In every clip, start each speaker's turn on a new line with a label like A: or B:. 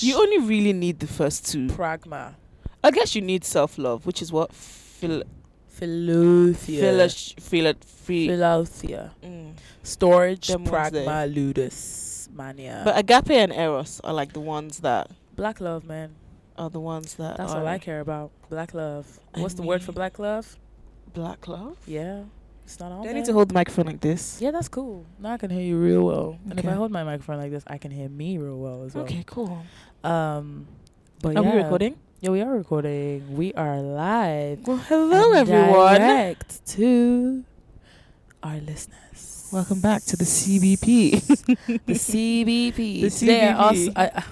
A: You only really need the first two.
B: Pragma.
A: I guess you need self love, which is what phil
B: Philothea.
A: philish phil phil.
B: Philothea.
A: Mm.
B: Storage,
A: Them ones there.
B: pragma, ludus, mania.
A: But agape and eros are like the ones that
B: black love, man.
A: are the ones that
B: That's
A: are
B: all I care about. Black love.
A: I
B: What's the word for
A: mean-
B: black love?
A: Black love.
B: Yeah. It's not on
A: Do I
B: there.
A: need to hold the microphone like this?
B: yeah, that's cool. Now I can hear you real well. And if I
A: Okay.
B: hold my microphone like this, I can hear me real well as well.
A: Okay, cool.
B: Um, but
A: Are
B: yeah.
A: we recording?
B: Yeah, we are recording. We are live.
A: Well, hello
B: and
A: everyone.
B: Direct to our listeners.
A: Welcome back to the CBP.
B: the CBP.
A: The
B: Today I, also,
A: CBP.
B: I,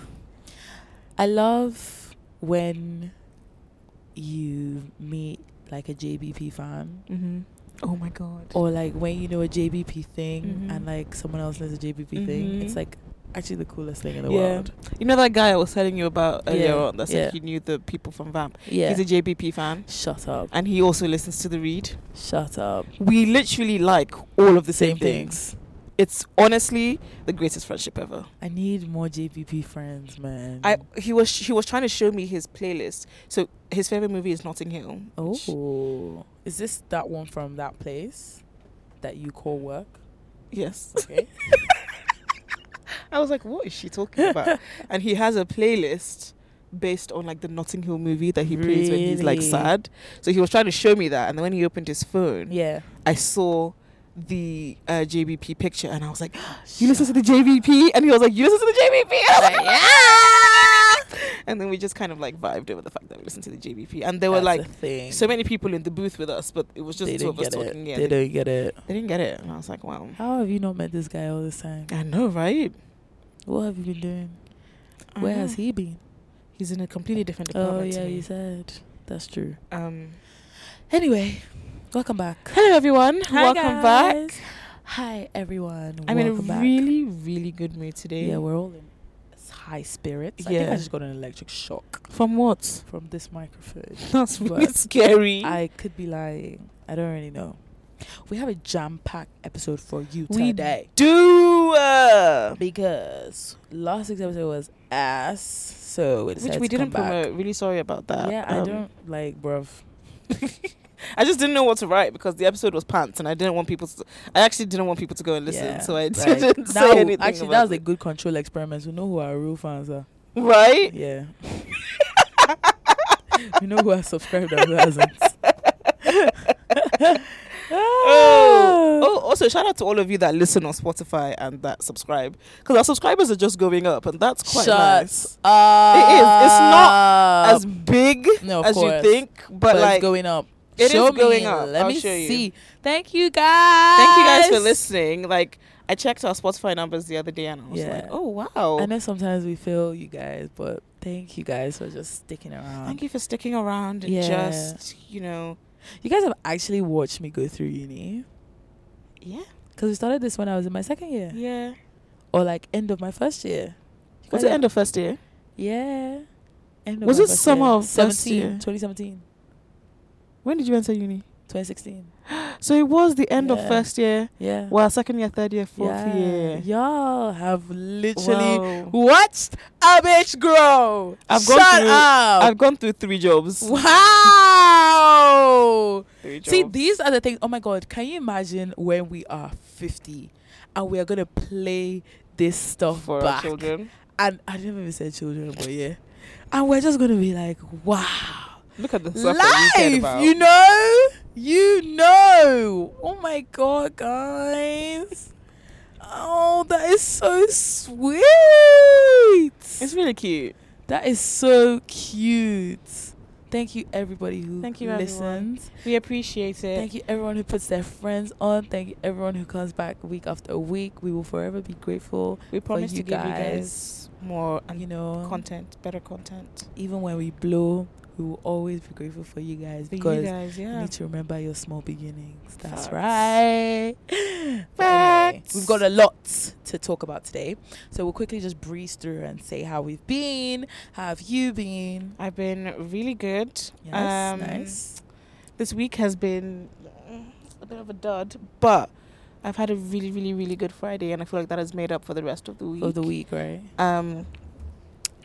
B: I love when you meet like a JBP fan
A: mm-hmm. Oh my god.
B: or like when you know a JBP thing
A: Mhm.
B: and like someone else knows a JBP thing.
A: Mhm.
B: It's like actually the coolest thing in the
A: Yeah.
B: world.
A: You know that guy I was telling you about earlier
B: Yeah,
A: on that said
B: yeah.
A: he knew the people from Vamp?
B: Yeah.
A: He's a JBP fan
B: Shut up.
A: and he also listens to The Read.
B: Shut up.
A: We literally like all of the same,
B: Same
A: things.
B: things.
A: It's honestly the greatest friendship ever.
B: I need more JBP friends, man.
A: I he was he was trying to show me his playlist. So his favorite movie is Notting Hill. which-
B: Oh, is this that one from that place that you call work?
A: yes.
B: Okay.
A: I was like, what is she talking about? and he has a playlist based on like the Notting Hill movie that he plays when he's like
B: Really?
A: sad. So he was trying to show me that, and then when he opened his phone,
B: yeah.
A: I saw the uh, JVP picture, and I was like, you listen to the JVP? And he was like, you listen to the JVP? And I was like, yeah. And then we just kind of like vibed over the fact that we listened to the JVP, and there were like
B: thing.
A: so many people in the booth with us, but it was just
B: they
A: the two
B: didn't
A: of us
B: get
A: talking.
B: it.
A: Yeah,
B: they,
A: they,
B: didn't get it.
A: they didn't get it, and I was like, wow.
B: How have you not met this guy all this time?
A: I know, right?
B: What have you been doing?
A: I
B: Where
A: know.
B: has he been?
A: He's in a completely different
B: Oh
A: department.
B: yeah,
A: to me.
B: you said that's true.
A: Um,
B: Anyway, welcome back.
A: hello everyone. Welcome back.
B: Hi everyone.
A: I'm
B: welcome
A: in a
B: back.
A: really, really good mood today.
B: yeah. We're all in high spirits. I think I
A: Yeah.
B: just got an electric shock
A: From what?
B: from this microphone.
A: That's really
B: But
A: scary.
B: I could be lying. I don't really know. We have a jam-packed episode for you
A: We
B: today
A: do. uh,
B: because last week's episode was ass, so we
A: which
B: decided
A: we
B: to come
A: didn't
B: back.
A: promote. Really sorry about that.
B: Yeah, I
A: Um,
B: don't like, bruv.
A: I just didn't know what to write because the episode was pants, and I didn't want people. To, I actually didn't want people to go and listen,
B: Yeah,
A: so I
B: like,
A: didn't say
B: now-
A: anything.
B: Actually, that
A: about
B: was a
A: it.
B: good control experiment. We know who our real fans are.
A: right.
B: Yeah. we know who has subscribed and who hasn't.
A: Oh, oh, also shout out to all of you that listen on Spotify and that subscribe because our subscribers are just going up, and that's quite
B: Shut
A: nice.
B: up.
A: It's not as big
B: No, of
A: as you
B: course.
A: think, but,
B: but,
A: like,
B: it's going up.
A: it is
B: Show me.
A: going up.
B: Let
A: I'll
B: me
A: show you.
B: see. Thank you guys.
A: thank you guys for listening. Like, I checked our Spotify numbers the other day, and I was
B: Yeah.
A: like, oh wow,
B: I know sometimes we fail you guys, but thank you guys for just sticking around.
A: thank you for sticking around and
B: Yeah.
A: just you know,
B: You guys have actually watched me go through uni
A: yeah,
B: because we started this when I was in my second year
A: yeah.
B: or like end of my first year. You
A: Was
B: guys
A: it end of first year?
B: Yeah. End
A: Was
B: my
A: it
B: first
A: summer
B: year.
A: of first
B: 17,
A: year?
B: 2017,
A: When did you enter uni?
B: 2016.
A: So it was the end of
B: Yeah.
A: first year.
B: Yeah.
A: Well, second year, third year, fourth
B: yeah.
A: year.
B: Y'all have literally
A: Wow.
B: watched a bitch grow.
A: I've
B: Shut
A: gone through-
B: up.
A: I've gone through three jobs.
B: Wow.
A: Three jobs.
B: See, these are the things. Oh my God. Can you imagine when we are 50 and we are going to play this stuff
A: for
B: back?
A: our children.
B: And I never even said children, but yeah. And we're just going to be like, wow.
A: Look at the stuff that we cared
B: Life,
A: about.
B: you know? You know. Oh my God, guys. Oh, that is so sweet.
A: it's really cute.
B: That is so cute. Thank you, everybody who
A: Thank you, everyone.
B: listens.
A: We appreciate it.
B: Thank you, everyone who puts their friends on. Thank you, everyone who comes back week after week. We will forever be grateful.
A: We promise
B: you
A: to give you
B: guys.
A: guys Um, more and
B: You know,
A: content, better content
B: even when we blow, we will always be grateful for you guys
A: for you
B: because
A: guys.
B: you
A: Yeah.
B: need to remember your small beginnings. That's
A: Facts.
B: right. But anyway,
A: Facts.
B: we've got a lot to talk about today. So we'll quickly just breeze through and say how we've been. How have you been?
A: I've been really good.
B: Yes,
A: Um,
B: nice.
A: This week has been mm, a bit of a dud, but I've had a really, really, really good Friday, and I feel like that has made up for the rest of the week.
B: Of the week, right?
A: Um,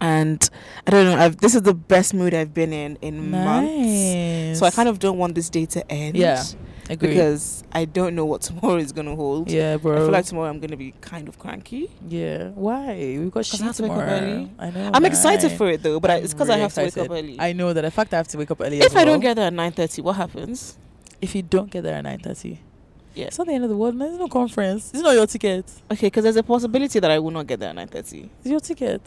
A: and I don't know. I've, this is the best mood I've been in in months. So I kind of don't want this day to end.
B: Yeah, agree.
A: Because I don't know what tomorrow is gonna hold.
B: yeah, bro.
A: I feel like tomorrow I'm gonna be kind of cranky.
B: yeah. Why? We've got
A: 'Cause
B: shit
A: I have to wake up
B: tomorrow.
A: early.
B: I know.
A: I'm excited
B: right?
A: for it though, but I,
B: I'm
A: it's because I
B: really
A: have to wake up
B: excited.
A: early.
B: I know that the fact I have to wake up early.
A: if
B: as
A: I don't
B: well.
A: get there at nine thirty, what happens?
B: if you don't get there at nine thirty,
A: Yeah.
B: it's not the end of the world. Man. There's no conference. It's not your ticket.
A: Okay, because there's a possibility that I will not get there at nine thirty.
B: It's your ticket.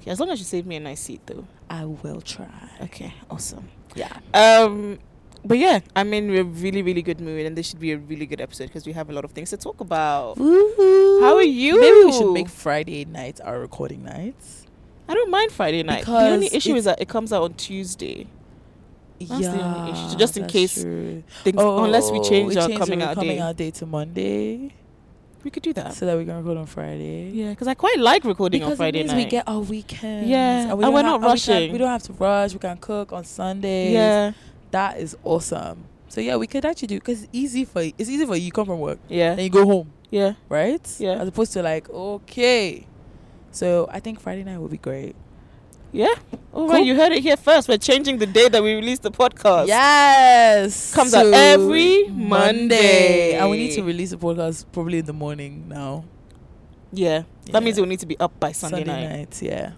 A: Okay, as long as you save me a nice seat though.
B: I will try.
A: Okay, awesome.
B: Yeah.
A: Um, but yeah, I'm in a really really good mood, and this should be a really good episode because we have a lot of things to talk about. How are you?
B: Maybe we should make Friday night our recording night.
A: I don't mind Friday night. The
B: Because
A: only issue
B: it-
A: is that it comes out on Tuesday. That's the only issue. So just in
B: that's
A: case
B: true.
A: Things, unless we
B: Oh,
A: change
B: we
A: our
B: change the
A: coming out
B: coming
A: day,
B: out day to Monday,
A: we could do that.
B: so that we can record on Friday.
A: Um, Yeah, because I quite like recording
B: Because
A: on Friday
B: it means we
A: night.
B: get our weekend.
A: Yeah, and we're not
B: We,
A: rushing.
B: can, we don't have to rush. We can cook on Sundays.
A: yeah,
B: that is awesome. So yeah, we could actually do because it's easy for it's easy for you. You come from work
A: yeah,
B: and you go home,
A: yeah.
B: right?
A: Yeah.
B: As opposed to like okay, so I think Friday night will be great.
A: Yeah. All right,
B: Cool.
A: you heard it here first. We're changing the day that we release the podcast.
B: Yes,
A: Comes out every Monday.
B: and we need to release the podcast probably in the morning now.
A: Yeah. That
B: Yeah.
A: means it will need to be up by Sunday, night.
B: yeah.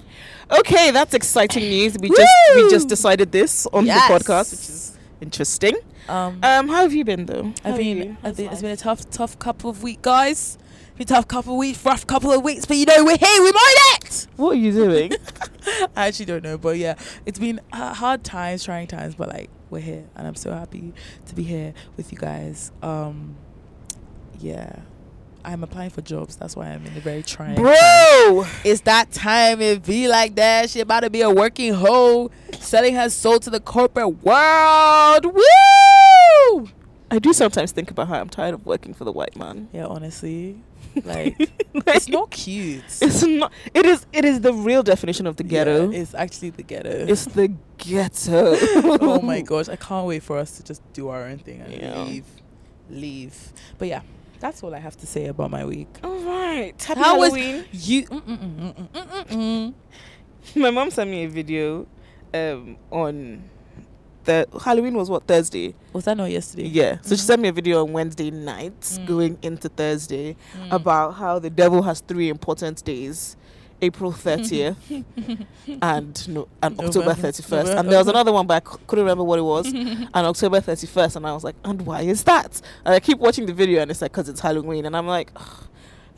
A: Okay, that's exciting news. We just we
B: Woo!
A: just decided this on
B: Yes.
A: the podcast, which is interesting.
B: Um,
A: Um, how have you been though?
B: I've been, I've been, it's been a tough, tough couple of weeks, guys. Been tough couple of weeks, rough couple of weeks, but you know we're here, we made it.
A: What are you doing?
B: I actually don't know, but yeah, it's been h- hard times, trying times, but like we're here, and I'm so happy to be here with you guys. Um, yeah, I'm applying for jobs. That's why I'm in a very trying. time.
A: Bro,
B: It's that time. It be like that. She about to be a working hoe, selling her soul to the corporate world. Woo!
A: I do sometimes think about how I'm tired of working for the white man.
B: Yeah, honestly, like it's not cute.
A: It's not. It is. It is the real definition of the ghetto.
B: Yeah, it's actually the ghetto.
A: it's the ghetto.
B: oh my gosh, I can't wait for us to just do our own thing and
A: Yeah.
B: leave, leave. But yeah, that's all I have to say about my week.
A: All right. Happy
B: How was-
A: Halloween.
B: You, mm, mm, mm, mm, mm, mm, mm.
A: my mom sent me a video um on the Halloween was what Thursday.
B: was that not yesterday?
A: Yeah. So she
B: Mhm.
A: sent me a video on Wednesday night
B: Mm.
A: going into Thursday
B: Mm.
A: about how the devil has three important days. April 30th and no, and October
B: November.
A: 31st.
B: November.
A: And there was another one, but I c- couldn't remember what it was. and October 31st. And I was like, and why is that? And I keep watching the video and it's like, because it's Halloween. And I'm like, ugh.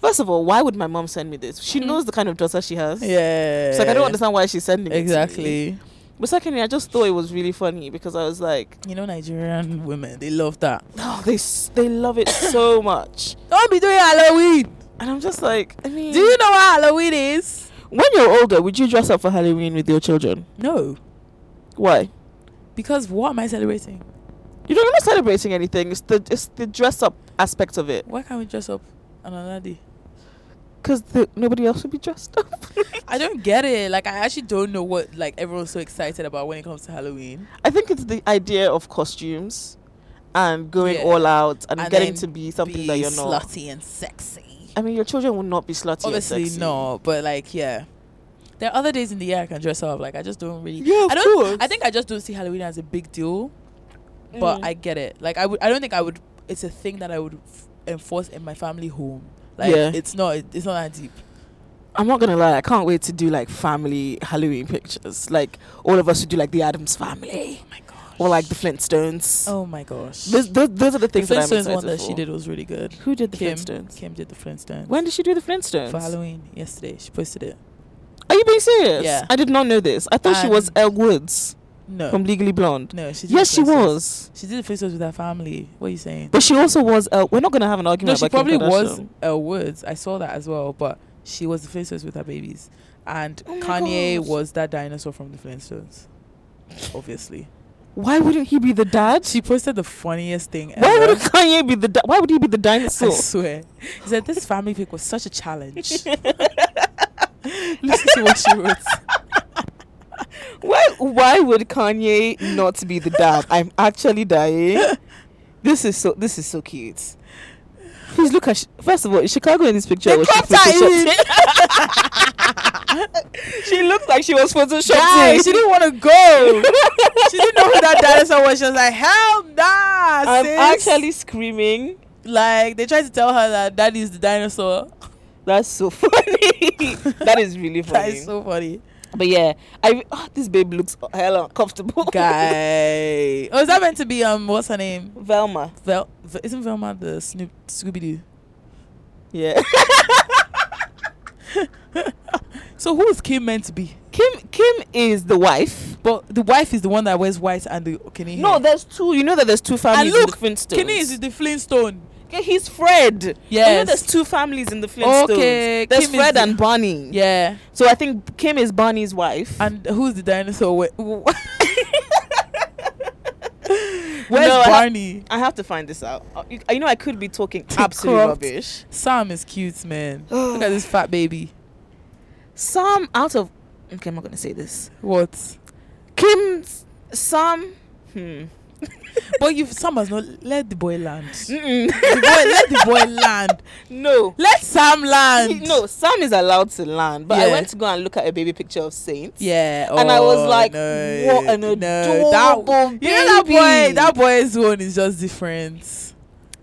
A: first of all, why would my mom send me this? She knows the kind of daughter she has.
B: Mm. Yeah.
A: It's like I don't understand why she's sending it to me.
B: Exactly.
A: But secondly, I just thought it was really funny because I was like,
B: You know, Nigerian women, they love that.
A: oh, they s- they love it so much,
B: Don't be doing Halloween.
A: and I'm just like, I mean,
B: Do you know what Halloween is?
A: when you're older, would you dress up for Halloween with your children?
B: No,
A: Why?
B: because what am I celebrating?
A: You don't know celebrating anything. It's the it's the dress up aspect of it
B: Why can't we dress up on another day?
A: because nobody else would be dressed up.
B: I don't get it. Like I actually don't know what like everyone's so excited about when it comes to Halloween.
A: I think it's the idea of costumes and going
B: Yeah.
A: all out and,
B: And
A: getting
B: then
A: to be something
B: Be
A: that you're not.
B: slutty and sexy.
A: I mean, your children will not be slutty. and
B: Obviously
A: sexy.
B: not, but like yeah. There are other days in the year I can dress up. Like I just don't really.
A: Yeah, of
B: I don't.
A: course.
B: I think I just don't see Halloween as a big deal, but
A: Mm.
B: I get it. Like I would. I don't think I would. It's a thing that I would f- enforce in my family home. Like
A: Yeah.
B: it's not. It's not that deep.
A: I'm not gonna lie, I can't wait to do like family Halloween pictures. Like all of us would do like the Adams family
B: Oh my gosh.
A: or like the Flintstones.
B: Oh my gosh.
A: Those, those, those are the
B: the
A: things that I'm
B: Flintstones
A: excited
B: one that
A: for.
B: she did was really good.
A: Who did the
B: Kim,
A: Flintstones?
B: Kim did the Flintstones.
A: When did she do the Flintstones?
B: for Halloween yesterday. She posted it.
A: Are you being serious?
B: Yeah.
A: I did not know this. I thought she was
B: And-
A: Elle Woods
B: No,
A: from Legally Blonde.
B: no, she. Did
A: yes,
B: the
A: she
B: FaceTime.
A: was.
B: She did the FaceTime with her family. What are you saying?
A: But she also was. Elle. We're not gonna have an
B: No,
A: argument
B: she
A: about
B: probably
A: Kim
B: was
A: Kardashian.
B: Elle Woods. I saw that as well, but she was the Flintstones with her babies, and
A: Oh my
B: Kanye
A: gosh.
B: was that dinosaur from the Flintstones. Obviously,
A: Why wouldn't he be the dad?
B: she posted the funniest thing ever.
A: Why would Kanye be the? Di- Why would he be the
B: I
A: dinosaur?
B: swear. He said this family pic was such a challenge. Listen to what she wrote.
A: Why why would Kanye not be the dad? I'm actually dying. This is so this is so cute. Please look at. Sh- First of all, is Chicago in this picture?
B: They
A: or was she
B: cropped her in.
A: photoshopped? she looked like she was photoshopped.
B: Guys,
A: in.
B: she didn't want to go. she didn't know who that dinosaur was. She was like, hell nah,
A: I'm
B: sis.
A: actually screaming.
B: like they tried to tell her that that is the dinosaur.
A: That's so funny. that is really funny.
B: That is so funny,
A: but yeah, I oh, this babe looks hella uncomfortable.
B: guy. Oh, is that meant to be um? What's her name?
A: Velma.
B: Vel- Vel- isn't Velma the Snoop Scooby Doo?
A: Yeah.
B: So who is Kim meant to be?
A: Kim Kim is the wife.
B: But the wife is the one that wears white and the Kenny.
A: No, there's two. You know that there's two families
B: look,
A: in the Flintstones.
B: Kenny is the Flintstone.
A: Okay, he's Fred. You know
B: Yes.
A: there's two families in the Flintstones.
B: Okay,
A: There's
B: Kim is
A: Fred
B: the-
A: and Bonnie.
B: Yeah.
A: So I think Kim is Bonnie's wife.
B: And who's the dinosaur? Wh- Where's
A: No, I-
B: Barney?
A: I have to find this out. Uh, You you know, I could be talking absolute
B: Corrupt.
A: rubbish.
B: Sam is cute, man. Look at this fat baby.
A: Some out of okay, I'm not gonna say this.
B: What?
A: Kim's some. Hmm.
B: But you, Sam has not let the boy land.
A: Mm.
B: The boy,
A: Mm-mm.
B: let the boy land.
A: no.
B: Let Sam land.
A: No, Sam is allowed to land, but I
B: Yeah.
A: went to go and look at a baby picture of Saints.
B: Yeah.
A: And I was
B: oh,
A: like,
B: no,
A: what an
B: no,
A: adorable
B: that, You know that
A: baby.
B: boy. That boy's one is just different.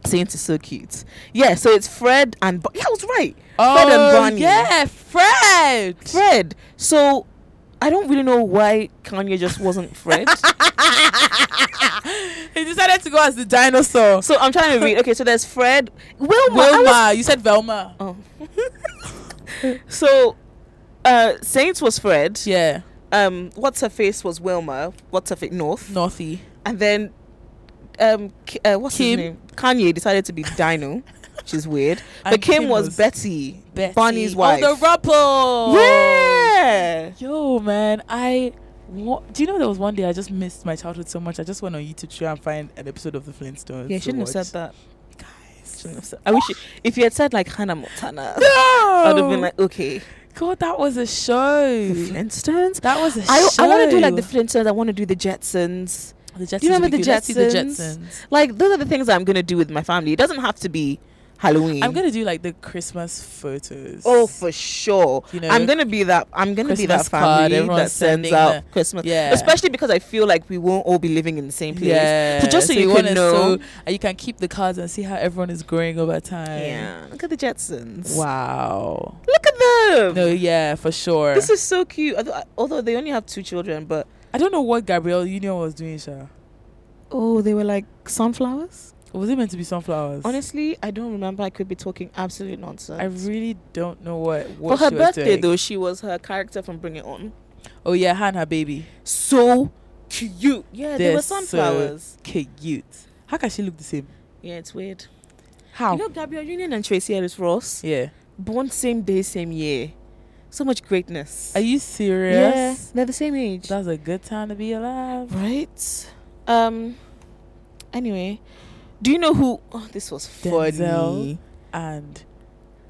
A: Saints is so cute. Yeah, so it's Fred and Bo- yeah, I was right.
B: Oh,
A: Fred and Barney.
B: yeah, Fred.
A: Fred. So I don't really know why Kanye just wasn't Fred.
B: He decided to go as the dinosaur.
A: so I'm trying to read. Okay, so there's Fred. Wilma. I was-
B: Wilma, you said Velma.
A: oh. so uh Saints was Fred.
B: Yeah,
A: Um what's her face was Wilma. What's her face North.
B: Northy.
A: And then um K- uh, what's
B: Kim.
A: his name? Kanye decided to be Dino, which is weird. But
B: And
A: Kim, was, Betty, Bonnie's wife.
B: Oh, the Rupple.
A: yeah.
B: Yo, man, I. wa- Do you know there was one day I just missed my childhood so much? I just went on YouTube to try and find an episode of The Flintstones.
A: Yeah, you
B: to
A: shouldn't have said
B: watch.
A: that.
B: Guys.
A: Shouldn't have said. I wish you, if you had said like Hannah Montana,
B: No.
A: I'd have been like, okay,
B: God, that was a show.
A: the Flintstones.
B: That was a
A: I,
B: show.
A: I want to do like the Flintstones. I want to do the Jetsons.
B: The Jetsons
A: Do you remember
B: would be
A: the
B: good. Let's do the
A: Jetsons?
B: Jetsons?
A: Like those are the things I'm gonna do with my family. It doesn't have to be Halloween.
B: I'm gonna do like the Christmas photos.
A: Oh, for sure.
B: You know?
A: I'm gonna be that. I'm gonna be that
B: Christmas card,
A: family
B: everyone's
A: that sends
B: sending
A: out
B: the-
A: Christmas.
B: yeah.
A: Especially because I feel like we won't all be living in the same place.
B: Yeah.
A: So just so, you
B: wanna-
A: can know.
B: so- and uh, you can keep the cards and see how everyone is growing over time.
A: yeah. Look at the Jetsons.
B: Wow.
A: Look at them.
B: No, yeah, for sure.
A: Um, This is so cute. Although, although they only have two children, but
B: I don't know what Gabrielle Union was doing, Sha.
A: oh, they were like sunflowers.
B: Was it meant to be sunflowers?
A: Honestly, I don't remember. I could be talking absolute nonsense.
B: I really don't know what. what
A: For her
B: she was
A: birthday,
B: doing.
A: though, she was her character from Bring It On.
B: Oh yeah, her and her baby.
A: So cute. Yeah, they
B: They're
A: were
B: so-
A: sunflowers.
B: Cute. How can she look the same?
A: Yeah, it's weird.
B: How?
A: You know, Gabrielle Union and Tracy Ellis Ross.
B: yeah.
A: born same day, same year. So much greatness.
B: Are you serious?
A: they're the same age.
B: That's a good time to be alive.
A: right? Um. Anyway, do you know who? Oh, this was funny.
B: Denzel. And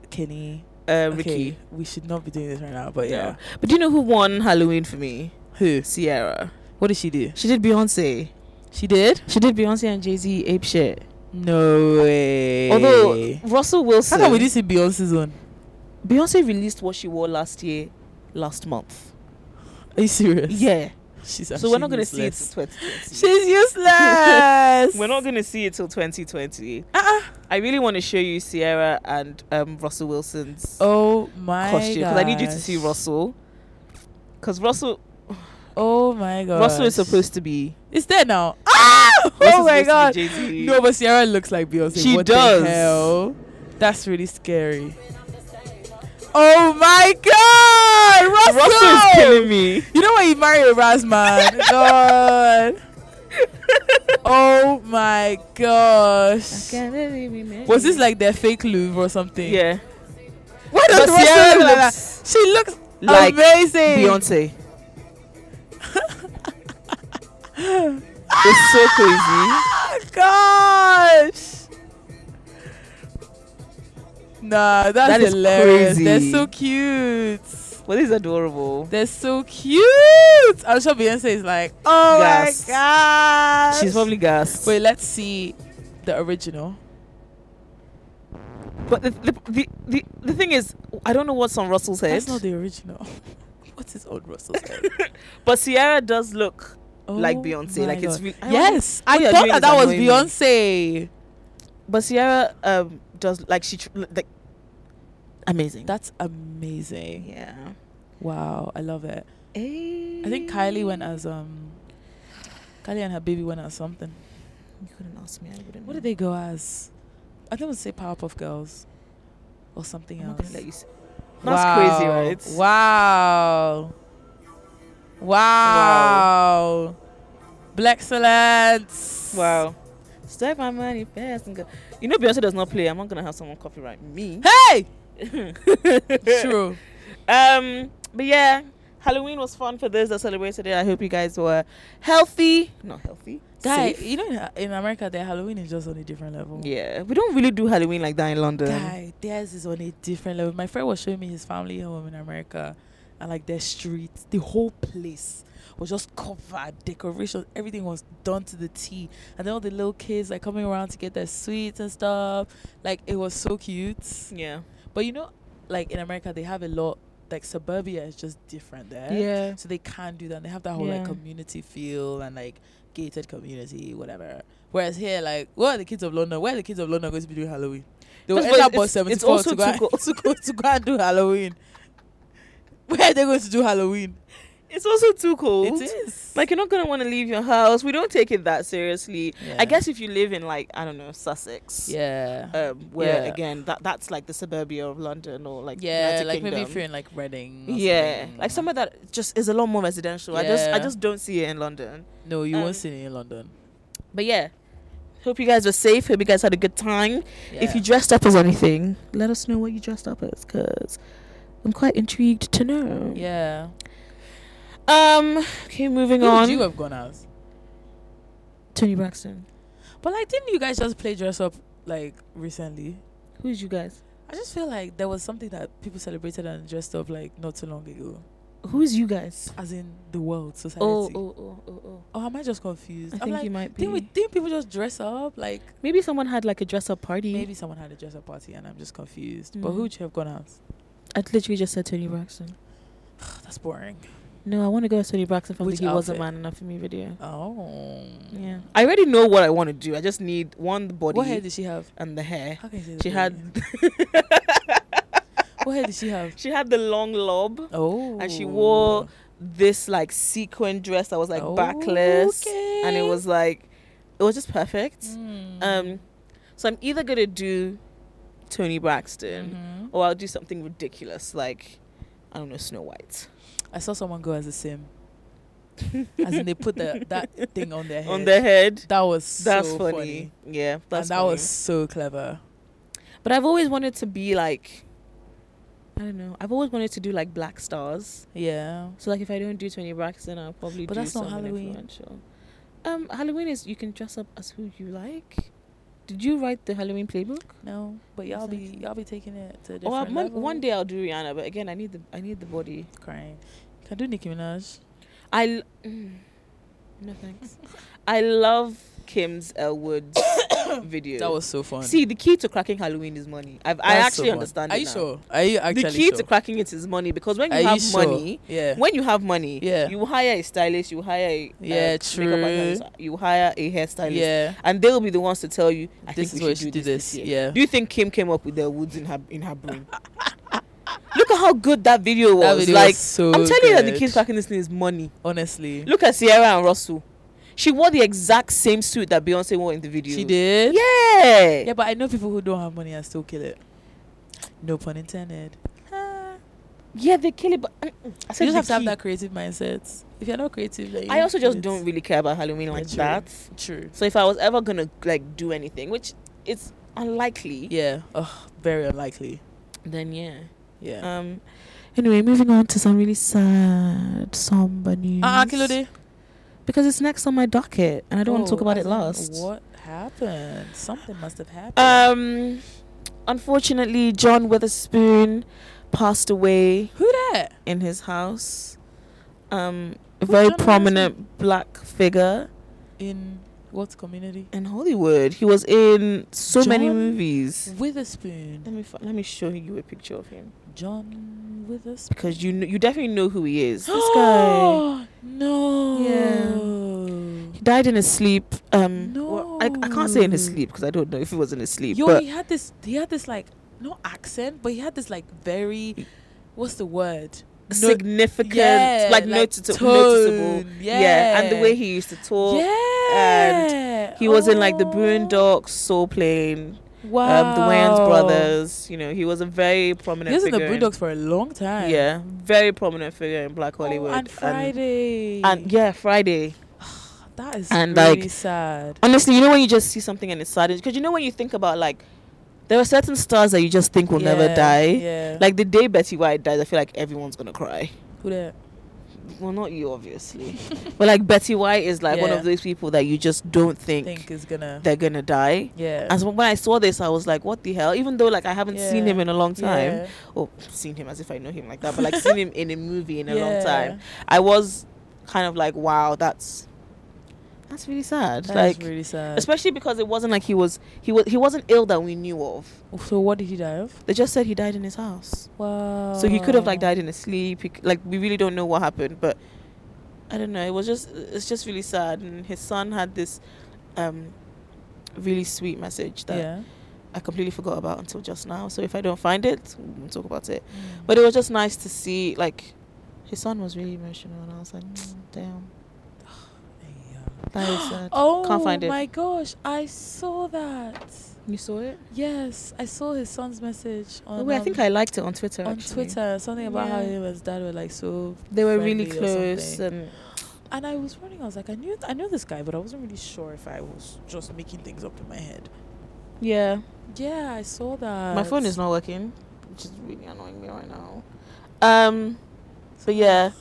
B: Kenny.
A: Uh,
B: Okay,
A: Ricky.
B: we should not be doing this right now, but
A: No.
B: yeah.
A: But do you know who won Halloween for me?
B: Who?
A: Sierra.
B: What did she do?
A: She did Beyonce.
B: She did?
A: She did Beyonce and Jay Z ape shit.
B: No way.
A: Although Russell
B: how
A: Wilson,
B: come we didn't see Beyonce's one?
A: Beyonce released what she wore last year, last month.
B: Are you serious?
A: Yeah.
B: She's
A: So we're not
B: actually
A: gonna see it
B: useless.
A: till 2020.
B: She's useless.
A: We're not gonna see it till 2020.
B: Uh-uh.
A: I really want to show you Sierra and um, Russell Wilson's
B: Oh my
A: costume because I need you to
B: gosh.
A: see Russell. Because Russell,
B: Oh my god.
A: Russell is supposed to be.
B: It's there now. Ah! Oh
A: Russell's
B: my
A: supposed
B: god.
A: to be Jay-Z.
B: No, but Sierra looks like Beyonce.
A: She
B: what
A: does.
B: The hell? That's really scary. Oh my god, Russell!
A: Russell is killing me.
B: You know when you marry a Ras man? god. Oh my gosh. Was this like their fake Louvre or something?
A: Yeah,
B: Why does
A: But
B: Russell
A: Sierra
B: look like that?
A: looks
B: She looks
A: like
B: amazing.
A: Beyonce. it's so crazy.
B: Ah, gosh. Nah, that's
A: That is
B: hilarious.
A: crazy.
B: They're so cute.
A: But this is adorable.
B: They're so cute. I'm sure Beyonce is like, oh
A: Gassed.
B: my gosh.
A: She's probably gassed.
B: Wait, let's see the original.
A: But the the, the the the thing is, I don't know what's on Russell's head.
B: That's not the original. what is old Russell's head?
A: but Sierra does look like
B: Oh
A: Beyonce.
B: my
A: Like it's
B: God.
A: really
B: yes,
A: what
B: I
A: you're
B: thought
A: doing
B: that
A: is
B: that was
A: annoying me.
B: Beyonce.
A: But Sierra um does like she tr- like amazing.
B: That's amazing.
A: yeah. Eh.
B: Wow, I love it. I think Kylie went as um, Kylie and her baby went as something.
A: You couldn't ask me. I wouldn't.
B: What did they go as? I think it was say Powerpuff Girls or something
A: I'm not
B: else.
A: gonna let you. s- That's crazy, right?
B: Wow. Wow.
A: Wow.
B: Black excellence.
A: Wow. Step my money fast and go. You know Beyonce does not play. I'm not gonna have someone copyright me.
B: Hey! It's
A: True.
B: true.
A: Um. But yeah, Halloween was fun for those that celebrated it. I hope you guys were healthy. Not healthy.
B: Guy,
A: safe.
B: you know, in, in America, their Halloween is just on a different level.
A: Yeah, we don't really do Halloween like that in London.
B: Guy, theirs is on a different level. My friend was showing me his family home in America, and like their streets, the whole place was just covered, decorations, everything was done to the T. And then all the little kids like coming around to get their sweets and stuff. Like it was so cute.
A: Yeah.
B: But you know, like in America, they have a lot. Like suburbia is just different there.
A: Yeah.
B: So they can do that. And they have that whole
A: Yeah.
B: like community feel and like gated community, whatever. Whereas here, like, what are the kids of London? Where are the kids of London going to be doing Halloween? They will
A: First
B: end
A: of all,
B: up on
A: it's- it's
B: 74
A: also
B: to go,
A: too
B: and,
A: cold.
B: to, go, to go and do Halloween. Where are they going to do Halloween?
A: It's also too cold.
B: It is.
A: Like you're not gonna want to leave your house. We don't take it that seriously.
B: Yeah.
A: I guess if you live in like I don't know Sussex,
B: Yeah.
A: um, where
B: Yeah.
A: again that that's like the suburbia of London or like
B: yeah,
A: United
B: like maybe
A: Kingdom.
B: if you're in like Reading. or
A: yeah,
B: something.
A: like somewhere that just is a lot more residential. I just I
B: Yeah.
A: just don't see it in London.
B: No, you
A: um,
B: won't see it in London.
A: But yeah, hope you guys were safe. Hope you guys had a good time. If
B: Yeah.
A: you dressed up as anything, let us know what you dressed up as, cause I'm quite intrigued to know.
B: Yeah.
A: Um. Okay, moving
B: Who
A: on.
B: would you have gone as?
A: Tony Braxton.
B: But like, didn't you guys just play dress up like recently?
A: Who's you guys?
B: I just feel like there was something that people celebrated and dressed up like not too long ago,
A: Who's you guys?
B: as in the world society.
A: Oh, oh, oh, oh, oh.
B: Or am I just confused?
A: I
B: am
A: think
B: like,
A: you might be.
B: didn't, we, didn't people just dress up? Like
A: Maybe someone had like a dress up party.
B: maybe someone had a dress up party and I'm just confused. But
A: Mm.
B: who would you have gone as?
A: I literally just said Tony Braxton.
B: That's boring.
A: No, I want to go as Tony Braxton from
B: Which
A: the He Wasn't
B: outfit?
A: Man Enough for Me video.
B: Oh.
A: Yeah. I already know what I want to do. I just need one the body
B: What hair did she have?
A: and the hair.
B: How can you say
A: She
B: that
A: had
B: What hair did she have?
A: she had the long lob.
B: Oh.
A: And she wore This like sequin dress that was like backless and it
B: Okay.
A: was like it was just perfect.
B: Mm.
A: Um so I'm either going to do Tony Braxton
B: Mhm.
A: or I'll do something ridiculous like I don't know Snow White.
B: I saw someone go as a sim. as in they put the, that thing on their head.
A: On their head.
B: That was
A: That's
B: so
A: funny.
B: funny.
A: Yeah, that's
B: and that
A: funny.
B: was so clever.
A: But I've always wanted to be like, I don't know. I've always wanted to do like Black Stars.
B: Yeah.
A: So like, if I don't do Tony Braxton, I'll probably
B: But
A: do
B: that's not
A: someone
B: Halloween.
A: influential. Um, Halloween is you can dress up as who you like. Did you write the Halloween playbook?
B: No, but y'all be
A: Exactly.
B: y'all be taking it to a
A: Or
B: different
A: oh, one,
B: level.
A: one day I'll do Rihanna, but again I need the I need the body.
B: crying. Can I do Nicki Minaj?
A: I l- mm. no thanks. I love Kim's Elwood video.
B: That was so fun.
A: see the key to cracking Halloween is money. I've, I
B: That's so
A: actually
B: fun.
A: understand.
B: Are
A: it
B: you
A: now.
B: sure? Are you actually
A: the key
B: sure?
A: to cracking it is money because when you
B: Are you
A: have
B: sure?
A: money,
B: Yeah.
A: when you have money,
B: Yeah.
A: you hire a stylist, you hire a uh,
B: Yeah,
A: makeup
B: true.
A: artist, you hire a hairstylist,
B: yeah.
A: and they'll be the ones to tell you, I
B: This is
A: think
B: where
A: we
B: you
A: should do this, this year.
B: Yeah.
A: Do you think Kim came up with the woods in her in her brain? Look at how good that video was.
B: That video
A: like
B: was so
A: I'm telling you that the
B: good.
A: key to cracking this thing is money.
B: Honestly.
A: Look at Sierra and Russell. She wore the exact same suit that Beyonce wore in the video.
B: She did?
A: Yeah.
B: Yeah, but I know people who don't have money and still kill it. No pun intended. Ah.
A: Yeah, they kill it. But mm, mm. I said
B: you just
A: the
B: have to have
A: key.
B: that creative mindset. If you're not creative, then you
A: I also
B: kill
A: just
B: it.
A: don't really care about Halloween like
B: true.
A: that.
B: True.
A: So if I was ever gonna like do anything, which it's unlikely,
B: Yeah. Oh, very unlikely.
A: then yeah.
B: Yeah.
A: Um. Anyway, moving on to some really sad, somber news.
B: Ah, uh, Kilode.
A: because it's next on my docket, and I don't want
B: Oh,
A: to talk about
B: as
A: it
B: in,
A: last.
B: What happened? Something must have happened.
A: Um. Unfortunately, John Witherspoon passed away
B: Who that?
A: in his house. Um, a
B: Who's
A: very
B: John
A: prominent black figure
B: In What community?
A: in Hollywood. He was in so many
B: John-
A: movies. Let
B: Witherspoon.
A: me fi- let me show you a picture of him
B: John Witherspoon.
A: because you kn- you definitely know who he is. This guy
B: no.
A: he died in his sleep. Um,
B: No.
A: well, I, I can't say in his sleep because I don't know if he was in his sleep.
B: Yo,
A: but
B: he had this. He had this like no accent, but he had this like very, what's the word? No-
A: significant,
B: yeah,
A: like,
B: like
A: notita- noticeable.
B: tone,
A: Yeah. and the
B: yeah.
A: way he used to talk.
B: yeah.
A: He was in like the
B: Oh.
A: Boondocks, Soul Plane, um, the Wayans
B: Wow.
A: Brothers. You know, he was a very prominent.
B: He was in the
A: figure in-
B: Boondocks for a long time.
A: Yeah, very prominent figure in Black
B: Oh,
A: Hollywood.
B: and Friday.
A: And yeah, Friday.
B: that is
A: and,
B: really
A: like,
B: sad.
A: Honestly, you know when you just see something and it's sad, because you know when you think about like, there are certain stars that you just think will never
B: Yeah,
A: die.
B: Yeah.
A: Like the day Betty White dies, I feel like everyone's gonna cry.
B: who that?
A: Well, not you obviously, but like Betty White is like one
B: Yeah.
A: of those people that you just don't think,
B: Think is gonna.
A: they're gonna die.
B: yeah.
A: And so when I saw this, I was like, "What the hell?" Even though like I haven't seen
B: Yeah.
A: him in a long time,
B: Yeah.
A: or seen him as if I know him like that, but like seen him in a movie in a long
B: Yeah.
A: time, I was kind of like, "Wow, that's that's really sad."
B: That is
A: like,
B: really sad.
A: especially because it wasn't like he was he was he wasn't ill that we knew of.
B: So what did he die of?
A: They just said he died in his house,
B: Wow.
A: so he could have like died in his sleep. He, c- like we really don't know what happened, but I don't know. It was just it's just really sad, and his son had this um really sweet message that.
B: Yeah.
A: I completely forgot about until just now. So if I don't find it, we'll talk about it. But it was just nice to see, like, his son was really emotional, and I was like, "Mm, damn, that is sad.
B: Oh
A: Can't find it.
B: my gosh! I saw that.
A: You saw it?
B: Yes, I saw his son's message on.
A: Oh, wait, I
B: um,
A: think I liked it on Twitter.
B: on
A: actually.
B: Twitter something about how
A: Yeah.
B: him and his dad were like so.
A: they were really
B: friendly or
A: close, uh,
B: something.
A: and
B: And I was wondering, I was like, I knew, I knew this guy, but I wasn't really sure if I was just making things up in my head.
A: yeah,
B: Yeah, I saw that.
A: my phone is not working, which is really annoying me right now. Um, but yeah,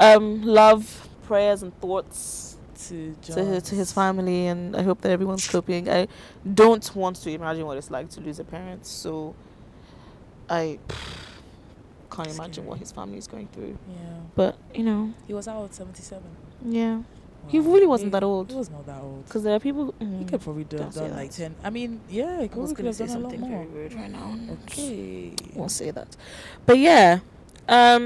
A: um, love, prayers, and thoughts.
B: to John.
A: to his, to his family and I hope that everyone's coping. I don't want to imagine what it's like to lose a parent, so I can't
B: Scary.
A: imagine what his family is going through.
B: Yeah,
A: But you know,
B: he was out at seventy-seven.
A: yeah, he
B: Wow.
A: really wasn't
B: He-
A: that old
B: He was not that old.
A: because there are people.
B: He
A: Mm.
B: could probably do,
A: Don't
B: have
A: say
B: done
A: that.
B: like ten. I mean, yeah, he
A: I was
B: probably could
A: going to
B: have
A: say
B: done a lot
A: something very
B: more.
A: rude right now.
B: Okay.
A: Won't say that. But yeah, um,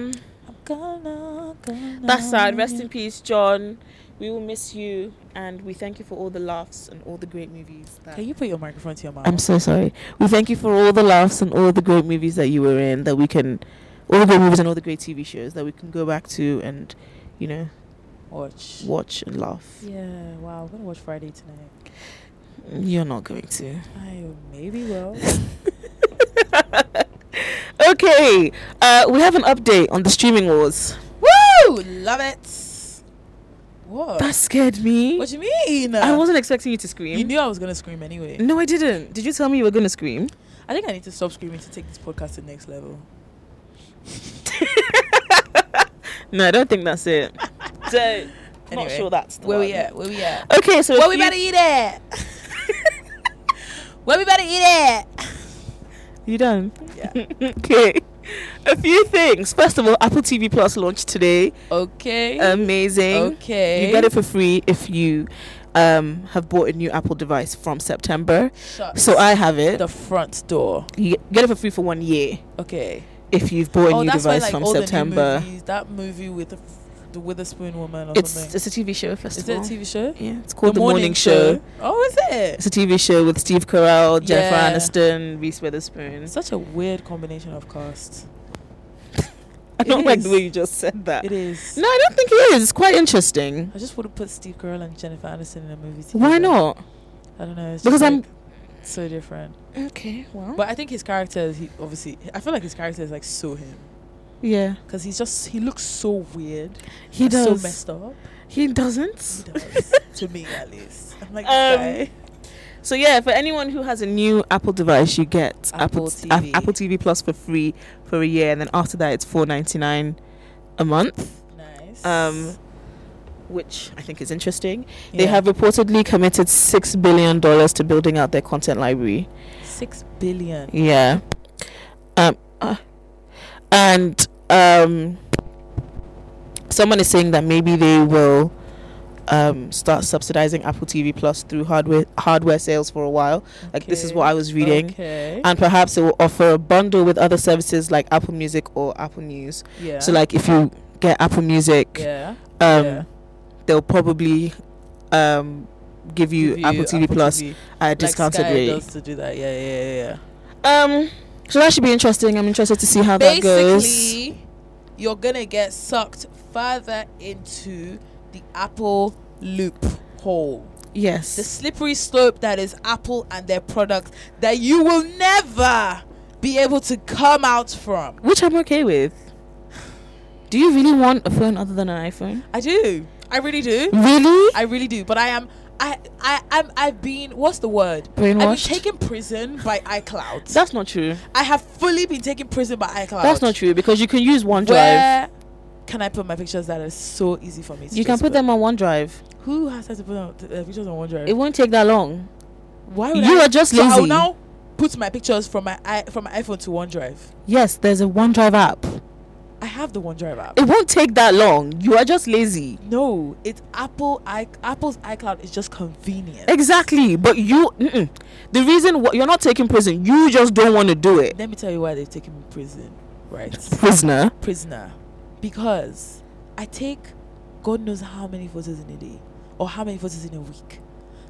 B: I'm gonna, gonna
A: that's sad. Rest
B: Mm-hmm.
A: in peace, John. We will miss you, and we thank you for all the laughs and all the great movies. That
B: Can you put your microphone to your mouth?
A: I'm so sorry. We thank you for all the laughs and all the great movies that you were in that we can, all the great movies and all the great TV shows that we can go back to and, you know,
B: Watch.
A: watch and laugh.
B: Yeah. Wow. I'm gonna watch Friday tonight.
A: You're not going to.
B: I maybe will.
A: Okay, uh, we have an update on the streaming wars.
B: Woo! Love it. What?
A: That scared me.
B: what you mean?
A: I wasn't expecting you to
B: You
A: scream.
B: knew I was gonna scream anyway.
A: No, I didn't. Did you tell me you were going to scream?
B: I think I need to stop screaming to take this podcast to the next level.
A: No, I don't think that's it. so, not
B: Anyway,
A: sure that's the
B: Where
A: one.
B: we at? Where we at?
A: Okay, so
B: Where
A: if
B: we
A: you-
B: better eat at? Where we better eat at?
A: You done?
B: Yeah.
A: okay. A few things. First of all, Apple TV Plus launched today.
B: Okay.
A: Amazing.
B: okay.
A: You get it for free if you um, have bought a new Apple device from September.
B: Shut
A: So I have it.
B: the front door.
A: You get it for free for one year
B: Okay.
A: if you've bought a
B: oh,
A: new
B: that's
A: device
B: why like
A: from
B: all the
A: September.
B: new movies. That movie with the, f- the Witherspoon woman or
A: It's
B: something.
A: it's a TV show first
B: Is
A: of
B: it a
A: all.
B: TV show?
A: yeah, it's called The, Morning, show.
B: Oh, is it?
A: It's a TV show with Steve Carell, Jennifer
B: Yeah.
A: Aniston, Reese Witherspoon.
B: Such a weird combination of cast.
A: I don't
B: it
A: like
B: is.
A: the way you just said that.
B: It is.
A: Uh, No, I don't think it is. It's quite interesting.
B: I just would have put Steve Carell and Jennifer Aniston in a movie. Together.
A: Why not?
B: I don't know. It's
A: Because
B: because I'm
A: I'm-
B: so different.
A: Okay, well.
B: But I think his character is he obviously. I feel like his character is like so him
A: Yeah,
B: because he's just he looks so weird.
A: he
B: and
A: does.
B: So messed up.
A: He
B: He
A: doesn't.
B: does to me at least. I'm like
A: Um,
B: this guy.
A: So yeah, for anyone who has a new Apple device, you get
B: Apple
A: Apple t- Ap-
B: TV.
A: Apple TV Plus for free for a year, and then after that, it's four ninety nine a month,
B: Nice.
A: um, which I think is interesting. They
B: Yeah.
A: have reportedly committed six billion dollars to building out their content library.
B: six billion.
A: Yeah, um, uh, and um, someone is saying that maybe they will um, start subsidizing Apple TV Plus through hardware hardware sales for a while. Like this is what I was reading.
B: Okay.
A: And perhaps it will offer a bundle with other services like Apple Music or Apple News.
B: yeah.
A: So like if you get Apple Music,
B: yeah.
A: um,
B: yeah.
A: they'll probably um, give you
B: Give
A: Apple TV Plus
B: TV.
A: at a
B: Like
A: discounted
B: Sky
A: rate.
B: does to do that. Yeah, yeah, yeah, yeah.
A: Um, so that should be interesting. I'm interested to see how that goes.
B: basically you're gonna get sucked further into the apple loop hole
A: Yes.
B: the slippery slope that is apple and their products that you will never be able to come out from
A: which I'm okay with. Do you really want a phone other than an iPhone?
B: i do i really do
A: Mm. Really?
B: i really do but i am i i i'm, i've been what's the word i've been
A: Brainwashed?
B: taken prison by icloud
A: That's not true.
B: i have fully been taken prison by icloud
A: That's not true because you can use OneDrive.
B: where can i put my pictures that is so easy for me to
A: you can put
B: Facebook?
A: them on OneDrive.
B: Who has time to put on t- uh, pictures on OneDrive?
A: It won't take that long.
B: Why would
A: you
B: I?
A: are just
B: So I will
A: lazy.
B: now put my pictures from my i from my iPhone to OneDrive.
A: Yes, there's a OneDrive app.
B: I have the OneDrive app.
A: It won't take that long. You are just lazy.
B: no, it's Apple. I, Apple's iCloud is just convenient.
A: Exactly. But you, mm-mm. the reason wh- you're not taking prison, you just don't want to do it.
B: Let me tell you why they've taken me prison, right?
A: Prisoner.
B: Prisoner, because I take God knows how many photos in a day, or how many photos in a week.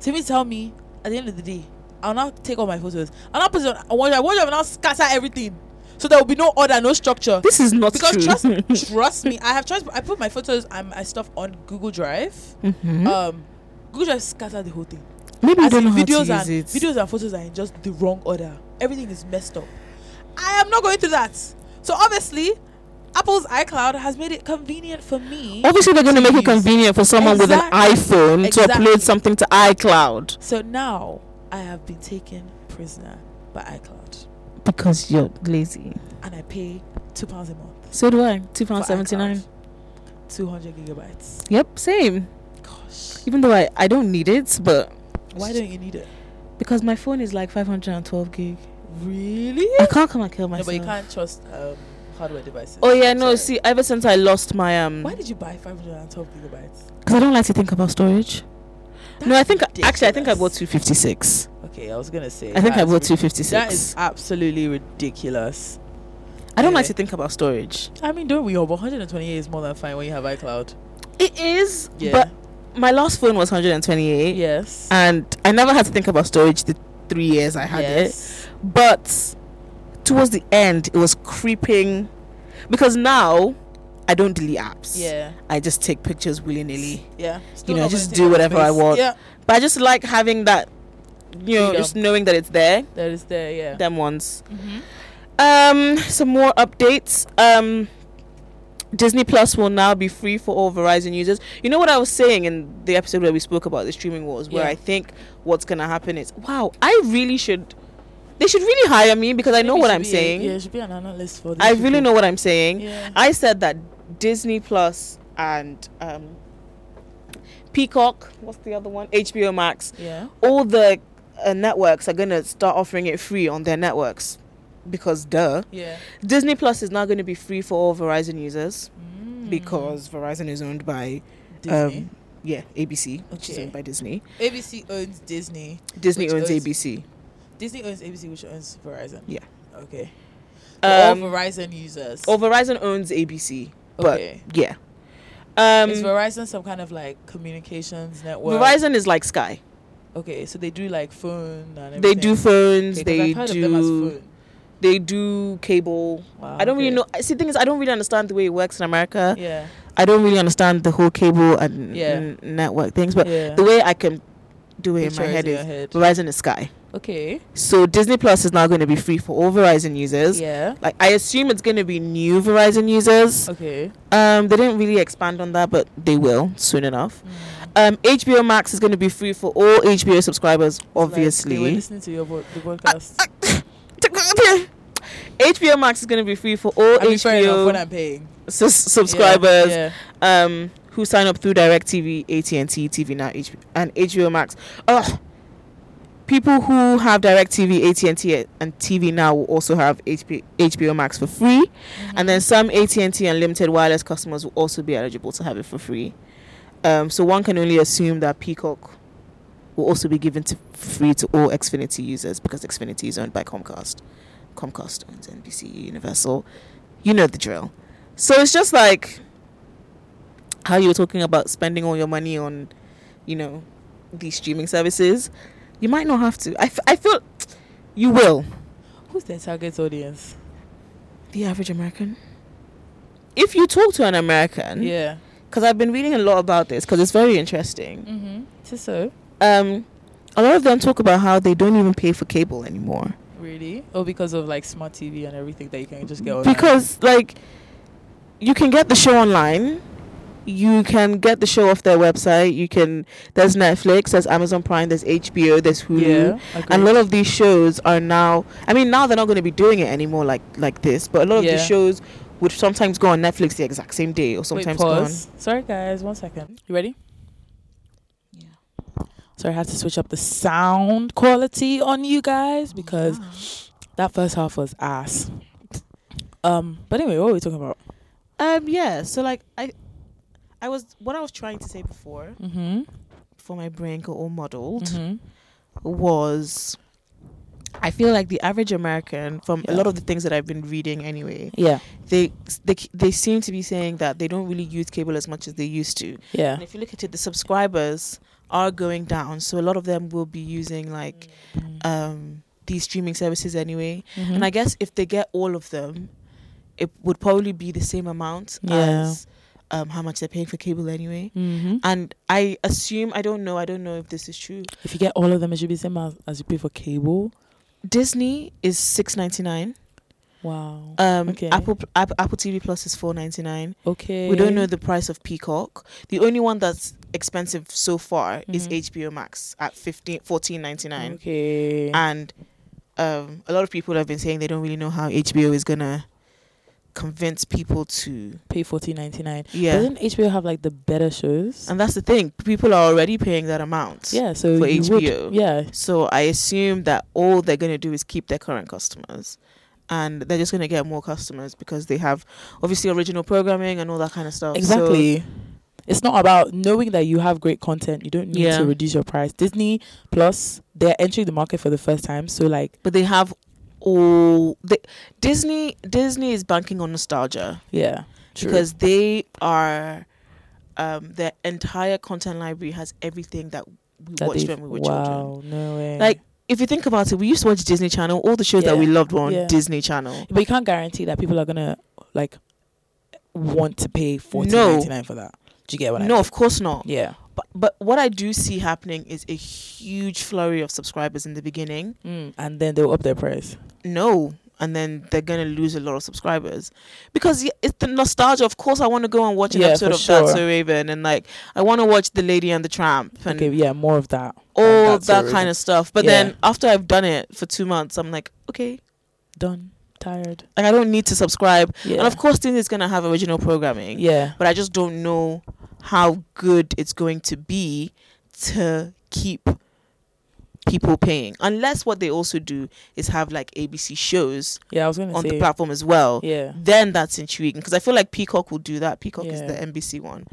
B: So if you tell me at the end of the day, I'll not take all my photos. I'll not put it on OneDrive. OneDrive will now scatter everything. So there will be no order, no structure.
A: This is not
B: because
A: true.
B: trust trust me, I have trust. I put my photos and my stuff on Google Drive.
A: Mhm.
B: Um, Google Drive scattered the whole thing.
A: Maybe you
B: As
A: don't know
B: in
A: how to
B: videos
A: use
B: and
A: it.
B: videos and photos are in just the wrong order. Everything is messed up. I am not going through that. So obviously, Apple's iCloud has made it convenient for me.
A: Obviously, they're going to make it
B: Please.
A: convenient for someone
B: Exactly.
A: with an iPhone to
B: Exactly.
A: upload something to iCloud
B: So now I have been taken prisoner by iCloud,
A: because you're lazy.
B: and I pay two pounds a month.
A: So do I. Two pounds seventy nine.
B: Two hundred gigabytes.
A: Yep, same.
B: Gosh,
A: Even though I, I don't need it, but
B: why don't you need it?
A: because my phone is like five hundred and twelve gig,
B: Really?
A: I can't come and kill
B: No,
A: myself.
B: but you can't trust um, hardware devices.
A: Oh yeah, no.
B: Sorry.
A: See, ever since I lost my um,
B: why did you buy 512 gigabytes?
A: because I don't like to think about storage. no, I
B: That's
A: think actually I think I bought
B: ridiculous.
A: two fifty six.
B: Okay, I was gonna say.
A: I think I
B: that's
A: bought two
B: rid-
A: fifty
B: That is
A: six.
B: absolutely ridiculous.
A: I don't like
B: yeah.
A: to think about storage.
B: I mean, don't we all? But 128 is more than fine when you have iCloud.
A: It is,
B: Yeah.
A: but my last phone was hundred and twenty eight.
B: yes.
A: and I never had to think about storage the three years I had it.
B: yes.
A: But towards the end, it was creeping because now I don't delete apps.
B: Yeah.
A: I just take pictures willy nilly.
B: Yeah.
A: You
B: Still
A: know,
B: not
A: just
B: gonna take
A: do
B: up
A: whatever I
B: space.
A: want.
B: Yeah.
A: But I just like having that, you know,
B: Freedom.
A: just knowing that it's there.
B: That is there. Yeah.
A: Them ones.
B: mm-hmm.
A: Um, some more updates. Um, Disney Plus will now be free for all Verizon users. You know what I was saying in the episode where we spoke about the streaming wars, where
B: Yeah.
A: I think what's gonna happen is, wow, I really should. They should really hire me because I know what I'm saying.
B: yeah, it should be an analyst for. These
A: I really
B: people.
A: know what I'm saying.
B: Yeah.
A: I said that Disney Plus and um, Peacock, what's the other one? HBO Max
B: yeah.
A: all the uh, networks are going to start offering it free on their networks because duh
B: Yeah.
A: disney plus is now going to be free for all verizon users
B: Mm.
A: because verizon is owned by
B: Disney.
A: um yeah abc which is
B: Okay.
A: owned by disney
B: ABC owns Disney.
A: disney
B: Which
A: owns
B: owns-
A: abc
B: Disney owns ABC, which owns Verizon.
A: Yeah.
B: Okay.
A: um
B: all Verizon users.
A: or verizon owns abc but
B: Okay.
A: yeah um
B: is Verizon some kind of like communications network?
A: verizon is like sky
B: Okay, so they do like phone and everything.
A: they do phones
B: Okay, 'cause
A: they
B: I've heard of them as
A: do
B: phone.
A: they do cable
B: Wow,
A: i don't really
B: okay.
A: know see the thing is i don't really understand the way it works in america
B: Yeah.
A: I don't really understand the whole cable and
B: Yeah.
A: n- network things, but
B: yeah.
A: the way I can do it in
B: Picture
A: my
B: is
A: head
B: in
A: is
B: your head.
A: Verizon is Sky.
B: Okay.
A: So Disney Plus is now going to be free for all Verizon users.
B: Yeah.
A: Like I assume it's going to be new Verizon users.
B: Okay. Mm,
A: Um, they didn't really expand on that, but they will soon enough. Um, HBO Max is going to be free for all HBO subscribers,
B: Like, they were
A: obviously. Ah,
B: listening to your bo- the podcast. I,
A: HBO Max is going to be free for all
B: mean, fair enough when
A: HBO
B: I'm paying.
A: sus-
B: Yeah,
A: subscribers.
B: Yeah.
A: um, who sign up through DirecTV, AT&T, TV Now, H- and HBO Max. Ugh. People who have DirecTV, AT&T, and TV Now will also have HP- HBO Max for free, and then some AT&T and limited wireless customers will also be eligible to have it for free. Um, so one can only assume that Peacock will also be given to free to all Xfinity users because Xfinity is owned by Comcast. Comcast owns NBC Universal. You know the drill. So it's just like how you were talking about spending all your money on, you know, these streaming services. You might not have to. I, f- I feel you will.
B: Who's their target audience?
A: The average American. If you talk to an American,
B: Yeah.
A: because I've been reading a lot about this because it's very interesting.
B: Mm-hmm. So,
A: Um, a lot of them talk about how they don't even pay for cable anymore
B: really? Oh, because of like smart TV and everything that you can just get online.
A: because, like, you can get the show online, you can get the show off their website. You can there's Netflix, there's Amazon Prime, there's HBO, there's Hulu,
B: yeah,
A: and a
B: agree.
A: lot of these shows are now. I mean, now they're not going to be doing it anymore like like this, but a lot of
B: Yeah.
A: these shows would sometimes go on Netflix the exact same day or
B: Wait,
A: sometimes go on.
B: pause. Sorry, guys. One second. You ready?
A: Yeah.
B: Sorry, I had to switch up the sound quality on you
A: Oh,
B: guys because that first half was ass. Um, but anyway, what were we talking about? Ah.
A: Um. Yeah. So like I, I was what I was trying to say before,
B: Mm-hmm.
A: before my brain got all muddled,
B: mm-hmm.
A: was I feel like the average American, from a
B: Yeah.
A: lot of the things that I've been reading anyway,
B: Yeah,
A: they they they seem to be saying that they don't really use cable as much as they used to.
B: yeah.
A: And if you look at it, the subscribers are going down, so a lot of them will be using like
B: Mm. Uh,
A: um these streaming services anyway. And
B: Mm-hmm.
A: I guess if they get all of them, it would probably be the same amount
B: Yeah.
A: as um, how much they're paying for cable anyway.
B: Mm-hmm.
A: And I assume, I don't know, I don't know if this is true.
B: If you get all of them, it should be the same as, as you pay for cable.
A: Disney is six ninety nine.
B: Wow.
A: Um,
B: Okay.
A: Apple App, Apple TV Plus is four ninety nine.
B: okay.
A: We don't know the price of Peacock. The only one that's expensive so far is
B: Mhm.
A: HBO Max at 15 14.99.
B: Okay.
A: and um, a lot of people have been saying they don't really know how HBO is gonna convince people to
B: pay fourteen ninety nine.
A: yeah.
B: Doesn't HBO have like the better shows?
A: And that's the thing; people are already paying that amount.
B: yeah. So
A: for
B: you
A: HBO.
B: Would, yeah.
A: So I assume that all they're gonna do is keep their current customers, and they're just gonna get more customers because they have obviously original programming and all that kind of stuff. So-
B: Exactly. it's not about knowing that you have great content. You don't need
A: Yeah.
B: to reduce your price. Disney Plus, they're entering the market for the first time. So like,
A: but they have all they, Disney. Disney is banking on nostalgia.
B: yeah, true.
A: because they are um their entire content library has everything that we
B: That
A: watched
B: they've-
A: when we were children
B: wow, no way.
A: like if you think about it we used to watch disney channel all the shows that we
B: Yeah,
A: loved were on
B: yeah.
A: disney channel
B: but you can't guarantee that people are gonna like want to pay fourteen
A: No.
B: ninety nine for that. Do you get what I
A: no
B: mean?
A: of course not
B: Yeah.
A: but, but what i do see happening is a huge flurry of subscribers in the beginning
B: Mm. And then they'll up their price.
A: no and then they're gonna lose a lot of subscribers because y- it's the nostalgia. Of course, I want to go and watch an
B: Yeah,
A: episode
B: for
A: of That's
B: sure.
A: So Raven, and like I want to watch The Lady and the Tramp, and
B: Okay, yeah, more of that.
A: all
B: That's
A: that
B: already-
A: kind of stuff. But
B: Yeah.
A: then after I've done it for two months, I'm like, okay,
B: Done. Tired.
A: like I don't need to subscribe.
B: Yeah.
A: And of course, Disney's gonna have original programming,
B: yeah.
A: but I just don't know how good it's going to be to keep people paying. Unless what they also do is have like ABC shows
B: Yeah, I was gonna
A: on
B: say.
A: the platform as well.
B: yeah.
A: Then that's intriguing because I feel like Peacock will do that. Peacock is
B: Yeah.
A: the NBC one.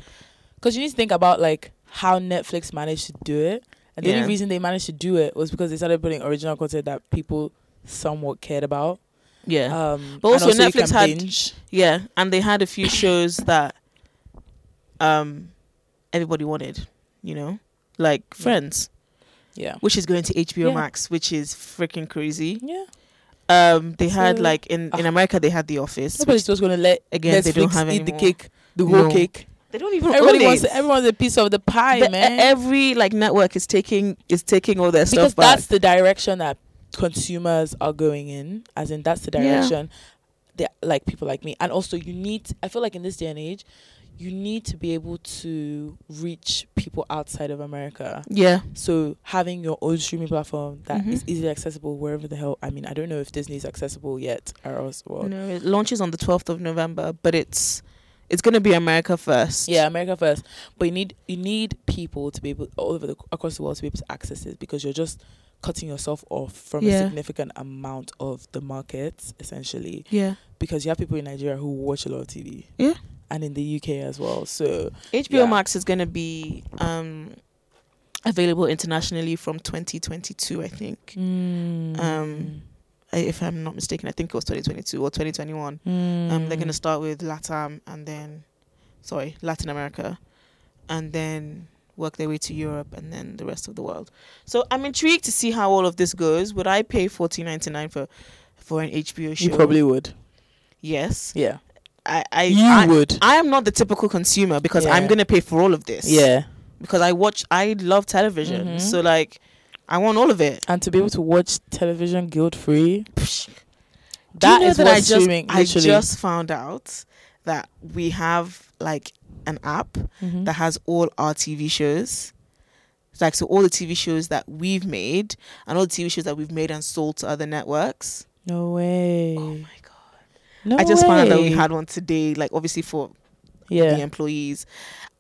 B: because you need to think about like how Netflix managed to do it, and the
A: Yeah.
B: only reason they managed to do it was because they started putting original content that people somewhat cared about.
A: Yeah.
B: Um, and
A: But also
B: you
A: Netflix
B: can
A: had-
B: binge.
A: Yeah, and they had a few shows that um everybody wanted, you know, like Friends,
B: yeah,
A: which is going to HBO
B: Yeah.
A: Max, which is freaking crazy.
B: yeah.
A: Um, they had
B: So-
A: like in in
B: Ah.
A: America they had The Office.
B: Nobody's
A: which-
B: just gonna let
A: again,
B: Netflix
A: they don't have
B: eat
A: anymore.
B: the cake, the whole
A: No.
B: cake.
A: they don't even
B: Everybody
A: own
B: wants,
A: it.
B: everyone's a piece of the pie,
A: The- e-
B: man.
A: Every like network is taking is taking all their
B: because
A: stuff back.
B: that's the direction that consumers are going in as in that's the
A: Yeah.
B: direction that like people like me and also you need i feel like in this day and age you need to be able to reach people outside of america
A: yeah,
B: so having your own streaming platform that is
A: Mhm.
B: easily accessible wherever the hell i mean i don't know if disney is accessible yet or else well
A: no, it launches on the twelfth of November, but it's it's gonna be America first.
B: yeah america first but you need you need people to be able all over the across the world to be able to access it because you're just cutting yourself off from a
A: Yeah.
B: significant amount of the market essentially
A: yeah,
B: because you have people in nigeria who watch a lot of tv
A: Yeah.
B: and in the UK as well. So
A: HBO
B: Yeah.
A: Max is going to be um, available internationally from 2022, I
B: Mm.
A: think. Um, I- If I'm not mistaken, I think it was 2022 or 2021. Um, they're going to start with LATAM and then, sorry, Latin America, and then work their way to Europe and then the rest of the world. So I'm intrigued to see how all of this goes. Would I pay 14.99 for for an HBO show?
B: You probably would.
A: yes.
B: Yeah.
A: I I
B: You
A: I-
B: would.
A: I am not the typical consumer because I'm
B: Yeah.
A: going to pay for all of this.
B: Yeah.
A: Because I watch, I love television.
B: Mhm.
A: So, like, I want all of it.
B: And to be able to watch television guilt free,
A: Do you
B: that
A: know
B: is what
A: I just,
B: streaming
A: I
B: literally.
A: just found out that we have, like, an app
B: Mhm.
A: that has all our TV shows. Like, so all the TV shows that we've made and all the TV shows that we've made and sold to other networks.
B: no way.
A: Oh, my God.
B: no
A: I just found out that we
B: way.
A: had one today, like, obviously for
B: yeah.
A: the employees.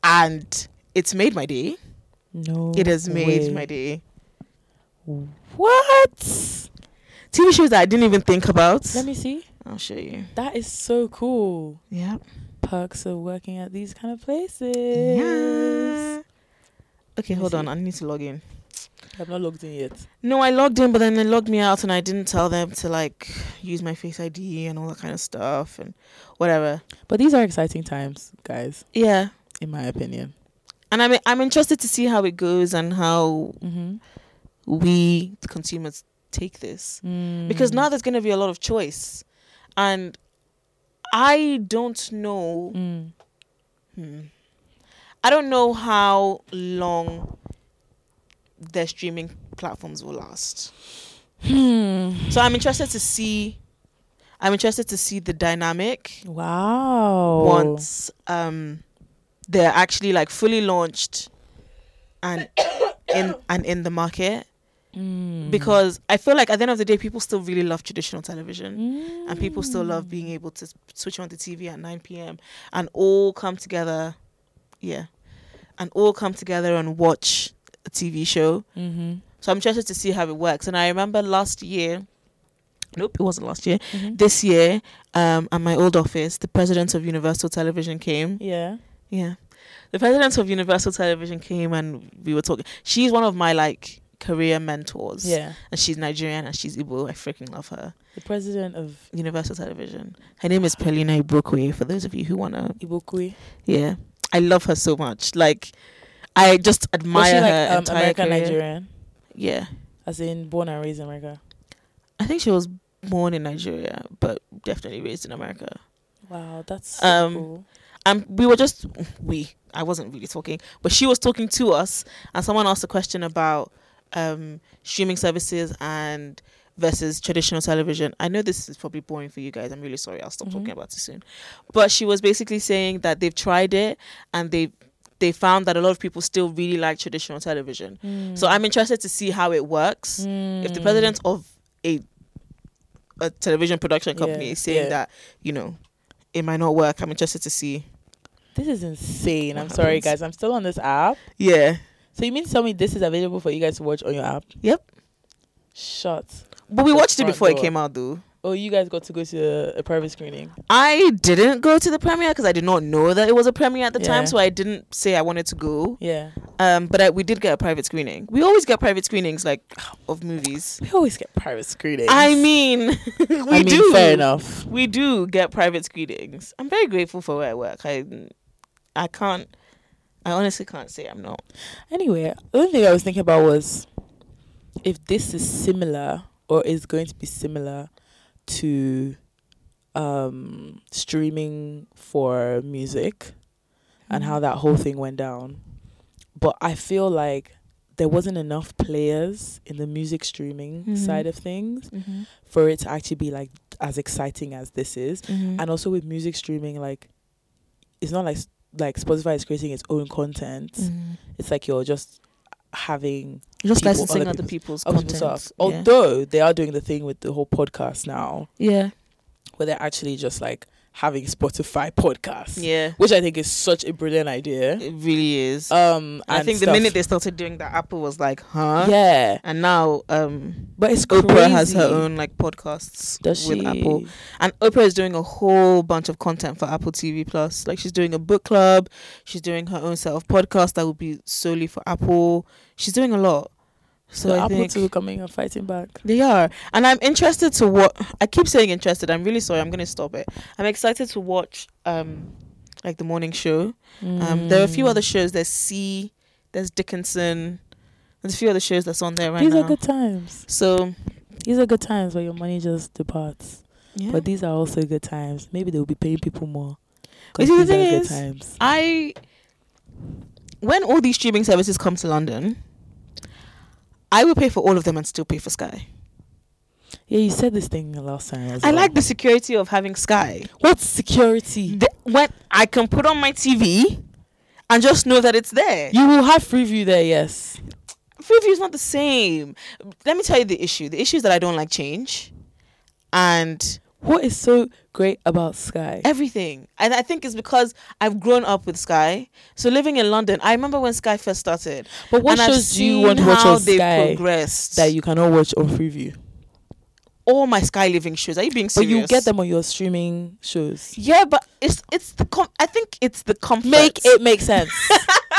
A: And it's made my day.
B: No.
A: It has made
B: way.
A: my day.
B: What?
A: TV shows that I didn't even think about.
B: Let me see.
A: I'll show you.
B: That is so cool.
A: Yeah.
B: Perks of working at these kind of places.
A: Yeah.
B: Let
A: Okay,
B: me
A: hold on.
B: see.
A: I need to log in.
B: I've not logged in yet.
A: No, I logged in, but then they logged me out, and I didn't tell them to like use my Face ID and all that kind of stuff and whatever.
B: But these are exciting times, guys,
A: Yeah.
B: in my opinion.
A: And I'm I'm interested to see how it goes and how
B: Mm-hmm.
A: we the consumers take this
B: Mm.
A: because now there's going to be a lot of choice, and I don't know
B: Mm.
A: Hmm. I don't know how long their streaming platforms will last.
B: Hmm.
A: So I'm interested to see. I'm interested to see the dynamic
B: Wow.
A: once um, they're actually like fully launched and in and in the market.
B: Mm.
A: Because I feel like at the end of the day, people still really love traditional television
B: Mm.
A: and people still love being able to s- switch on the TV at 9 p.m. and all come together, yeah, and all come together and watch a TV show.
B: Mhm.
A: So I'm interested to see how it works. And I remember last year, nope, it wasn't last year.
B: Mhm.
A: This year, um, at my old office, the president of Universal Television came.
B: Yeah.
A: Yeah, the president of Universal Television came, and we were talking. She's one of my like career mentors.
B: Yeah.
A: and she's Nigerian and she's Igbo. I freaking love her.
B: The president of
A: Universal Television. Her name is Paulina Ibrokwe, for those of you who wanna
B: Ibokwe.
A: yeah. I love her so much. Like I just admire
B: Was she
A: her
B: like um,
A: entire
B: American
A: career.
B: Nigerian?
A: Yeah.
B: As in born and raised in America.
A: I think she was born in Nigeria, but definitely raised in America.
B: Wow, that's so
A: Um,
B: cool.
A: Um we were just we I wasn't really talking, but she was talking to us and someone asked a question about um streaming services and versus traditional television. I know this is probably boring for you guys. I'm really sorry. I'll stop
B: Mhm.
A: talking about it soon. But she was basically saying that they've tried it and they they found that a lot of people still really like traditional television.
B: Hmm.
A: So I'm interested to see how it works. If
B: Mm.
A: the president of a a television production company
B: Yeah,
A: is saying
B: yeah.
A: that, you know, it might not work, I'm interested to see.
B: This is insane.
A: What
B: I'm sorry,
A: happens?
B: guys. I'm still on this app.
A: Yeah.
B: So you mean to tell me this is available for you guys to watch on your app?
A: Yep.
B: Shut.
A: But we
B: The
A: watched it
B: front
A: before it
B: door.
A: came out though.
B: Oh, you guys got to go to a, a private screening.
A: I didn't go to the premiere because I did not know that it was a premiere at the
B: Yeah.
A: time, so I didn't say I wanted to go.
B: Yeah.
A: Um, but I, we did get a private screening. We always get private screenings like of movies.
B: We always get private screenings.
A: I mean, we
B: I mean,
A: do.
B: Fair enough.
A: We do get private screenings. I'm very grateful for where I work. I, I can't. I honestly can't say I'm not.
B: Anyway, the only thing I was thinking about was if this is similar or is going to be similar to um, streaming for music and
A: Mm-hmm.
B: how that whole thing went down. But I feel like there wasn't enough players in the music streaming
A: Mhm.
B: side of things
A: Mm-hmm.
B: for it to actually be like as exciting as this is.
A: Mm-hmm.
B: and also with music streaming like it's not like like spotify is creating its own content
A: Mm.
B: it's like you're just having
A: Mm-hmm. Just
B: people-
A: licensing
B: other
A: other people's,
B: other
A: content.
B: people's stuff
A: yeah.
B: although they are doing the thing with the whole podcast now
A: yeah.
B: where they're actually just like having Spotify podcasts.
A: Yeah.
B: Which I think is such a brilliant idea.
A: It really is.
B: Um,
A: I
B: and
A: think the
B: stuff.
A: minute they started doing that, Apple was like, huh?
B: yeah,
A: And now um,
B: but it's
A: Oprah
B: crazy.
A: has her own like podcasts
B: Does
A: with
B: she?
A: Apple, and Oprah is doing a whole bunch of content for Apple TV Plus. Like she's doing a book club, she's doing her own set of podcasts that will be solely for Apple. She's doing a lot. So
B: So
A: I
B: Apple
A: think
B: too coming and fighting back.
A: they are, and I'm interested to what I keep saying. Interested. I'm really sorry. I'm gonna stop it. I'm excited to watch um, like the morning show. Um, there are a few
B: Mm.
A: other shows. There's C. There's Dickinson. There's a few other shows that's on there right
B: these
A: now.
B: are good times.
A: So
B: These are good times where your money just departs.
A: yeah.
B: But these are also good times. Maybe they'll be paying people more. 'Cause
A: But see, the
B: these are
A: thing
B: good
A: is-
B: times.
A: I when all these streaming services come to London, I will pay for all of them and still pay for Sky.
B: Yeah, you said this thing last time. as
A: I
B: well.
A: like the security of having Sky.
B: What's security?
A: The- when I can put on my TV and just know that it's there.
B: You will have preview there, yes.
A: Freeview is not the same. Let me tell you the issue. The issue is that I don't like change and
B: What is so great about Sky?
A: everything. And I think it's because I've grown up with Sky. So living in London, I remember when Sky first started.
B: But what
A: and I've
B: shows do you
A: seen
B: want to watch
A: how
B: on
A: they've
B: Sky
A: progressed.
B: that you cannot watch on Freeview?
A: all my Sky Living shows. Are you being
B: But
A: serious?
B: you get them on your streaming shows.
A: Yeah, but it's it's the com- I think it's the comfort.
B: Make it make sense.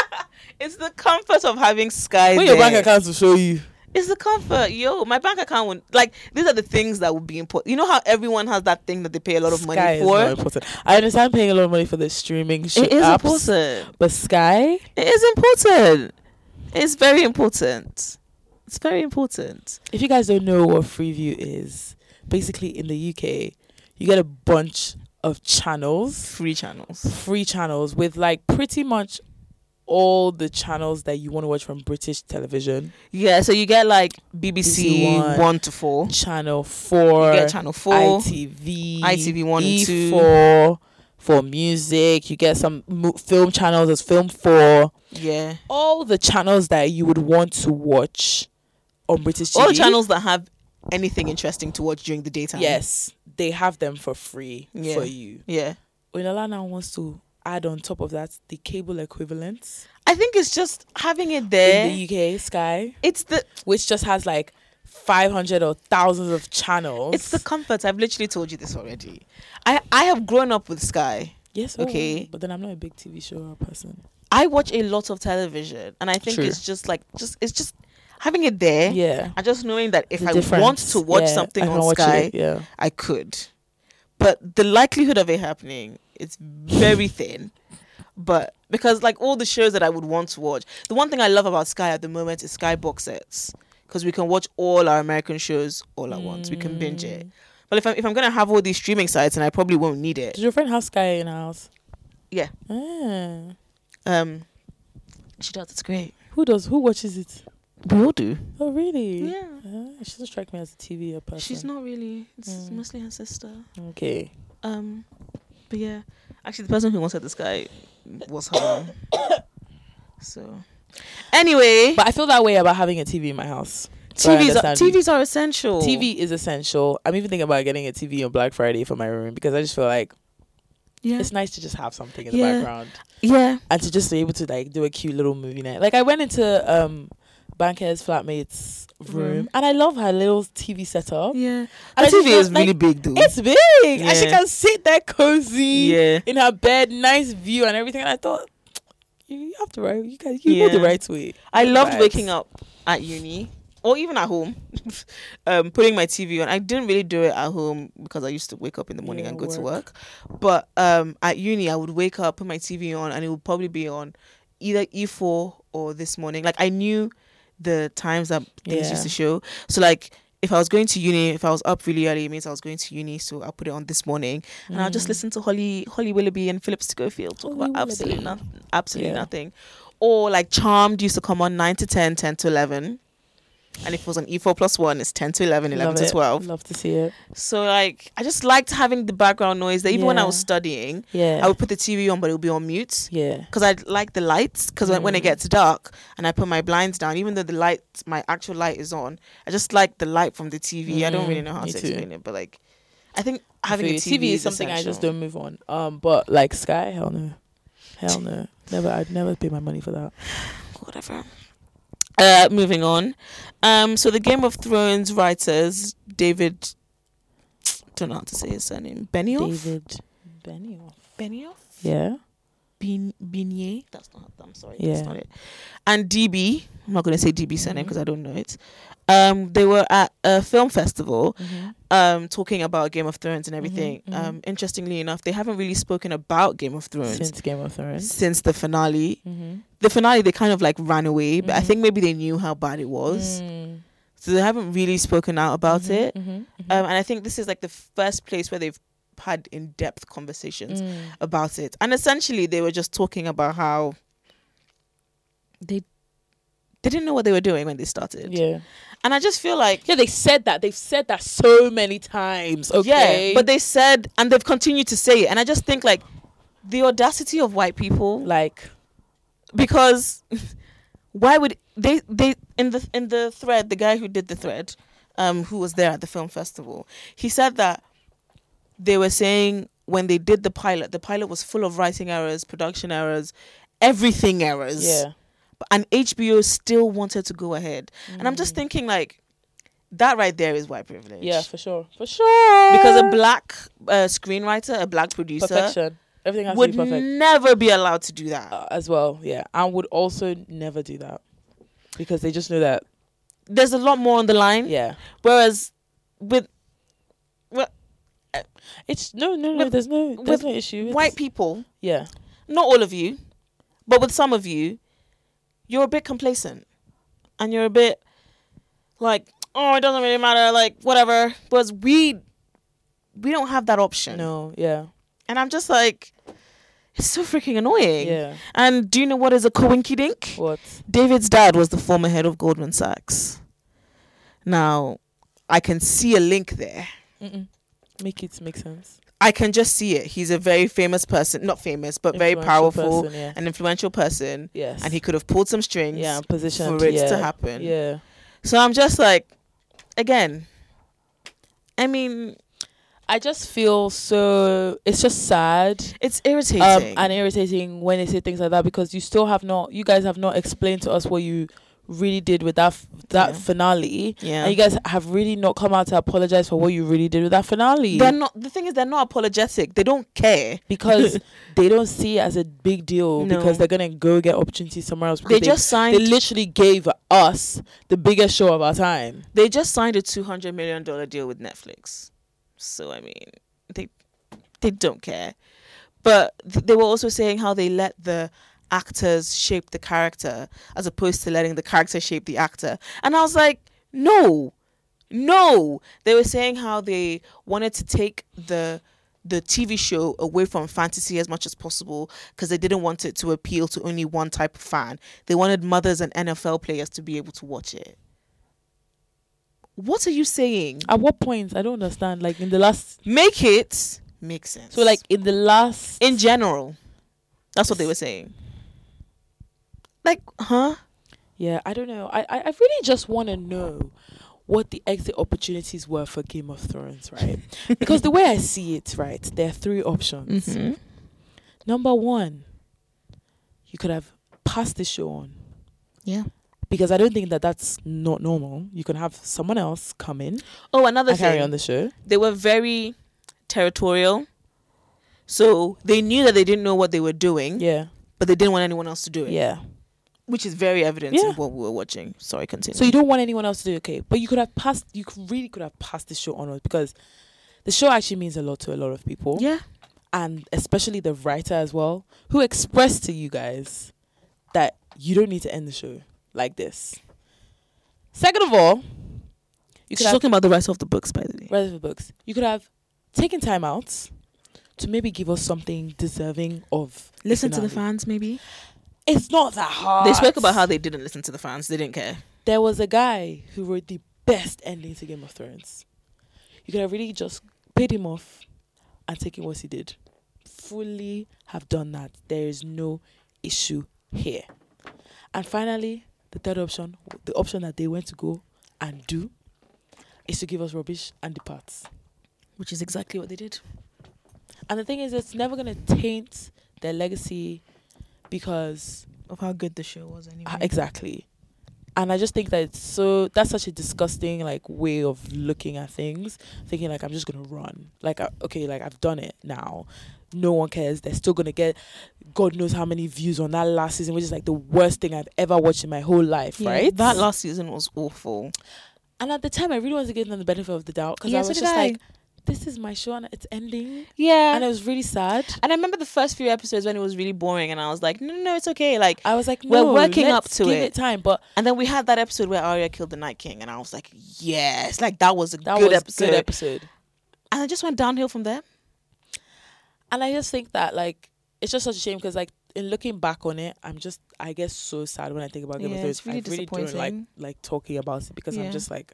A: It's the comfort of having Sky.
B: When your
A: there.
B: bank account will show you.
A: It's the comfort, yo. My bank account won't like these are the things that would be important. You know how everyone has that thing that they pay a lot of
B: Sky
A: money
B: is not
A: for.
B: important. I understand paying a lot of money for the streaming show
A: It is
B: apps,
A: important.
B: but Sky.
A: It is important. It's very important. It's very important.
B: If you guys don't know what Freeview is, basically in the UK, you get a bunch of channels,
A: Free channels.
B: free channels with like pretty much all the channels that you want to watch from British television.
A: Yeah, so you get like BBC,
B: BBC
A: one.
B: One.
A: to four.
B: Channel Four,
A: You get Channel Four.
B: ITV,
A: ITV one and two.
B: E4 E for music. You get some mo- film channels as Film Four.
A: yeah,
B: All the channels that you would want to watch on British TV.
A: all the channels that have anything interesting to watch during the daytime.
B: Yes, they have them for free
A: Yeah.
B: for you.
A: Yeah.
B: Oyinlola now wants to add on top of that the cable equivalent
A: I think it's just having it there.
B: in the UK Sky,
A: it's the
B: which just has like five hundred or thousands of channels.
A: it's the comfort. I've literally told you this already. I I have grown up with Sky.
B: yes, oh,
A: okay.
B: but then I'm not a big TV show person.
A: I watch a lot of television, and I think
B: True.
A: it's just like just it's just having it there.
B: Yeah,
A: And just knowing that if
B: The
A: I
B: difference,
A: want to watch
B: yeah,
A: something
B: I can
A: on
B: watch
A: Sky,
B: it, yeah,
A: I could, but the likelihood of it happening it's very thin. But because like all the shows that I would want to watch, the one thing I love about Sky at the moment is Sky box sets because we can watch all our American shows all at once. We can binge
B: Mm.
A: it. But if I'm if I'm gonna have all these streaming sites and I probably won't need it.
B: Does your friend have Sky in her house?
A: Yeah.
B: Ah.
A: Um, she does. It's great.
B: Who does? Who watches it?
A: We all do.
B: Oh, really?
A: Yeah.
B: Ah, she doesn't strike me as a TV person.
A: She's not really. It's
B: Mm.
A: mostly her sister.
B: Okay.
A: Um, but yeah, actually, the person who wanted this guy was her mom. so, anyway,
B: But I feel that way about having a TV in my house. So I
A: TVs are,
B: understand you.
A: TVs are essential.
B: TV is essential. I'm even thinking about getting a TV on Black Friday for my room because I just feel like
A: yeah,
B: it's nice to just have something in the
A: Yeah.
B: background
A: yeah,
B: and to just be able to like do a cute little movie night. Like I went into um Banker's flatmate's room
A: Room.
B: and I love her little TV setup.
A: yeah.
B: And I
A: The
B: just
A: TV is
B: felt Oh. like
A: really big, though.
B: It's big and she
A: Yeah.
B: can sit there cozy
A: yeah,
B: in her bed, nice view and everything. And I thought you have the right, you guys, you go the
A: Yeah.
B: right way.
A: I loved
B: Vibes.
A: waking up at uni or even at home, um, putting my TV on. I didn't really do it at home because I used to wake up in the morning
B: Yeah,
A: and go to
B: work.
A: work. But um, at uni, I would wake up, put my TV on, and it would probably be on either E4 or this morning. Like I knew the times that things
B: Yeah.
A: used to show. So like. If I was going to uni, if I was up really early, it means I was going to uni, so I'll put it on this morning, and I'll just
B: Mm.
A: listen to Holly, Holly Willoughby, and Phillips Schofield talk
B: Holly
A: about absolutely
B: Willoughby.
A: nothing, absolutely
B: Yeah.
A: nothing or like Charmed used to come on 9 to 10, 10 to 11. And if it was on E4 plus 1, it's 10 to 11, 11
B: Love
A: to
B: it.
A: 12.
B: Love to see it.
A: So, like, I just liked having the background noise that even when I was
B: Yeah.
A: studying,
B: Yeah.
A: I would put the TV on, but it would be on mute.
B: yeah.
A: Because I like the lights. Because when, when it
B: Mm.
A: gets dark and I put my blinds down, even though the light, my actual light is on, I just like the light from the TV. I don't
B: Mm,
A: really know how
B: me
A: to
B: too.
A: explain it, but like, I think having a
B: your
A: TV,
B: is
A: is
B: something I just
A: essential.
B: don't move on. Um, but like Sky, hell no, hell no, never. I'd never pay my money for that.
A: whatever. Uh, moving on. Um, so the Game of Thrones writers David, don't know how to say his surname. Benioff.
B: David Benioff.
A: Benioff.
B: Yeah,
A: Bin Binier. That's not. I'm sorry.
B: Yeah.
A: That's not it. Mm-hmm. And DB. I'm not going to say DB surname because I don't know it. Um, they were at a film festival um, talking about Game of Thrones and everything.
B: mhm.
A: Um, interestingly enough, they haven't really spoken about Game of Thrones since,
B: since Game of Thrones.
A: the finale.
B: Mm-hmm.
A: The finale, they kind of like ran away, but I
B: Mhm.
A: think maybe they knew how bad it was,
B: Mm-hmm.
A: so they haven't really spoken out about it. Um, and I think this is like the first place where they've had in-depth conversations
B: Mm. Mm-hmm.
A: about it. And essentially, they were just talking about how they they didn't know what they were doing when they started.
B: Yeah,
A: And I just feel like
B: yeah. They said that. They've said that so many times. Okay,
A: Yeah, but they said, and they've continued to say it. And I just think, like, the audacity of white people,
B: like
A: because why would they? They in the in the thread, the guy who did the thread, um, who was there at the film festival, he said that they were saying when they did the pilot, the pilot was full of writing errors, production errors, everything errors.
B: yeah.
A: and HBO still wanted to go ahead. And I'm just thinking, like, that right there is white privilege.
B: Mm. Yeah, for sure, for sure.
A: Because a black uh, screenwriter, a black producer,
B: perfection, everything has to
A: would
B: be perfect
A: never be allowed to do that.
B: uh, as well. Yeah, and would also never do that because they just know that.
A: There's a lot more on the line.
B: Yeah,
A: Whereas with
B: it's no, no, no.
A: With-
B: there's no, there's no
A: with
B: issue. It's-
A: white people,
B: Yeah,
A: not all of you, but with some of you, you're a bit complacent, and you're a bit like, oh, it doesn't really matter, like whatever. Whereas we, we don't have that option.
B: no, yeah,
A: And I'm just like, it's so freaking annoying.
B: yeah.
A: And do you know what is a coinky dink?
B: What?
A: David's dad was the former head of Goldman Sachs. Now, I can see a link there.
B: Mm-mm. Make it make sense.
A: I can just see it. He's a very famous person, not famous, but very
B: Influential
A: powerful
B: person, yeah.
A: and influential person.
B: yes,
A: And he could have pulled some strings
B: yeah position
A: for it
B: yeah.
A: to happen.
B: Yeah,
A: So I'm just like, again, I mean,
B: I just feel so. It's just sad.
A: it's irritating.
B: um, and irritating when they say things like that because you still have not, you guys have not explained to us what you really did with that f- that
A: Yeah.
B: finale,
A: yeah.
B: and you guys have really not come out to apologize for what you really did with that finale
A: they're not, the thing is, they're not apologetic. They don't care.
B: because they don't see it as a big deal
A: No.
B: because they're gonna go get opportunities somewhere else.
A: They
B: because
A: just
B: they
A: signed.
B: literally gave us the biggest show of our time.
A: They just signed a two hundred million dollar deal with Netflix, so I mean, they they don't care. But th- they were also saying how they let the actors shape the character as opposed to letting the character shape the actor, and I was like, no, no. They were saying how they wanted to take the the TV show away from fantasy as much as possible because they didn't want it to appeal to only one type of fan. They wanted mothers and NFL players to be able to watch it. What are you saying?
B: At what point? I don't understand. Like in the last,
A: Make it make sense.
B: so like in the last,
A: in general, that's what they were saying. Like, huh?
B: yeah, I don't know. I I, I really just want to know what the exit opportunities were for Game of Thrones, right? because the way I see it, right, there are three options.
A: Mm-hmm.
B: Number one, you could have passed the show on.
A: Yeah.
B: Because I don't think that that's not normal. You can have someone else come in
A: Oh, another
B: and carry
A: thing.
B: on the show.
A: they were very territorial. So they knew that they didn't know what they were doing,
B: Yeah,
A: but they didn't want anyone else to do it.
B: yeah.
A: Which is very evident
B: Yeah.
A: in what we were watching. Sorry, continue.
B: So you don't want anyone else to do okay, but you could have passed. You could, really could have passed the show onwards because the show actually means a lot to a lot of people,
A: Yeah.
B: and especially the writer as well, who expressed to you guys that you don't need to end the show like this. Second of all, you
A: She's
B: could have
A: talking about the rest of the books, by the way.
B: rather than books. You could have taken time out to maybe give us something deserving of the
A: Listen to the
B: finale.
A: fans, maybe.
B: It's not that hard.
A: They spoke about how they didn't listen to the fans. They didn't care.
B: there was a guy who wrote the best ending to Game of Thrones. You could have really just paid him off and taken what he did. Fully have done that. There is no issue here. And finally, the third option, the option that they went to go and do, is to give us rubbish and depart.
A: which is exactly what they did.
B: And the thing is, it's never gonna taint their legacy because
A: Of how good the show was, anyway.
B: uh, exactly. And I just think that it's so that's such a disgusting like way of looking at things, thinking like I'm just gonna run, like I, okay, like I've done it now. No one cares. They're still gonna get God knows how many views on that last season, which is like the worst thing I've ever watched in my whole life,
A: Yeah,
B: right?
A: That last season was awful.
B: and at the time, I really wanted to give them the benefit of the doubt because
A: Yeah,
B: I
A: so
B: was
A: did
B: just
A: I.
B: like, this is my show and it's ending,
A: Yeah.
B: and it was really sad.
A: And I remember the first few episodes when it was really boring, and I was like, no, no, no, it's okay. Like,
B: I was like,
A: We're
B: no,
A: working up
B: let's
A: to
B: give
A: it.
B: it time, but
A: and then we had that episode where Arya killed the Night King, and I was like, yes, like that was a
B: that
A: good
B: was
A: episode.
B: good episode.
A: and I just went downhill from there.
B: And I just think that like it's just such a shame because like in looking back on it, I'm just I get so sad when I think about Game
A: Yeah,
B: of Thrones.
A: it's really
B: I really don't like
A: disappointing.
B: like talking about it because
A: Yeah.
B: I'm just like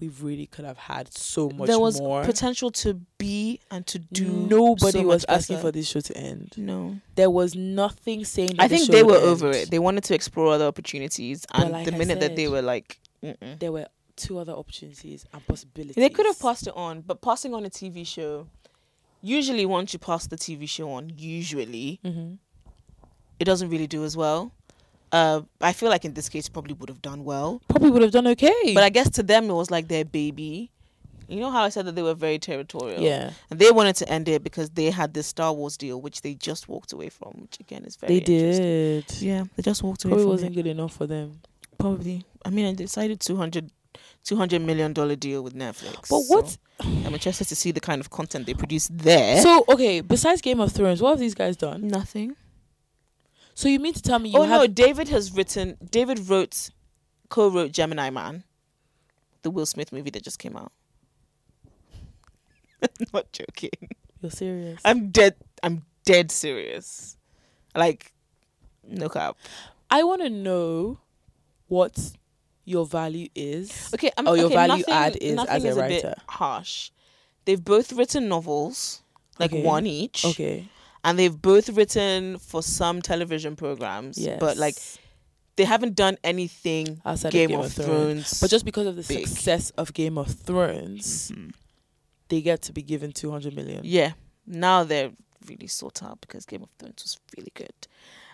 B: we really could have had so much
A: there was
B: more.
A: potential to be and to do.
B: Nobody
A: so
B: was
A: much
B: asking
A: better.
B: for this show to end.
A: No,
B: There was nothing saying. That
A: I
B: the
A: think
B: show
A: they
B: would
A: were
B: end.
A: over it. They wanted to explore other opportunities,
B: But
A: and
B: like
A: the
B: I
A: minute that they
B: said-
A: were like, Mm-mm.
B: There were two other opportunities and possibilities.
A: they could have passed it on. But passing on a TV show, usually once you pass the TV show on, usually
B: Mm-hmm.
A: it doesn't really do as well. Uh, I feel like in this case, it probably would have done well.
B: Probably would have done okay.
A: But I guess to them, it was like their baby. You know how I said that they were very territorial?
B: yeah,
A: And they wanted to end it because they had this Star Wars deal, which they just walked away from, which again is very
B: they
A: interesting.
B: did.
A: Yeah, they just walked away
B: Probably
A: from
B: wasn't
A: it.
B: good enough for them.
A: Probably. I mean, I decided 200 $200 million dollar deal with Netflix.
B: But what?
A: so I'm interested to see the kind of content they produce there.
B: So okay, besides Game of Thrones, what have these guys done?
A: Nothing.
B: So you mean to tell me you
A: oh,
B: have
A: no. David has written, David wrote, co wrote Gemini Man, the Will Smith movie that just came out. Not joking.
B: you're serious? i
A: I'm dead. I'm dead serious. Like, no cap.
B: want to know what your value is.
A: Okay, I'm,
B: Or your
A: okay,
B: value
A: nothing-
B: add is
A: nothing
B: as a
A: bit
B: writer.
A: harsh. They've both written novels, like
B: Okay.
A: one each,
B: Okay.
A: and they've both written for some television programs.
B: Yeah.
A: But like, they haven't done anything
B: outside
A: Game, of, Thrones.
B: But just because of the
A: big. Mm-hmm.
B: success of Game of Thrones, they get to be given 200 million.
A: yeah, now they're really sought out because Game of Thrones was really good,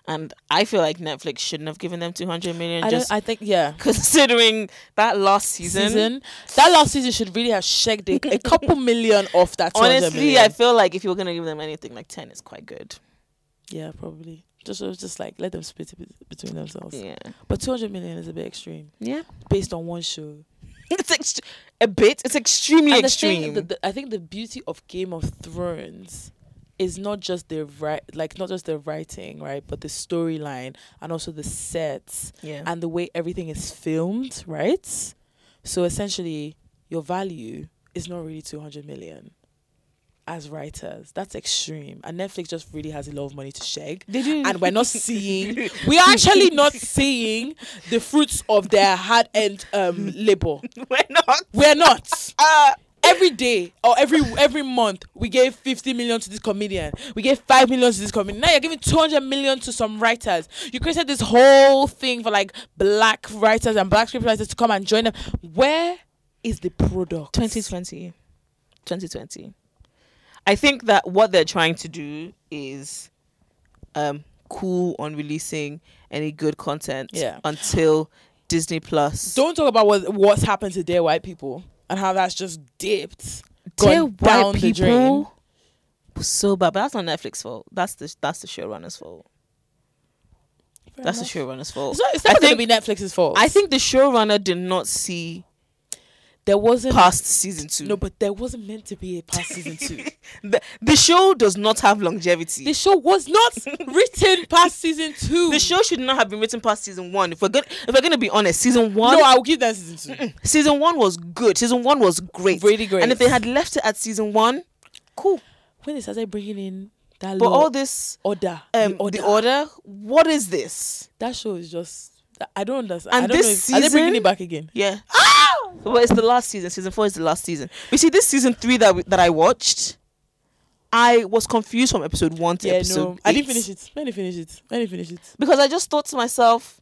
A: and I feel like Netflix shouldn't have given them 200 million.
B: I don't,
A: just
B: I think yeah.
A: considering that last season.
B: That last season should really have shagged a, a couple million off that 200
A: Honestly,
B: million.
A: I feel like if you were gonna give them anything, like ten is quite good.
B: yeah, probably. Just it was just like let them split it bet- between themselves.
A: Yeah,
B: But 200 million is a bit extreme
A: yeah.
B: based on one show.
A: It's ext- a bit. It's extremely
B: And the
A: extreme.
B: thing- the- the- I think the beauty of Game of Thrones is not just the right, like not just the writing, right, but the storyline and also the sets
A: yeah,
B: and the way everything is filmed, right? So essentially, your value is not really two hundred million as writers. That's extreme, and Netflix just really has a lot of money to shake.
A: they do.
B: And we're not seeing, we are actually not seeing the fruits of their hard earned um, labor.
A: we're not.
B: We're not
A: Uh,
B: every day or every every month we gave 50 million to this comedian we gave 5 million to this comedian now you're giving 200 million to some writers you created this whole thing for like black writers and black scriptwriters to come and join them where is the product
A: 2020, 2020. I think that what they're trying to do is, um, cool on releasing any good content.
B: Yeah.
A: Until Disney Plus.
B: don't talk about what what's happened to dear white people and how that's just dipped
A: Dear
B: gone down the drain.
A: was So bad, but that's not Netflix fault. That's the that's the showrunner's fault.
B: Fair
A: that's
B: enough.
A: the showrunner's fault.
B: it's not, it's
A: I
B: not going to
A: think-
B: be netflix's fault
A: I think the showrunner did not see
B: there wasn't
A: past season two.
B: no but there wasn't meant to be a past season two
A: the, the show does not have longevity.
B: the show was not written past season two
A: the show should not have been written past season one. If we're gonna if we're gonna be honest, season one
B: No, I will give that season two.
A: season one was good. Season one was great.
B: Really great.
A: And if they had left it at season one, cool.
B: when they started bringing in that
A: But
B: law,
A: all this
B: order,
A: um,
B: the order,
A: the order, what is this?
B: that show is just I don't understand.
A: And
B: I don't
A: this
B: know if, are they bringing
A: season-
B: it back again?
A: Yeah. But Ah! it's the last season. Season four is the last season. You see, this season three that we, that I watched, I was confused from episode one to
B: Yeah,
A: episode.
B: no, I didn't
A: eight.
B: finish it. Let me finish it. Let me finish it.
A: because I just thought to myself,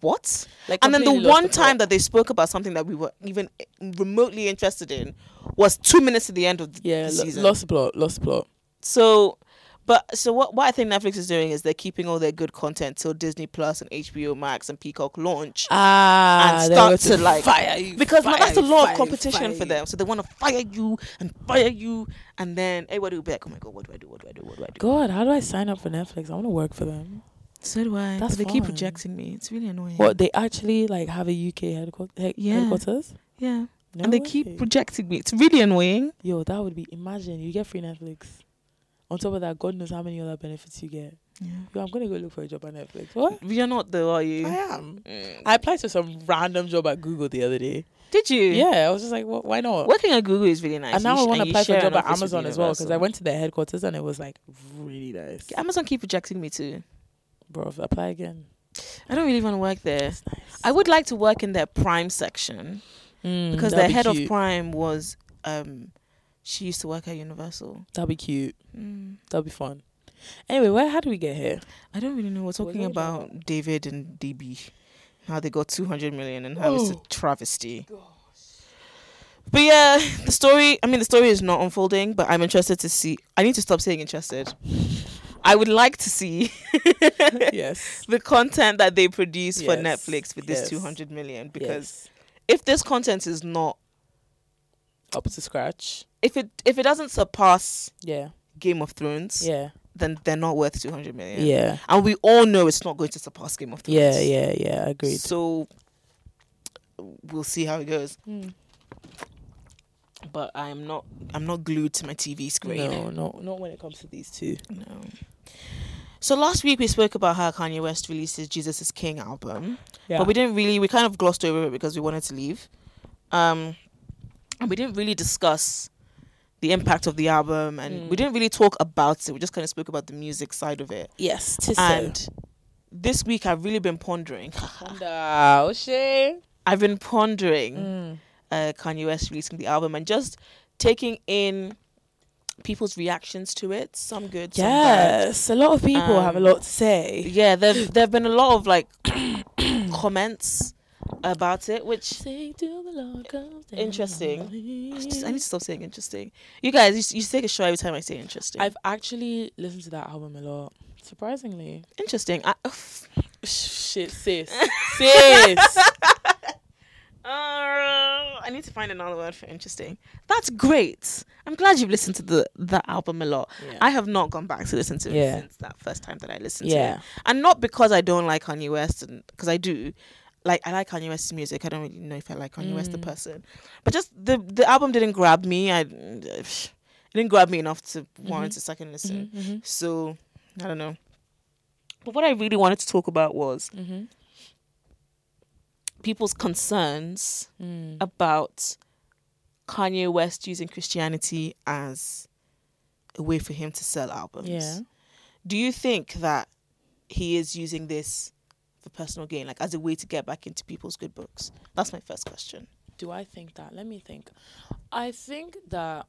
A: what?
B: Like,
A: and then the
B: completely lost
A: one
B: the plot.
A: time that they spoke about something that we were even remotely interested in was two minutes to the end of the,
B: yeah,
A: the
B: lo-
A: season.
B: lost the plot, lost the plot.
A: So, but so what? What I think Netflix is doing is they're keeping all their good content till Disney Plus and HBO Max and Peacock launch.
B: Ah,
A: And
B: they were
A: start to, like-
B: fire you,
A: because now
B: fire
A: that's a
B: you,
A: lot
B: fire
A: of
B: you,
A: competition
B: fire
A: for
B: you.
A: them, so they want to fire you and fire you, and then everybody will be like, "Oh my god, what do I do? What do I do? What do I do?"
B: God, how do I sign up for Netflix? I want to work for them.
A: So do I.
B: That's
A: That's they keep
B: fine.
A: rejecting me. It's really annoying.
B: What they actually like have a UK headquarters?
A: Yeah.
B: headquarters?
A: Yeah.
B: No
A: and they
B: way.
A: keep rejecting me. It's really annoying.
B: Yo, that would be. Imagine you get free Netflix. On top of that, God knows how many other benefits you get. Yo, I'm gonna go look for a job at Netflix. What?
A: We are not though, are you?
B: am.
A: Mm.
B: I applied to some random job at Google the other day.
A: Did you?
B: Yeah, I was just like, wha- why not?
A: Working at Google is really nice.
B: And now
A: You
B: I
A: sh-
B: want to
A: you
B: apply for a
A: share an
B: job at
A: office with
B: Amazon as well because I
A: Universal.
B: went to their headquarters and it was like really nice.
A: Amazon keep rejecting me too.
B: Bro, apply again.
A: I don't really want to work there.
B: It's nice.
A: I would like to work in their Prime section
B: Mm,
A: because
B: that'd
A: their
B: be
A: head
B: cute.
A: of Prime was um she used to work at Universal.
B: That'd be cute.
A: Mm.
B: That'd be fun. Anyway, where how do we get here?
A: I don't really know. We're talking
B: all
A: about David and DB, how they got 200 million and how it's a
B: Oh.
A: travesty. But yeah, the story, I mean, the story is not unfolding, but I'm interested to see. I need to stop saying interested. I would like to see
B: yes.
A: the content that they produce for
B: Yes,
A: Netflix with
B: yes.
A: this 200 million because
B: Yes.
A: if this content is not
B: up to scratch.
A: if it if it doesn't surpass
B: Yeah.
A: Game of Thrones,
B: Yeah.
A: then they're not worth 200 million.
B: Yeah.
A: And we all know it's not going to surpass Game of Thrones.
B: Yeah. Yeah. Yeah. Agreed.
A: So we'll see how it goes.
B: Mm.
A: But I'm not I'm not glued to my TV screen.
B: No, no, not when it comes to these two.
A: No. So last week we spoke about how Kanye West releases Jesus is King album.
B: Yeah.
A: But we didn't really we kind of glossed over it because we wanted to leave. Um and we didn't really discuss the impact of the album and we
B: Mm.
A: didn't really talk about it. We just kind of spoke about the music side of it.
B: yes. To
A: and this week I've really been pondering.
B: uh, oh, Mm.
A: I've been pondering uh, Kanye West releasing the album and just taking in people's reactions to it. Some good, some bad.
B: Yes, a lot of people have a
A: Um,
B: lot to say.
A: Yeah, there there have been a lot of like comments about it, which
B: Sing till the Lord comes down.
A: Interesting. I just- I need to stop saying interesting. You guys, you, s- you take a shot every time I say interesting.
B: I've actually listened to that album a lot. Surprisingly,
A: interesting. I,
B: shit, sis, sis.
A: Uh, I need to find another word for interesting. That's great. I'm glad you've listened to the that album a lot.
B: Yeah.
A: I have not gone back to listen to it
B: Yeah.
A: since that first time that I listened to
B: Yeah.
A: it. And not because I don't like Kanye West and because I do. Like I like Kanye West's music. I don't really know if I like Kanye West the
B: Mm.
A: person. But just the the album didn't grab me. I it didn't grab me enough to
B: Mm-hmm.
A: warrant a second listen.
B: Mhm, mhm,
A: So, I don't know. But what I really wanted to talk about was
B: mhm,
A: people's concerns
B: mm.
A: about Kanye West using Christianity as a way for him to sell albums.
B: Yeah.
A: Do you think that he is using this for personal gain, like as a way to get back into people's good books? That's my first question.
B: Do I think that? Let me think. I think that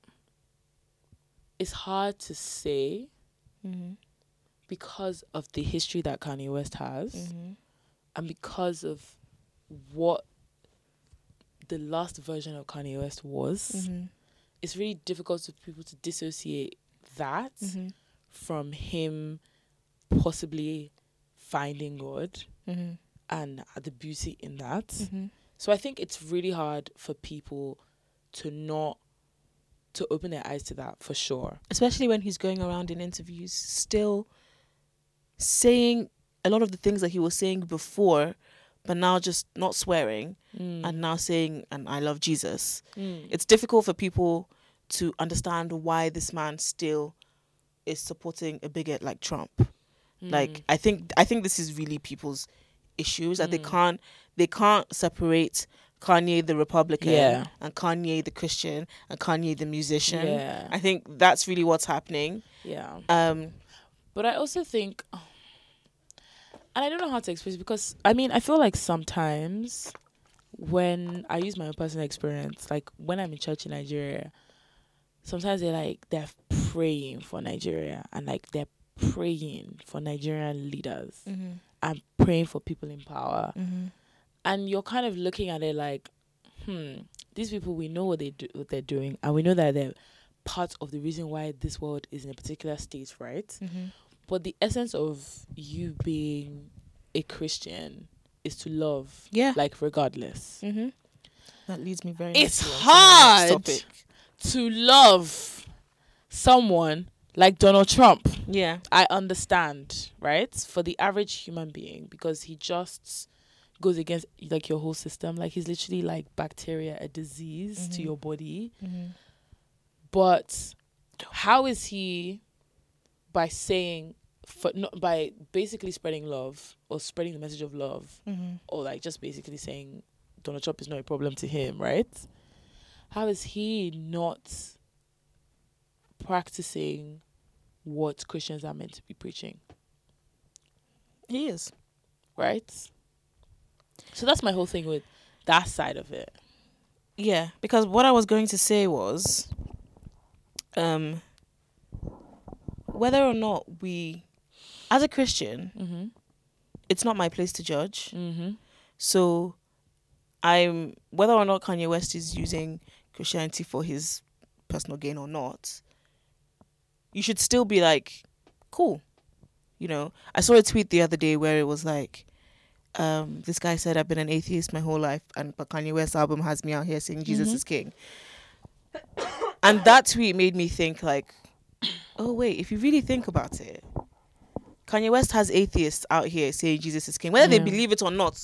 B: it's hard to say
A: Mm-hmm.
B: because of the history that Kanye West has. and because of what the last version of Kanye West was,
A: Mm-hmm.
B: it's really difficult for people to dissociate that
A: Mm-hmm.
B: from him possibly finding God and the beauty in that.
A: Mm-hmm.
B: So I think it's really hard for people to not to open their eyes to that for sure.
A: Especially when he's going around in interviews, still saying a lot of the things that he was saying before, but now just not swearing and now saying, and I love Jesus. it's difficult for people to understand why this man still is supporting a bigot like Trump.
B: Mm.
A: Like I think I think this is really people's issues that they
B: Mm.
A: can't they can't separate Kanye the Republican
B: Yeah.
A: and Kanye the Christian and Kanye the musician.
B: Yeah.
A: I think that's really what's happening.
B: yeah.
A: Um
B: But I also think, and I don't know how to express it because I mean, I feel like sometimes when I use my own personal experience, like when I'm in church in Nigeria, sometimes they're like, they're praying for Nigeria and like they're praying for Nigerian leaders I'm praying for people in power. And you're kind of looking at it like, hmm, these people, we know what, they do, what they're doing, and we know that they're part of the reason why this world is in a particular state, right? But the essence of you being a Christian is to love,
A: Yeah.
B: like, regardless.
A: Mm-hmm. That leads me very.
B: It's
A: nicely onto my next
B: hard.
A: Topic.
B: To love someone like Donald Trump.
A: Yeah.
B: I understand, right? For the average human being, because he just goes against like your whole system. Like he's literally like bacteria, a disease to your body. But how is he by saying for not by basically spreading love or spreading the message of love or like just basically saying Donald Trump is not a problem to him, right? How is he not practicing what Christians are meant to be preaching,
A: He is.
B: right? So that's my whole thing with that side of it.
A: Yeah, because what I was going to say was, um, whether or not we, as a Christian,
B: Mm-hmm.
A: it's not my place to judge.
B: Mm-hmm.
A: So, I'm whether or not Kanye West is using Christianity for his personal gain or not. You should still be like, cool. You know, I saw a tweet the other day where it was like, um, this guy said I've been an atheist my whole life, and but Kanye West's album has me out here saying Jesus is king. and that tweet made me think like, oh wait, if you really think about it, Kanye West has atheists out here saying Jesus is king, whether
B: Yeah.
A: they believe it or not.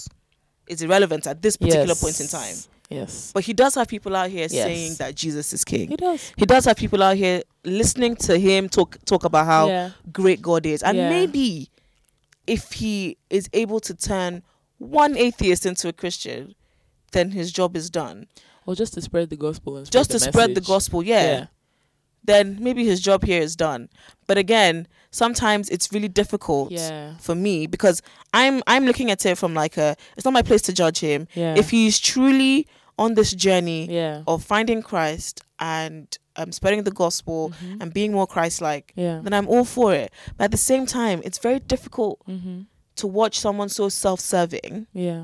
A: It's irrelevant at this particular point in time.
B: Yes.
A: But he does have people out here
B: Yes.
A: saying that Jesus is king.
B: He does.
A: He does have people out here listening to him talk talk about how
B: yeah.
A: great God is. And
B: Yeah.
A: maybe if he is able to turn one atheist into a Christian, then his job is done.
B: Or just to spread the gospel and spread
A: Just to
B: the
A: spread the
B: message.
A: gospel, yeah,
B: Yeah.
A: Then maybe his job here is done. But again, sometimes it's really difficult
B: Yeah.
A: for me because I'm I'm looking at it from like a it's not my place to judge him.
B: Yeah.
A: If he's truly on this journey
B: yeah.
A: of finding Christ and um, spreading the gospel
B: Mhm.
A: and being more Christ like,
B: Yeah.
A: then I'm all for it. But at the same time, it's very difficult
B: Mm-hmm.
A: to watch someone so self serving
B: Yeah.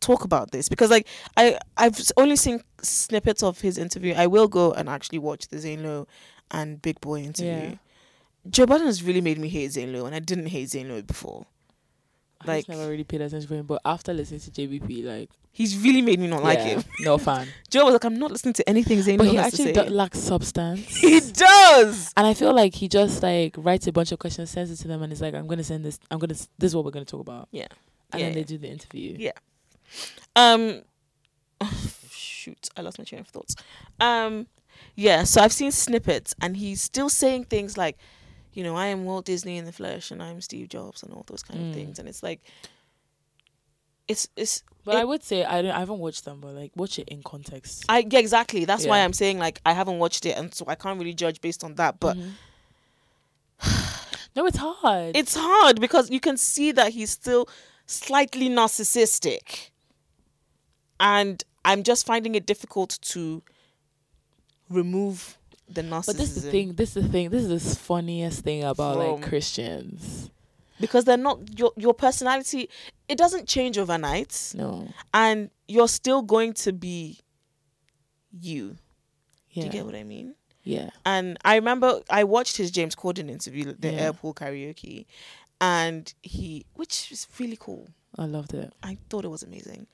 A: talk about this because, like, I, I've s- only seen snippets of his interview. I will go and actually watch the Zane Lowe and Big Boy interview.
B: Yeah.
A: Joe Biden has really made me hate Zane Lowe, and I didn't hate Zane Lowe before.
B: I just
A: Like-
B: never really paid attention to him, but after listening to JBP, like,
A: He's really made me not like
B: yeah,
A: him.
B: no fan.
A: Joe was like, I'm not listening to anything Zane
B: but
A: Lowe
B: he
A: has
B: actually
A: to
B: do-
A: say.
B: lacks substance.
A: he does.
B: And I feel like he just like writes a bunch of questions, sends it to them, and is like, "I'm gonna send this. I'm gonna. s- This is what we're gonna talk about."
A: Yeah.
B: And
A: Yeah,
B: then
A: yeah.
B: they do the interview.
A: Yeah. Um, shoot, I lost my train of thoughts. Um, yeah, so I've seen snippets, and he's still saying things like, you know, I am Walt Disney in the flesh, and I'm Steve Jobs, and all those kind
B: Mm.
A: of things. And it's like, it's it's
B: But I
A: It-
B: would say I don't. I haven't watched them, but like watch it in context.
A: I yeah exactly. That's why
B: Yeah.
A: I'm saying like I haven't watched it, and so I can't really judge based on that. But
B: Mhm. no, it's hard.
A: it's hard because you can see that he's still slightly narcissistic and i'm just finding it difficult to remove the narcissism
B: but this is the thing. This is the thing. This is the funniest thing about like
A: From-
B: Christians.
A: because they're not your your personality it doesn't change overnight
B: No.
A: and you're still going to be you
B: Yeah.
A: do you get what i mean
B: yeah.
A: and I remember I watched his James Corden interview, the
B: Yeah.
A: airport karaoke, and he, which is really cool.
B: I loved it.
A: I thought it was amazing.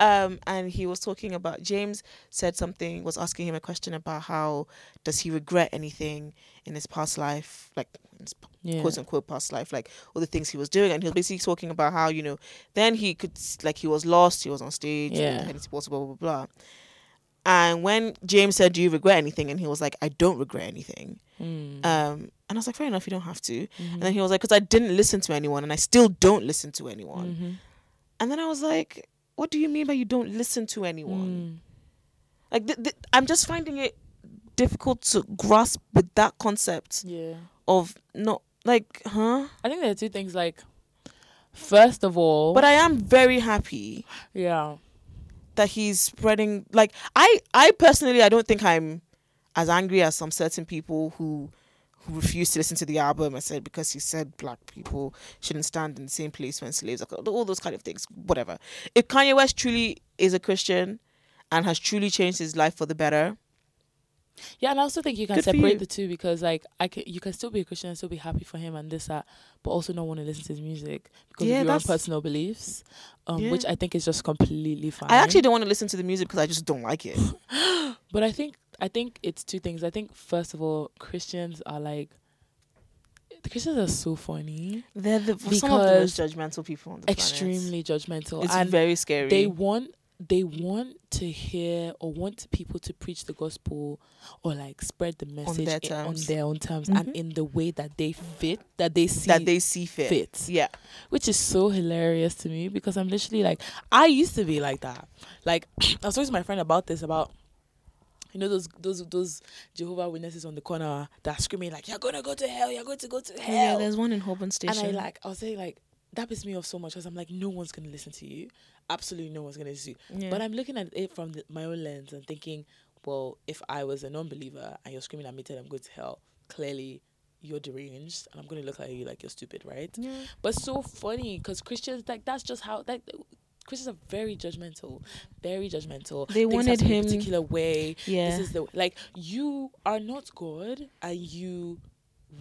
A: Um, and he was talking about James said something was asking him a question about how does he regret anything in his past life, like in his p-
B: Yeah.
A: quote unquote past life, like all the things he was doing, and he was basically talking about how you know then he could s- like he was lost, he was on stage,
B: Yeah.
A: yeah, and blah blah blah blah. And when James said, "Do you regret anything?" and he was like, "I don't regret anything,"
B: Mm.
A: um, and I was like, "Fair enough, you don't have to."
B: Mhm.
A: And then he was like, "Because I didn't listen to anyone, and I still don't listen to anyone."
B: Mhm.
A: And then I was like, what do you mean by you don't listen to anyone?
B: Mm.
A: Like, th- th- I'm just finding it difficult to grasp with that concept
B: Yeah.
A: of not like, huh?
B: I think there are two things. Like, first of all,
A: But I am very happy
B: yeah.
A: that he's spreading. Like, I, I personally, I don't think I'm as angry as some certain people who
C: who refused to listen to the album and said because he said black people shouldn't stand in the same place when slaves are all those kind of things. Whatever.
A: If Kanye West truly is a Christian and has truly changed his life for the better,
B: Yeah, and I also think you can
A: Good for
B: separate
A: you.
B: the two because like I can, you can still be a Christian and still be happy for him and this that, but also not want to listen to his music because
A: Yeah,
B: of your own
A: that's-
B: personal beliefs, um,
A: Yeah.
B: which I think is just completely fine.
A: I actually don't want to listen to the music because I just don't like it.
B: but I think I think it's two things. I think first of all, Christians are like the Christians are so funny,
A: They're the some of the
B: Because
A: most judgmental people on the planet.
B: extremely judgmental,
A: It's
B: and
A: very scary.
B: they want they want to hear or want people to preach the gospel or like spread the message
A: their
B: i- on
A: terms.
B: their own terms and
A: Mhm.
B: in the way that they fit that they see
A: that they see fit.
B: fit
A: Yeah.
B: which is so hilarious to me because i'm literally like i used to be like that like i was talking to my friend about this about you know those those those jehovah witnesses on the corner that are screaming like you're gonna go to hell you're going to go to hell
A: one in Holborn
B: and I like, I'll say like, that pissed me off so much because I'm like, no one's gonna listen to you. Absolutely, no one's gonna listen to you.
A: Yeah.
B: But I'm looking at it from the, my own lens and thinking, well, if I was a non-believer and you're screaming at me, telling I'm going to hell, clearly you're deranged, and I'm gonna look at you like you're stupid, right?
A: Yeah.
B: But so funny because Christians like that's just how like. Christians are very judgmental, very judgmental.
A: They
B: Things
A: wanted
B: have to be a
A: him-
B: particular way.
A: Yeah.
B: This is the like you are not God, and you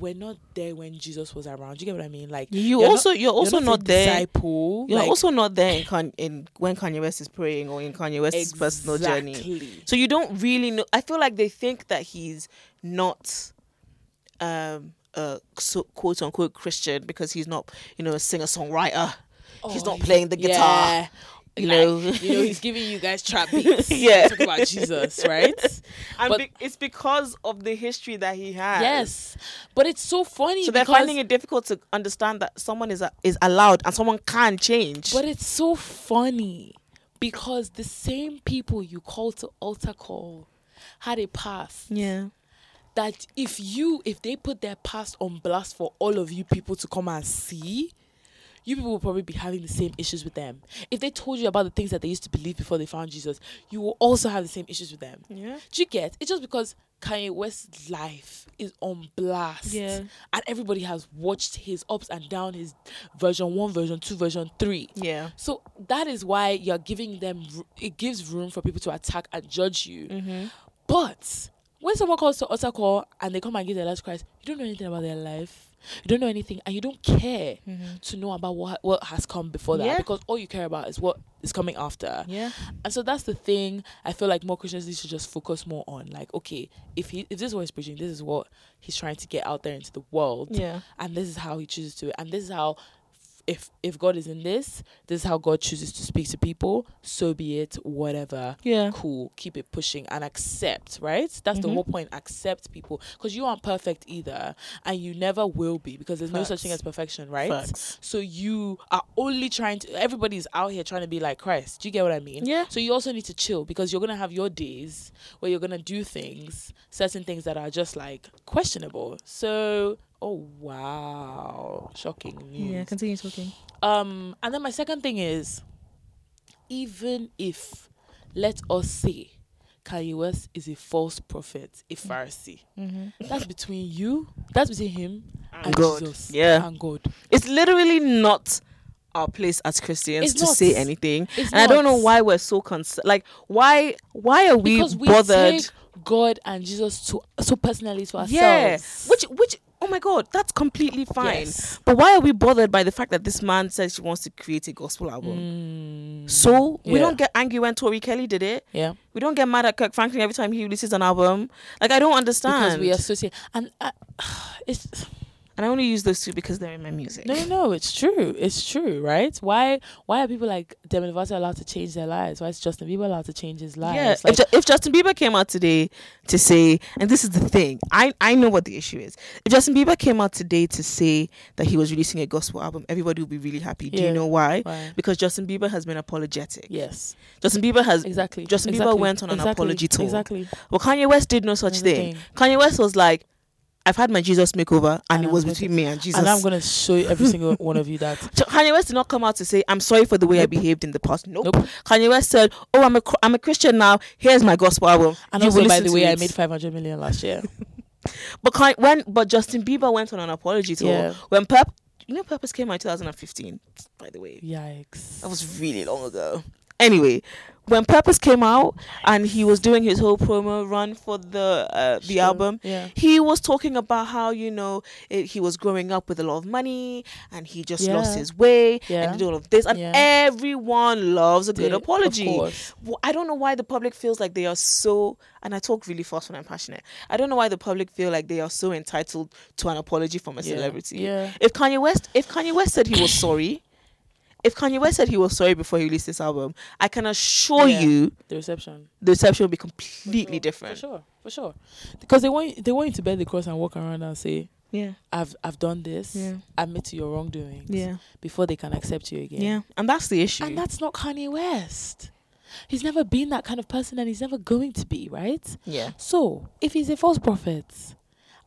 B: were not there when Jesus was around. You get what I mean? Like
A: you
B: you're
A: also
B: not-
A: you're also
B: his
A: not, there.
B: Disciple.
A: You're
B: like,
A: also not there in, Kan- in when Kanye West is praying or in Kanye West's personal journey.
B: exactly.
A: So you don't really know. I feel like they think that he's not um, a so, quote unquote Christian because he's not, you know, a singer songwriter. he's
B: Oh,
A: not
B: he-
A: playing the guitar.
B: yeah.
A: You
B: Like,
A: know,
B: you know, he's giving you guys trap beats.
A: Yeah.
B: talk about Jesus, right?
A: and
B: but-
A: be- it's because of the history that he has.
B: yes, but it's so funny.
A: So they're
B: because-
A: finding it difficult to understand that someone is is allowed and someone can change.
B: But it's so funny because the same people you call to altar call had a past
A: yeah.
B: that if you if they put their past on blast for all of you people to come and see you people will probably be having the same issues with them if they told you about the things that they used to believe before they found jesus you will also have the same issues with them
A: Yeah.
B: do you get it's just because kanye west's life is on blast
A: Yeah.
B: and everybody has watched his ups and downs his version one version two version three
A: Yeah.
B: so that is why you're giving them r- it gives room for people to attack and judge you
A: Mm-hmm.
B: but when someone calls to utter call and they come and give their last Christ, you don't know anything about their life. You don't know anything, and you don't care to know about what what has come before that
A: Mm-hmm. Yeah.
B: because all you care about is what is coming after.
A: Yeah.
B: And so that's the thing. I feel like more Christians need to just focus more on like, okay, if he if this is what he's preaching, this is what he's trying to get out there into the world,
A: Yeah.
B: and this is how he chooses to, and this is how. If, if God is in this, this is how God chooses to speak to people. So be it, whatever
A: Yeah. Mm-hmm.
B: cool keep it pushing and accept right that's the whole point accept people because you aren't perfect either and you never will be because there's no such
A: Facts.
B: thing as perfection right
A: Facts.
B: so you are only trying to everybody's out here trying to be like christ do you get what i mean
A: Yeah.
B: so you also need to chill because you're gonna have your days where you're gonna do things certain things that are just like questionable so oh wow shocking news
A: Continue talking.
B: um, and then my second thing is, even if, let us say, Kanye West is a false prophet, a Pharisee, that's between you, that's between him and,
A: God.
B: Jesus,
A: Yeah.
B: and God.
A: It's literally not our place as Christians
B: It's
A: to
B: not.
A: say anything,
B: It's
A: and I don't know
B: not.
A: why we're so concerned. Like, why why are we
B: Because we
A: bothered?
B: take God and Jesus to so personally to ourselves.
A: yeah, which which oh my god, that's completely fine.
B: Yes.
A: But why are we bothered by the fact that this man says he wants to create a gospel album? So we
B: Mm. Yeah.
A: don't get angry when Tori Kelly did it.
B: yeah.
A: We don't get mad at Kirk Franklin every time he releases an album. Like I don't understand.
B: Because we associate, and uh, it's
A: and I only use those two because they're in my music.
B: No, no, no, it's true. It's true, right? Why why are people like Demi Lovato allowed to change their lives? Why is Justin Bieber allowed to change his lives?
A: Yeah,
B: Like,
A: if, Ju- if Justin Bieber came out today to say, and this is the thing, I, I know what the issue is. If Justin Bieber came out today to say that he was releasing a gospel album, everybody would be really happy. Do
B: Yeah.
A: you know why?
B: why?
A: Because Justin Bieber has been apologetic.
B: Yes,
A: Justin Bieber has
B: exactly.
A: Justin
B: exactly.
A: Bieber went on an
B: Exactly.
A: apology tour.
B: Exactly.
A: Well, Kanye West did no such
B: That's the
A: thing.
B: thing.
A: Kanye West was like, "I've had my Jesus makeover, and,
B: And
A: it
B: I'm
A: was
B: gonna-
A: between me and Jesus."
B: And I'm gonna show you every single one of you that
A: So Kanye West did not come out to say, "I'm sorry for the way I
B: Nope.
A: behaved in the past." Nope.
B: Nope.
A: Kanye West said, "Oh, I'm a Chr- I'm a Christian now. Here's my gospel album."
B: and
A: You will
B: also by
A: listen
B: the
A: to
B: way I
A: it."
B: made five hundred million last year.
A: But kind, when but Justin Bieber went on an apology tour
B: Yeah.
A: when Purp, you know, Purpose came out in 2015. By the way,
B: Yikes.
A: that was really long ago. Anyway, when Purpose came out and he was doing his whole promo run for the uh, the
B: Sure.
A: album,
B: Yeah.
A: he was talking about how you know it, he was growing up with a lot of money and he just lost
B: Yeah.
A: his way
B: Yeah.
A: and did all of this and
B: Yeah.
A: everyone loves a good
B: Did- of
A: apology
B: course.
A: Well, i don't know why the public feels like they are so and i talk really fast when i'm passionate i don't know why the public feel like they are so entitled to an apology from a
B: Yeah.
A: celebrity
B: Yeah.
A: if kanye west if kanye west said he was sorry if kanye west said he was sorry before he released this album i can assure
B: Yeah.
A: you
B: The reception.
A: the reception will be
B: For
A: completely
B: sure.
A: different
B: For sure. For sure. Because they want they want you to bear the cross and walk around and say,
A: yeah
B: I've I've done this.
A: Yeah.
B: Admit to your wrongdoings.
A: yeah
B: Before they can accept you again.
A: yeah and that's the issue
B: And that's not Kanye West. He's never been that kind of person and he's never going to be, right?
A: yeah
B: So, if he's a false prophet,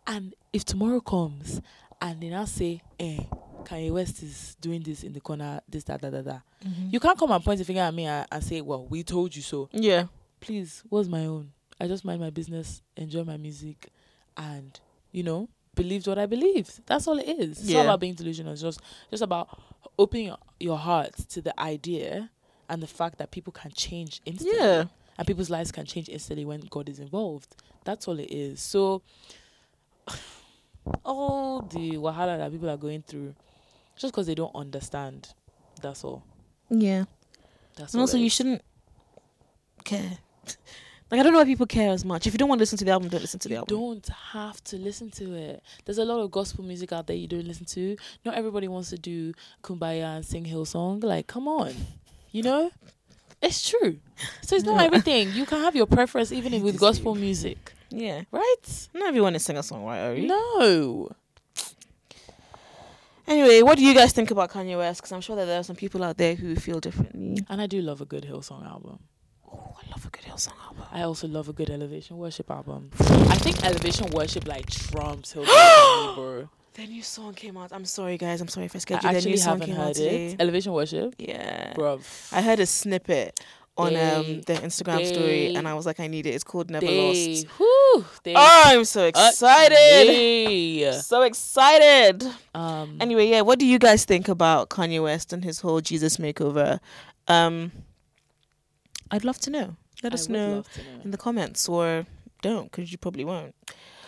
B: and if tomorrow comes and they now say, eh, Kanye West is doing this in the corner, this, that, that, that, that, you can't come and point the finger at me and, and say, well, we told you so.
A: yeah
B: Please, what's my own? I just mind my business, enjoy my music, and, you know, believed what I believed. That's all it is. It's
A: Yeah.
B: not about being delusional. It's just, just about opening your- your heart to the idea and the fact that people can change instantly
A: yeah
B: and people's lives can change instantly when God is involved. That's all it is. So all the wahala that people are going through, just because they don't understand, that's all.
A: yeah
B: That's
A: And
B: all.
A: also,
B: it
A: you
B: is.
A: shouldn't care. Like, I don't know why people care as much. If you don't want to listen to the album, don't listen to the
B: You
A: album.
B: don't have to listen to it. There's a lot of gospel music out there you don't listen to. Not everybody wants to do kumbaya and sing Hillsong. Like, come on, you know, it's true. So it's not
A: Yeah.
B: everything. You can have your preference even if with
A: This is-
B: gospel music,
A: Yeah.
B: right?
A: Not everyone is singer songwriter.
B: No.
A: Anyway, what do you guys think about Kanye West? Because I'm sure that there are some people out there who feel differently.
B: And I do love a good Hillsong album.
A: Oh, I love a good Hillsong album.
B: I also love a good elevation worship album. I think elevation worship like trumps Hillsong for me, bro.
A: Their new song came out. I'm sorry, guys. I'm sorry if I
B: I
A: scheduled. Their
B: actually
A: new song
B: haven't
A: came out
B: heard
A: today. Uh,
B: it. Elevation worship,
A: Yeah.
B: bro.
A: I heard a snippet on
B: They-
A: um their Instagram story,
B: they-
A: and I was like, I need it. It's called Never
B: They,
A: Lost.
B: whew, they
A: Oh, I'm
B: Uh,
A: so excited.
B: ugly.
A: So excited.
B: Um,
A: Anyway, yeah, what do you guys think about Kanye West and his whole Jesus makeover? Um I'd love to know. Let
B: I
A: us
B: would
A: know
B: love to know,
A: in the comments or don't because you probably won't.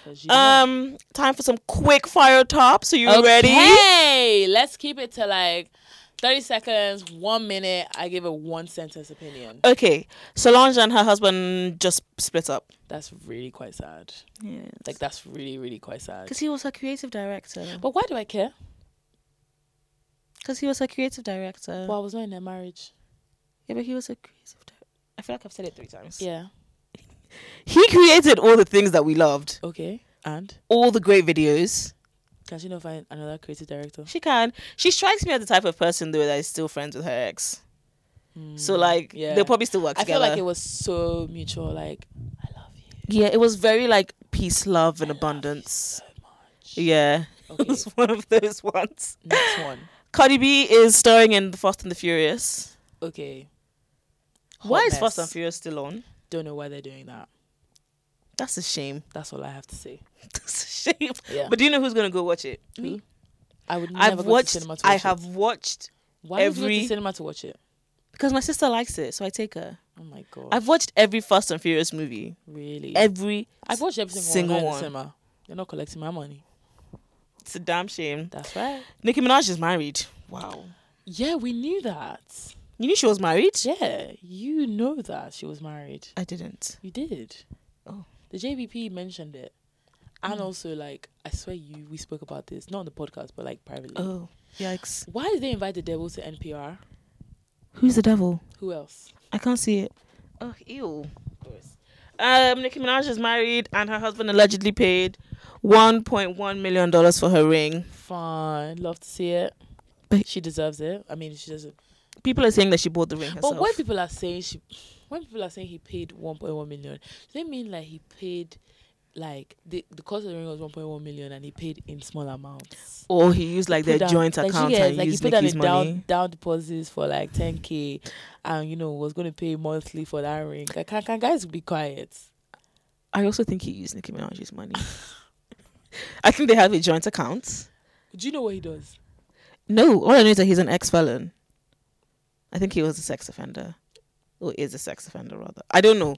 B: 'cause you know.
A: Um time for some quick fire tops. Are you ready?
B: Okay, let's keep it to like thirty seconds, one minute. I give a one sentence opinion.
A: Okay. Solange and her husband just split up.
B: That's really quite sad.
A: Yeah.
B: Like that's really, really quite sad.
A: Because he was her creative director.
B: But why do I care?
A: Because he was her creative director.
B: Well, I was not in their marriage.
A: yeah, but he was a creative director. I feel like I've said it three times.
B: Yeah.
A: He created all the things that we loved.
B: Okay. And
A: All the great videos.
B: can she not find another creative director?
A: She can. She strikes me as the type of person though that is still friends with her ex. So like
B: yeah.
A: they'll probably still work
B: Hmm. I
A: together.
B: feel like it was so mutual. Like I love you
A: yeah, it was very like peace, love, and abundance.
B: so much.
A: Yeah, it
B: Okay.
A: was one of those ones.
B: next one.
A: Cardi B is starring in the Fast and the Furious.
B: Okay.
A: Why
B: Hot
A: is Fast and
B: mess.
A: Furious still on?
B: Don't know why they're doing that.
A: That's a shame.
B: That's all I have to say.
A: That's a shame.
B: Yeah.
A: But do you know who's gonna go watch it?
B: Who? I would never
A: I've
B: go
A: watched.
B: to cinema to watch
A: I have
B: it.
A: watched
B: Why would you go
A: every-
B: to cinema to watch it?
A: because my sister likes it, so I take her.
B: Oh my god.
A: I've watched every Fast and Furious movie.
B: really.
A: Every.
B: I've watched every single,
A: single
B: one. In
A: one.
B: the cinema. They're not collecting my money.
A: It's a damn shame.
B: That's right.
A: Nicki Minaj is married. Wow.
B: Yeah, we knew that.
A: You knew she was married?
B: Yeah, you know that she was married.
A: I didn't.
B: You did.
A: Oh. Mm.
B: The JVP mentioned it. And also, like, I swear you, we spoke about this, not on the podcast, but like privately.
A: Oh, yikes.
B: Why did they invite the devil to NPR?
A: Who's the devil?
B: Who else?
A: I can't see it. Oh, ew. Um, Nicki Minaj is married and her husband allegedly paid $1.1 million for her ring.
B: Fine. Love to see it.
A: But-
B: she deserves it. I mean, she doesn't.
A: People are saying that she bought the ring herself.
B: But when people are saying she, when people are saying he paid 1.1 million, do they mean like he paid, like the the cost of the ring was 1.1 million and he paid in small amounts?
A: or he used like
B: Put
A: their
B: down-
A: joint
B: like,
A: account
B: yes,
A: and
B: like he
D: used
B: put down
D: Nicki's
B: a
D: money.
B: down down deposits for like 10k, and you know was going to pay monthly for that ring. Like, can can guys be quiet?
A: I also think he used Nicki Minaj's money. I think they have a joint account.
B: Do you know what he does?
A: No, all I know is that he's an ex felon. I think he was a sex offender, or is a sex offender rather. I don't know.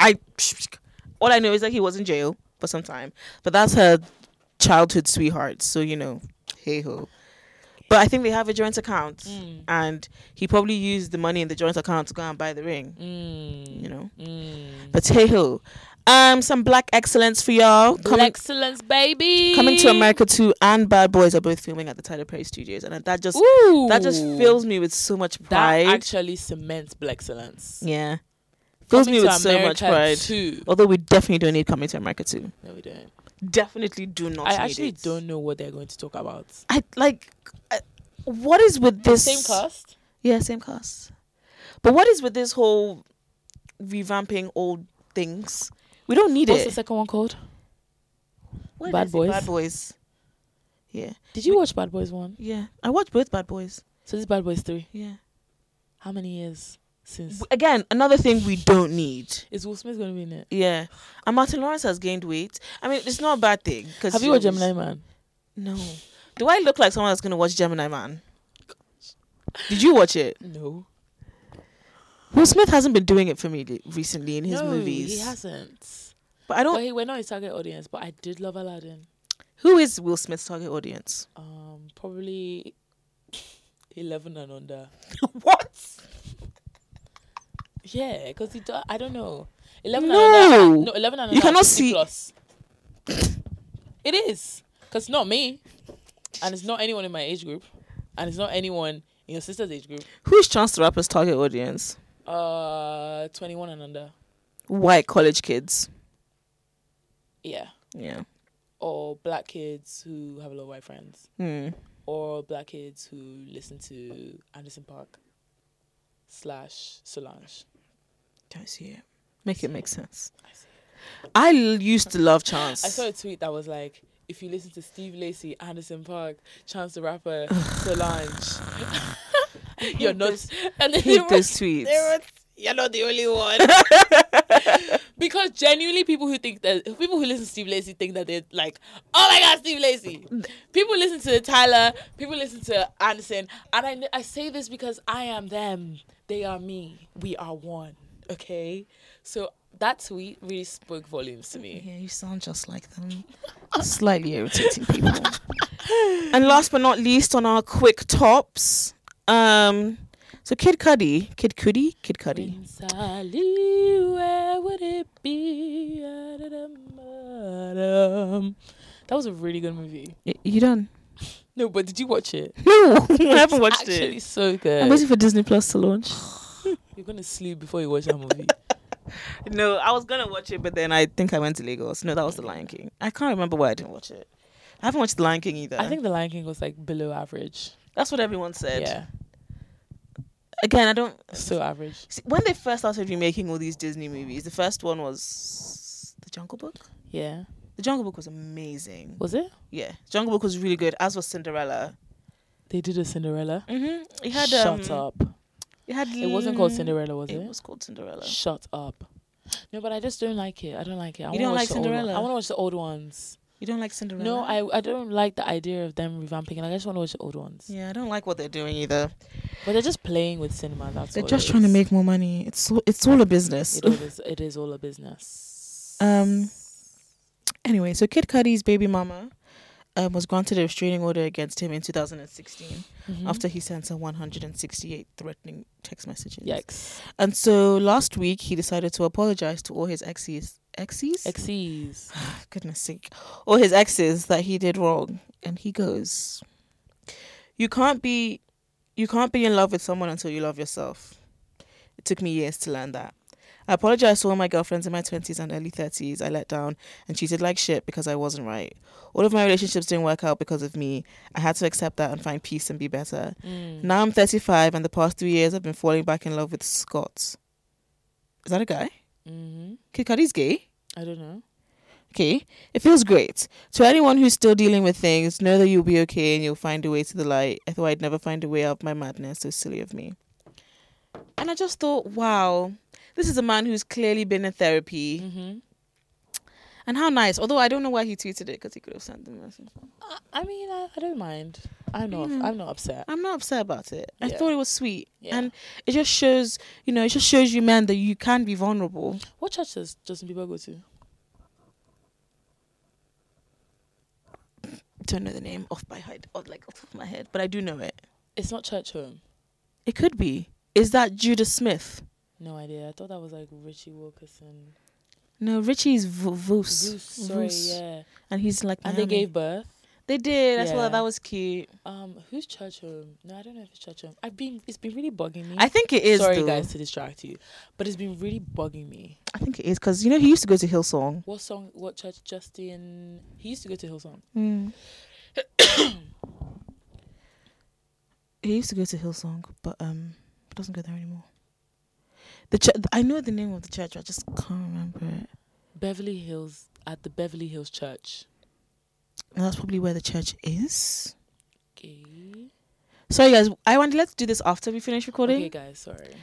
A: I all I know is that he was in jail for some time, but that's her childhood sweetheart. So you know, hey ho. But I think they have a joint account,
B: Mm.
A: and he probably used the money in the joint account to go and buy the ring.
B: Mm.
A: You know, but hey ho. Um, some black excellence for y'all. Coming-
B: excellence, baby.
A: Coming to America 2 and Bad Boys are both filming at the Tyler Perry Studios, and that just
B: Ooh,
A: that just fills me with so much
B: That
A: pride.
B: actually cements black excellence.
A: yeah, fills me
B: Coming
A: with
B: to
A: so much
B: America
A: pride. Oh,
B: Too.
A: Although we definitely don't need Coming to America 2.
B: No, we don't.
A: Definitely do not.
B: I
A: need
B: actually
A: it.
B: don't know what they're going to talk about.
A: I like. I, what is with this?
B: Same cast.
A: Yeah, same cast. But what is with this whole revamping old things? We don't need
B: What's the
A: it.
B: second one called?
A: What
B: Bad
A: is it?
B: Boys?
A: Bad Boys. Yeah,
B: Did you watch Bad Boys one?
A: yeah. I watched both Bad Boys.
B: So this is Bad Boys three.
A: Yeah.
B: How many years since?
A: W- Again, another thing we don't need.
B: Is Will Smith going to be in it?
A: Yeah. And Martin Lawrence has gained weight. I mean, it's not a bad thing. Cause
B: Have you
A: he
B: watched
A: always-
B: Gemini Man?
A: No. Do I look like someone that's going to watch Gemini Man? Did you watch it?
B: No.
A: Will Smith hasn't been doing it for me li- recently in his
B: no,
A: movies.
B: he hasn't.
A: But I
B: Well,
A: don't.
B: he, we're not his target audience, but I did love Aladdin.
A: Who is Will Smith's target audience?
B: Um, probably eleven and under.
A: what?
B: Yeah, because he. Do- I don't know. Eleven.
A: No.
B: And under, no, eleven and under.
A: You cannot
B: is 50
A: see-
B: Plus. it is, because not me, and it's not anyone in my age group, and it's not anyone in your sister's age group.
A: Who's Chance the Rapper's target audience?
B: Uh, twenty-one and under.
A: White college kids.
B: Yeah,
A: Yeah.
B: or black kids who have a lot of white friends,
A: Hmm.
B: or black kids who listen to Anderson Park slash Solange.
A: Don't see it. Make it make sense.
B: I see.
A: I l- used to love Chance.
B: I saw a tweet that was like, if you listen to Steve Lacey, Anderson Park, Chance the Rapper, Solange, you're not.
A: this-
B: and then they
A: hate
B: were-
A: those
B: they
A: tweets.
B: were- You're not the only one. because genuinely, people who think that people who listen to Steve Lacey think that they're like, oh my god, Steve Lacey. People listen to Tyler. People listen to Anderson, and I kn- I say this because I am them. They are me. We are one. Okay, so that tweet really spoke volumes to me.
A: Yeah, you sound just like them. Slightly irritating people. and last but not least, on our quick tops, um, so Kid Cudi, Kid Cudi, Kid Cudi.
B: When Sally, where would it be? Adam. That was a really good movie.
A: Y- You done?
B: No, but did you watch it?
A: No, I haven't
B: It's
A: watched
B: actually
A: it.
B: so
A: I'm
B: good.
A: waiting for Disney Plus to launch.
B: You're gonna sleep before you watch that movie.
A: No, I was gonna watch it, but then I think I went to Lagos. No, that was The Lion King. I can't remember why I didn't watch it. I haven't watched The Lion King either.
B: I think The Lion King was like below average.
A: that's what everyone said.
B: Yeah,
A: Again, I don't.
B: so average.
A: See, when they first started remaking all these Disney movies, the first one was The Jungle Book.
B: Yeah,
A: The Jungle Book was amazing.
B: was it?
A: Yeah, Jungle Book was really good, as was Cinderella.
B: They did a Cinderella.
A: Mm-hmm. It had um,
B: Shut up.
A: It had.
B: It wasn't called
A: l-
B: Cinderella, was
A: Mm. It
B: it?
A: was called Cinderella.
B: Shut up. No, but I just don't like it. I don't like it. I
A: You
B: wanna
A: don't
B: watch
A: like
B: the old one.
A: Cinderella?
B: I want to watch the old ones.
A: You don't like Cinderella?
B: No, I I don't like the idea of them revamping. Like I just want to watch the old ones,
A: Yeah, I don't like what they're doing either.
B: but they're just playing with cinema. That's
A: They're
B: all
A: just
B: it
A: trying to
B: is.
A: make more money. It's all, it's all a business.
B: It all is, it is all a business.
A: Um, anyway, so Kid Cudi's baby mama um, was granted a restraining order against him in 2016
B: Mhm.
A: after he sent her 168 threatening text messages.
B: yikes,
A: And so last week he decided to apologize to all his exes. Exes?
B: exes.
A: goodness sake, all his exes that he did wrong. And he goes, You can't be you can't be in love with someone until you love yourself. It took me years to learn that. I apologized to all my girlfriends in my 20s and early 30s. I let down and cheated like shit because I wasn't right. All of my relationships didn't work out because of me. I had to accept that and find peace and be better.
B: Mm.
A: Now I'm 35 and the past three years I've been falling back in love with Scott. Is that a guy?
B: hmm
A: Kid Cudi's gay?
B: I don't know.
A: Okay, it feels great. To anyone who's still dealing with things, know that you'll be okay and you'll find a way to the light. I thought I'd never find a way out of my madness, so silly of me. And I just thought, wow, this is a man who's clearly been in therapy
B: Mm-hmm.
A: And how nice. Although I don't know why he tweeted it because he could have sent the message.
B: I, I mean, I, I don't mind. I'm not.
A: Yeah.
B: I'm not upset.
A: I'm not upset about it. I
B: Yeah.
A: thought it was sweet.
B: Yeah.
A: And it just shows, you know, it just shows you men that you can be vulnerable.
B: What church does Justin Bieber go to?
A: Don't know the name off by head, off, like off of my head, but I do know it.
B: It's not Church Home.
A: It could be. Is that Judah Smith?
B: No idea. I thought that was like Richie Wilkerson.
A: No, Richie's v- Voos.
B: Bruce, sorry,
A: Voos.
B: yeah.
A: And he's like,
B: And they
A: Miami.
B: gave birth.
A: They did. I
B: Yeah.
A: thought that was cute.
B: Um, who's Church Home? No, I don't know if it's Church Home. I've been. It's been really bugging me.
A: I think it is.
B: sorry,
A: though.
B: guys, to distract you, but it's been really bugging me.
A: I think it is because you know he used to go to Hillsong.
B: What song? What church? Justin. He used to go to Hillsong.
A: Mm. he used to go to Hillsong, but um, doesn't go there anymore. The ch- I know the name of the church, I just can't remember it.
B: Beverly Hills at the Beverly Hills Church.
A: And that's probably where the church is.
B: Okay.
A: Sorry, guys. I want let's do this after we finish recording.
B: Okay, guys, sorry.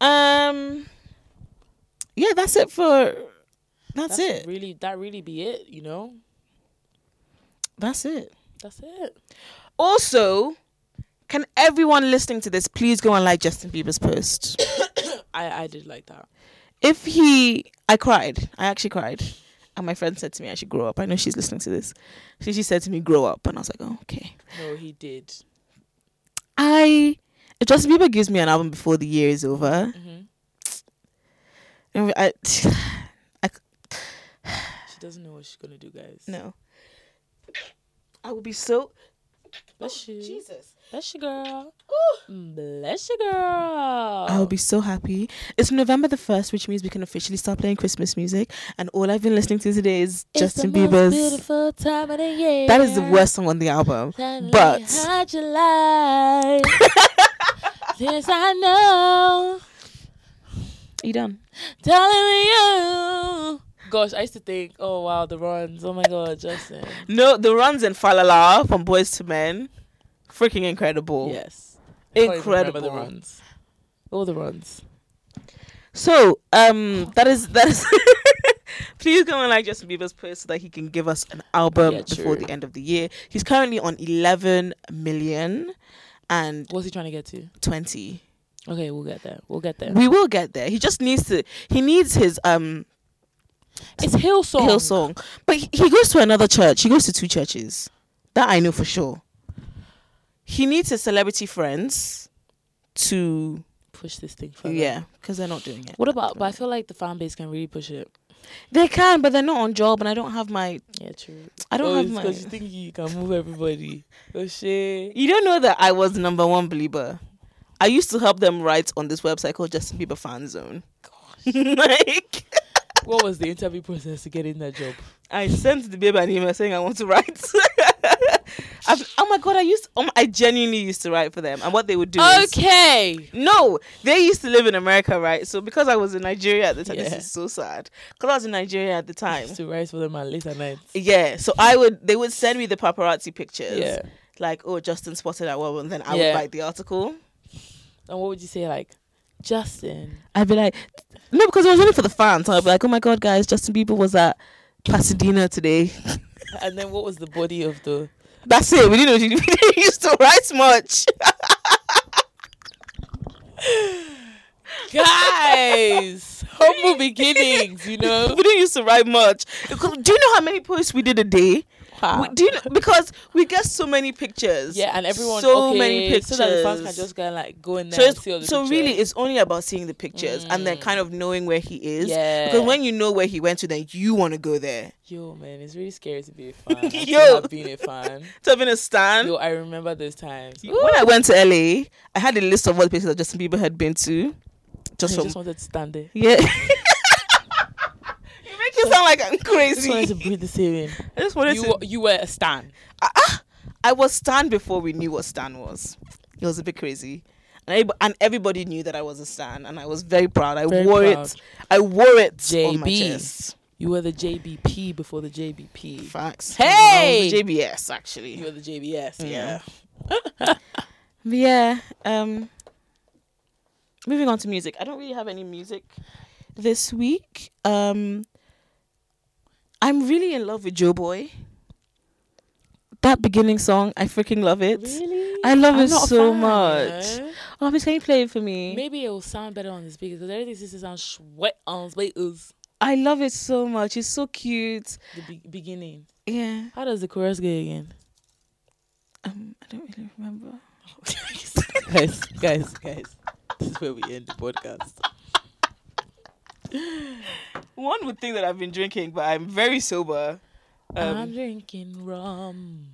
A: Um, yeah, that's it for. That's, it.
B: Really, that really be it. You know,
A: that's it.
B: that's it.
A: Also, can everyone listening to this please go and like Justin Bieber's post?
B: I I did like that.
A: if he i cried i actually cried and my friend said to me i should grow up i know she's listening to this she, she said to me grow up and i was like oh, okay
B: No, he did.
A: i if justin bieber gives me an album before the year is over
B: hmm
A: and i
B: She doesn't know what she's gonna do, guys.
A: no i would be so
B: bless you,
A: Oh, jesus
B: bless you, girl. Bless you, girl.
A: I will be so happy. It's November the 1st, which means we can officially start playing Christmas music. And all I've been listening to today is
B: It's
A: Justin
B: the most
A: Bieber's.
B: beautiful time of the year.
A: That is the worst song on the album.
B: Suddenly
A: but-
B: hot July. Since I know,
A: you done?
B: telling you. Gosh, I used to think, oh wow, the runs. Oh my god, Justin.
A: No, the runs in Falala from Boys to Men. Freaking incredible.
B: Yes, I can't even remember
A: incredible.
B: the runs. All the runs.
A: So, um, that is that is. please go and like Justin Bieber's post so that he can give us an album
B: Yeah,
A: before
B: true.
A: the end of the year. He's currently on eleven million and
B: What's he trying to get to?
A: twenty.
B: Okay, we'll get there. We'll get there.
A: We will get there. He just needs to. He needs his um
B: It's Hillsong.
A: Hillsong, but he, he goes to another church. He goes to two churches. That I know for sure. He needs his celebrity friends to
B: Push this thing
A: Yeah,
B: further.
A: yeah, because they're not doing it.
B: What about? But I feel like the fan base can really push it.
A: They can, but they're not on job, and I don't have my.
B: Yeah, true.
A: I don't
B: oh,
A: have
B: it's
A: my.
B: because you think you can move everybody. oh shit.
A: You don't know that I was the number one believer. I used to help them write on this website called Justin Bieber Fan Zone. like
B: What was the interview process to get in that job?
A: I sent the baby an email saying I want to write. I've, oh my god! I used. Oh my, I genuinely used to write for them, and what they would do. is-
B: Okay.
A: No, they used to live in America, right? So because I was in Nigeria at the time,
B: Yeah.
A: this is so sad. Because I was in Nigeria at the time.
B: To rise for them at later nights.
A: Yeah, so I would. They would send me the paparazzi pictures.
B: Yeah.
A: like, oh, Justin spotted that one, and then I
B: Yeah.
A: would write the article.
B: And what would you say, like, Justin?
A: I'd be like, no, because I was only for the fans. I'd be like, oh my god, guys, Justin Bieber was at Pasadena today.
B: And then what was the body of the?
A: That's it. We didn't, we didn't used to write much.
B: Guys, humble beginnings. You know.
A: we didn't used to write much. Because- Do you know how many posts we did a day? We, do you know, because we get so many pictures.
B: Ah. Yeah, and everyone.
A: so
B: okay,
A: many pictures.
B: So that the fans can just go and like go in there
A: so,
B: and see all the
A: it's, so really,
B: pictures. Mm.
A: it's only about seeing the pictures and then kind of knowing where he is.
B: Yeah.
A: Because when you know where he went to, then you want to go there.
B: Yo, man, it's really scary to be a fan. I still
A: Yo.
B: have been a fan.
A: To having a stand.
B: Yo, I remember those times.
A: When I went to LA, I had a list of all the places that Justin Bieber had been to. Just
B: I
A: from
B: just wanted to stand there.
A: yeah. you make it sound like I'm
B: I just
A: crazy.
B: wanted to breathe the air in.
A: I just wanted
B: you,
A: to.
B: were- you were a stan.
A: Ah, ah! I was Stan before we knew what Stan was. It was a bit crazy, and, everyb- and everybody knew that I was a Stan, and I was very proud. I
B: Very
A: wore
B: proud.
A: it. I wore it on my
B: JB.
A: chest.
B: You were the JBP before the JBP.
A: Facts.
B: Hey!
A: I was a JBS actually.
B: You were the JBS. Yeah.
A: Yeah. But yeah, um moving on to music. I don't really have any music this week. Um I I'm really in love with Joe Boy. That beginning song, I freaking love it.
B: Really?
A: I love
E: I'm
A: it
E: not a
A: so
E: fan,
A: much.
E: you know?
A: Oh, please can you play it for me?
B: Maybe it will sound better on the speakers because everything seems to sound sweat on speakers.
A: I love it so much. It's so cute.
B: The be- beginning.
A: Yeah.
B: How does the chorus go again?
A: Um, I don't really remember.
E: guys, guys, guys. This is where we end the podcast.
F: One would think that I've been drinking, but I'm very sober. Um,
A: Um,
B: I'm drinking rum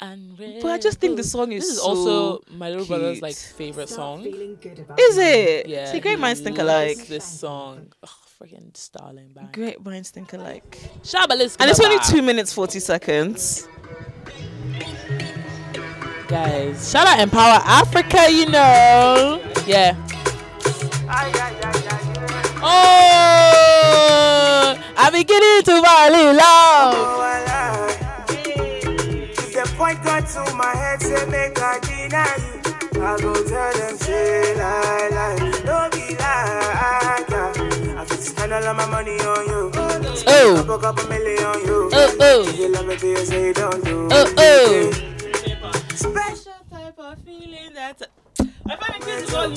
B: and red.
A: But I just think the
B: Bull.
A: song is
B: This is
A: so
B: also my little brother's
A: cute.
B: like favorite song.
A: Is it?
B: Yeah,
A: See, great
B: he
A: minds think
B: loves
A: alike.
B: This song, oh, freaking starling bang.
A: Great minds think alike.
B: Shabalala.
A: And it's only two minutes forty seconds.
B: guys. Shout out Empower Africa, you know. Yeah. Oh, I beginning to fall in love.
G: If the point got to my head, say make I deny you. I go tell them, say lie, lie, no be lie. yeah. I fit spend all of my money on you.
B: Oh.
G: Couple, couple million on you.
B: Oh, oh.
G: If you love me, you say you don't do.
B: Oh, oh.
G: Special
A: Type of feeling that
G: on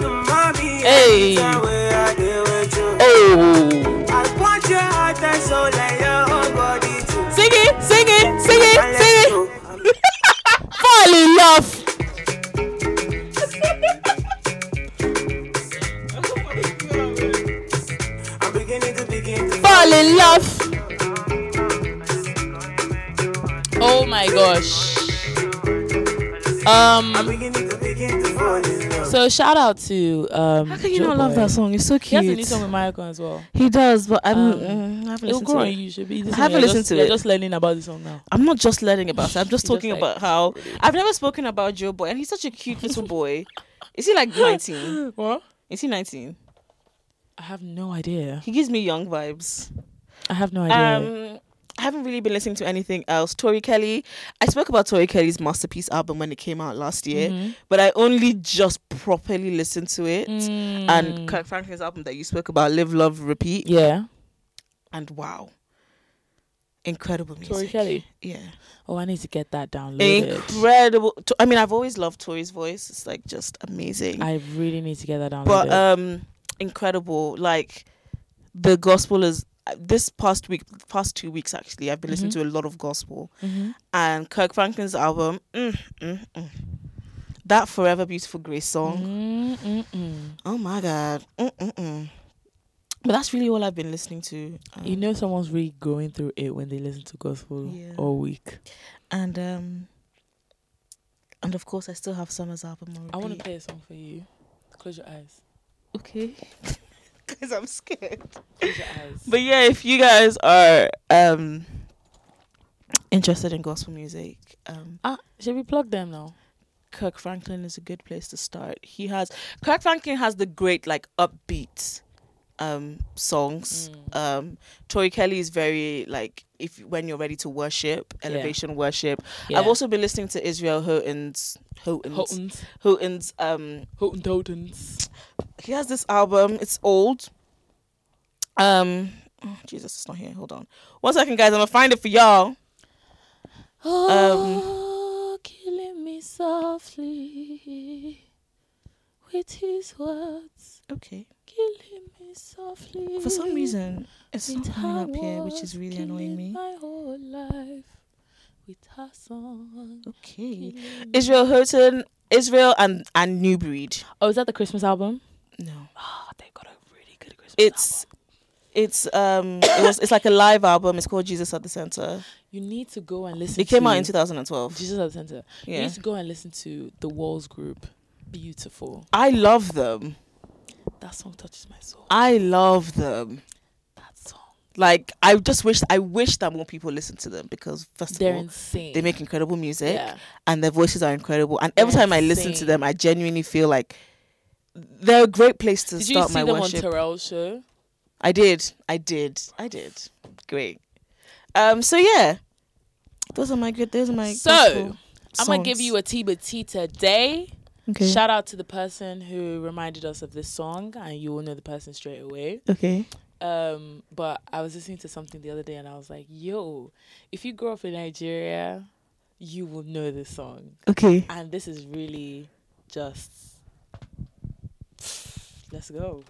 G: the mommy.
B: Hey.
G: anytime wey I dey with you.
B: Oh,
G: I want your heart and soul and your whole body too.
B: sing it, sing it, sing
G: And
B: it,
G: let's
B: sing it.
G: go. I'm
B: Fall in love.
G: I'm beginning to begin to
B: fall in love. Oh my gosh.
G: I'm
B: Um.
G: beginning to begin to fall in love.
B: So shout out to um.
A: How can you
B: Joe
A: not love
B: Boy.
A: that song? It's so
B: He
A: cute.
B: has a new song with Michael as well.
A: He does, but I'm.
B: Um,
A: mm, I haven't
B: It'll
A: listened
B: grow
A: to
B: on
A: it.
B: you. Should be. This
A: I haven't
B: you're
A: listened
B: just,
A: to
B: you're
A: it.
B: just learning about this song now.
A: I'm not just learning about it. I'm just
B: You're just
A: talking
B: like-
A: about how I've never spoken about Joe Boy, and he's such a cute little boy. Is he like 19?
B: What?
A: Is he 19?
B: I have no idea.
A: He gives me young vibes.
B: I have no idea.
A: Um, I haven't really been listening to anything else. Tori Kelly. I spoke about Tori Kelly's masterpiece album when it came out last year,
B: Mm-hmm.
A: but I only just properly listened to it. And Kirk Franklin's album that you spoke about, Live, Love, Repeat,
B: Mm. yeah.
A: and wow, incredible music.
B: Tori Kelly.
A: yeah,
B: Oh, I need to get that downloaded.
A: incredible. To- I mean, I've always loved Tori's voice. It's like just amazing.
B: I really need to get that downloaded.
A: but um, incredible. Like the gospel is. uh, This past week, past two weeks actually, I've been listening
B: Mm-hmm.
A: to a lot of gospel.
B: Mhm.
A: and Kirk Franklin's album, mm, mm, mm. that Forever Beautiful Grace song.
B: Mm, mm, mm.
A: Oh my God. Mm, mm, mm. But that's really all I've been listening to. Um,
B: You know someone's really going through it when they listen to gospel
A: Yeah.
B: all week.
A: and um, and of course, I still have Summer's album. On
B: I want to
A: repeat.
B: play a song for you. Close your eyes.
A: Okay. Because I'm scared.
B: Close your eyes.
A: But yeah, if you guys are um interested in gospel music, um,
B: Ah, should we plug them now?
A: Kirk Franklin is a good place to start. He has Kirk Franklin has the great like upbeat um songs.
B: Mm.
A: Um Tori Kelly is very like if when you're ready to worship,
B: Yeah.
A: elevation worship.
B: Yeah.
A: I've also been listening to Israel Houghton's Houghton's
B: Houghton's.
A: Houghton's um
B: Houghton Totons.
A: he has this album, it's old. Um oh, Jesus, it's not here. Hold on. One second guys, I'm gonna find it for y'all.
B: Um, Oh, killing me softly with his words.
A: Okay.
B: Killing me softly.
A: For some reason it's not
B: with her
A: coming up here, which is really
B: words,
A: annoying
B: killing
A: me.
B: My whole life with her song.
A: Okay.
B: killing me.
A: Israel Houghton, Israel and and New Breed.
B: Oh, is that the Christmas album?
A: No,
B: Oh, they got a really good Christmas
A: it's it's um it was it's like a live album. It's called Jesus at the Center.
B: You need to go and listen.
A: It came
B: to
A: out in 2012.
B: Jesus at the Center. You
A: Yeah,
B: need to go and listen to the Walls Group. Beautiful.
A: I love them.
B: That song touches my soul.
A: I love them.
B: That song.
A: Like I just wish I wish that more people listen to them because first of
B: They're
A: all
B: insane.
A: they make incredible music
B: Yeah.
A: and their voices are incredible. And every
B: They're
A: time I listen to
B: insane.
A: them, I genuinely feel like they're a great place to
B: Did you
A: start
B: see
A: my
B: them
A: worship.
B: on Terrell's show?
A: I did. I did. I did. Great. Um. So yeah, those are my good. Those are my.
B: so I'm gonna give you a TBT today.
A: okay.
B: Shout out to the person who reminded us of this song, and you will know the person straight away.
A: okay.
B: Um, but I was listening to something the other day and I was like, yo, if you grow up in Nigeria, you will know this song.
A: Okay.
B: And this is really just. Let's go.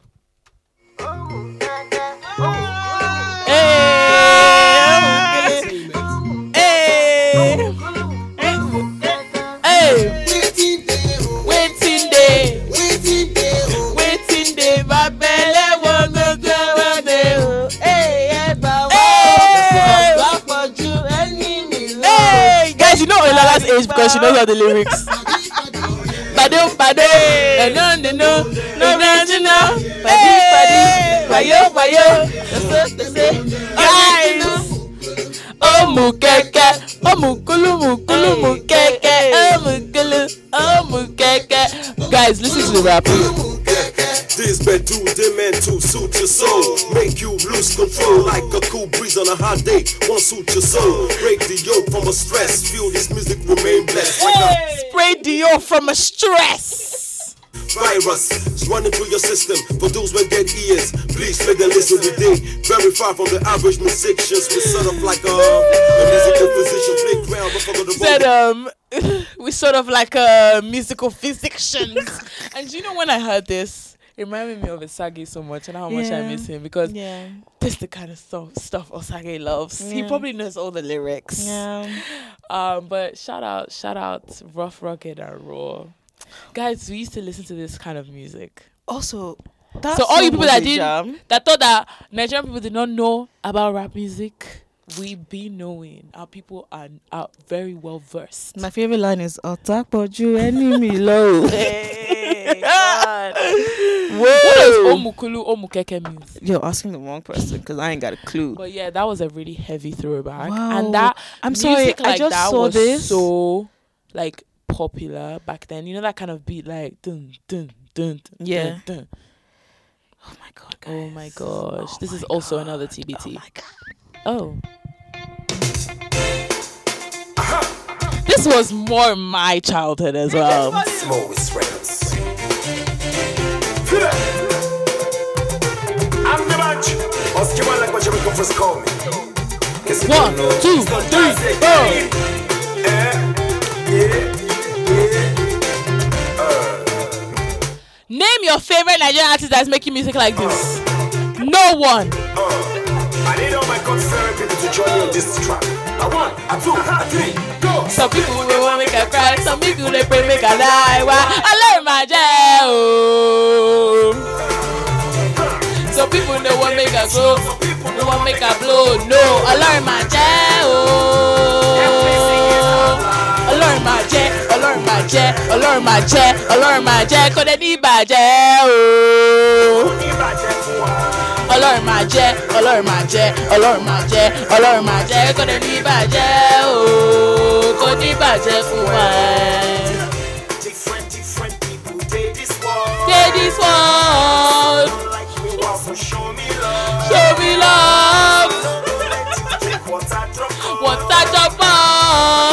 B: Hey! Hey! Hey! Waiting day! wetin dey my belle wo gbogbo wo de o. Hey! Hey! Guys, you know Olala's age because she knows all the lyrics. Pado pado, Eh, no no no, no no no, padi padi, payo payo, guys. Omu keke, omu kulu mukulu mukeke, omu kulu, omu keke. Guys, listen to the rap.
H: These bedroom men to suit your soul. Make you lose control like a cool breeze on a hot day. Won't suit your soul. Break the yoke from a stress. Feel this music remain blessed. Like a
B: Spray Dior from a stress.
H: virus is running through your system. For those with dead ears, please make them listen with dig. Very far from the average musicians. We're sort of like a, a musical physician. Play crowd, but follow the
B: Said
H: road.
B: um, we sort of like a musical physicians. and do you know when I heard this, it reminded me of Isagi so much and how much I
I: Yeah.
B: miss him because
I: Yeah.
B: this is the kind of stuff stuff Osage loves. He
I: Yeah.
B: probably knows all the lyrics. Um, but shout out, shout out, Rough Rugged and Raw. Guys, we used to listen to this kind of music.
I: Also, that
B: so all you
I: song
B: people
I: was
B: that
I: a
B: did
I: jam.
B: that thought that Nigerian people did not know about rap music, we be knowing. Our people are, are very well versed.
I: My favorite line is "Otakpoju enemy low."
B: What does Omukulu Omukeke mean?
A: You're asking the wrong person because I ain't got a clue.
B: But yeah, that was a really heavy throwback,
A: Wow.
B: and that
A: I'm
B: music
A: sorry, I
B: like
A: just
B: that
A: saw
B: was
A: this.
B: so like popular back then. You know that kind of beat, like dun dun dun. dun
I: Yeah.
B: Dun, dun.
I: oh my god,
B: Oh my
I: guys.
B: gosh,
I: Oh
B: this is
I: my
B: also
I: God.
B: another
I: Oh
B: TBT.
I: my god.
B: Oh. Oh. This was more my childhood as well.
H: I'm the match. Ask him like what you come first call me.
B: One, two, three, four.
H: Eh,
B: Name your favorite Nigerian artist that's making music like this. No one.
H: oh. I need all my concerned people to join me on this track. A one, a two, a three, go.
B: Some people they want make I cry. Some people they pray make I die. Why? I learn my jail. Some people they want make I go. They want make I blow. No, I learn my jail. I learn my jail. I learn my jail. I learn my jail. I learn my jail. Cause they need my jail. Ọlọ́run máa jẹ́ ọlọ́run máa jẹ́ ọlọ́run máa jẹ́ ọlọ́run máa jẹ́ kò ní ní bàjẹ́ ooo kò ní bàjẹ́ fún wa.
H: Different, different people take this world.
B: Say this world
H: Like you are, so show me love.
B: show me love
H: Water drop cups
B: water jump on.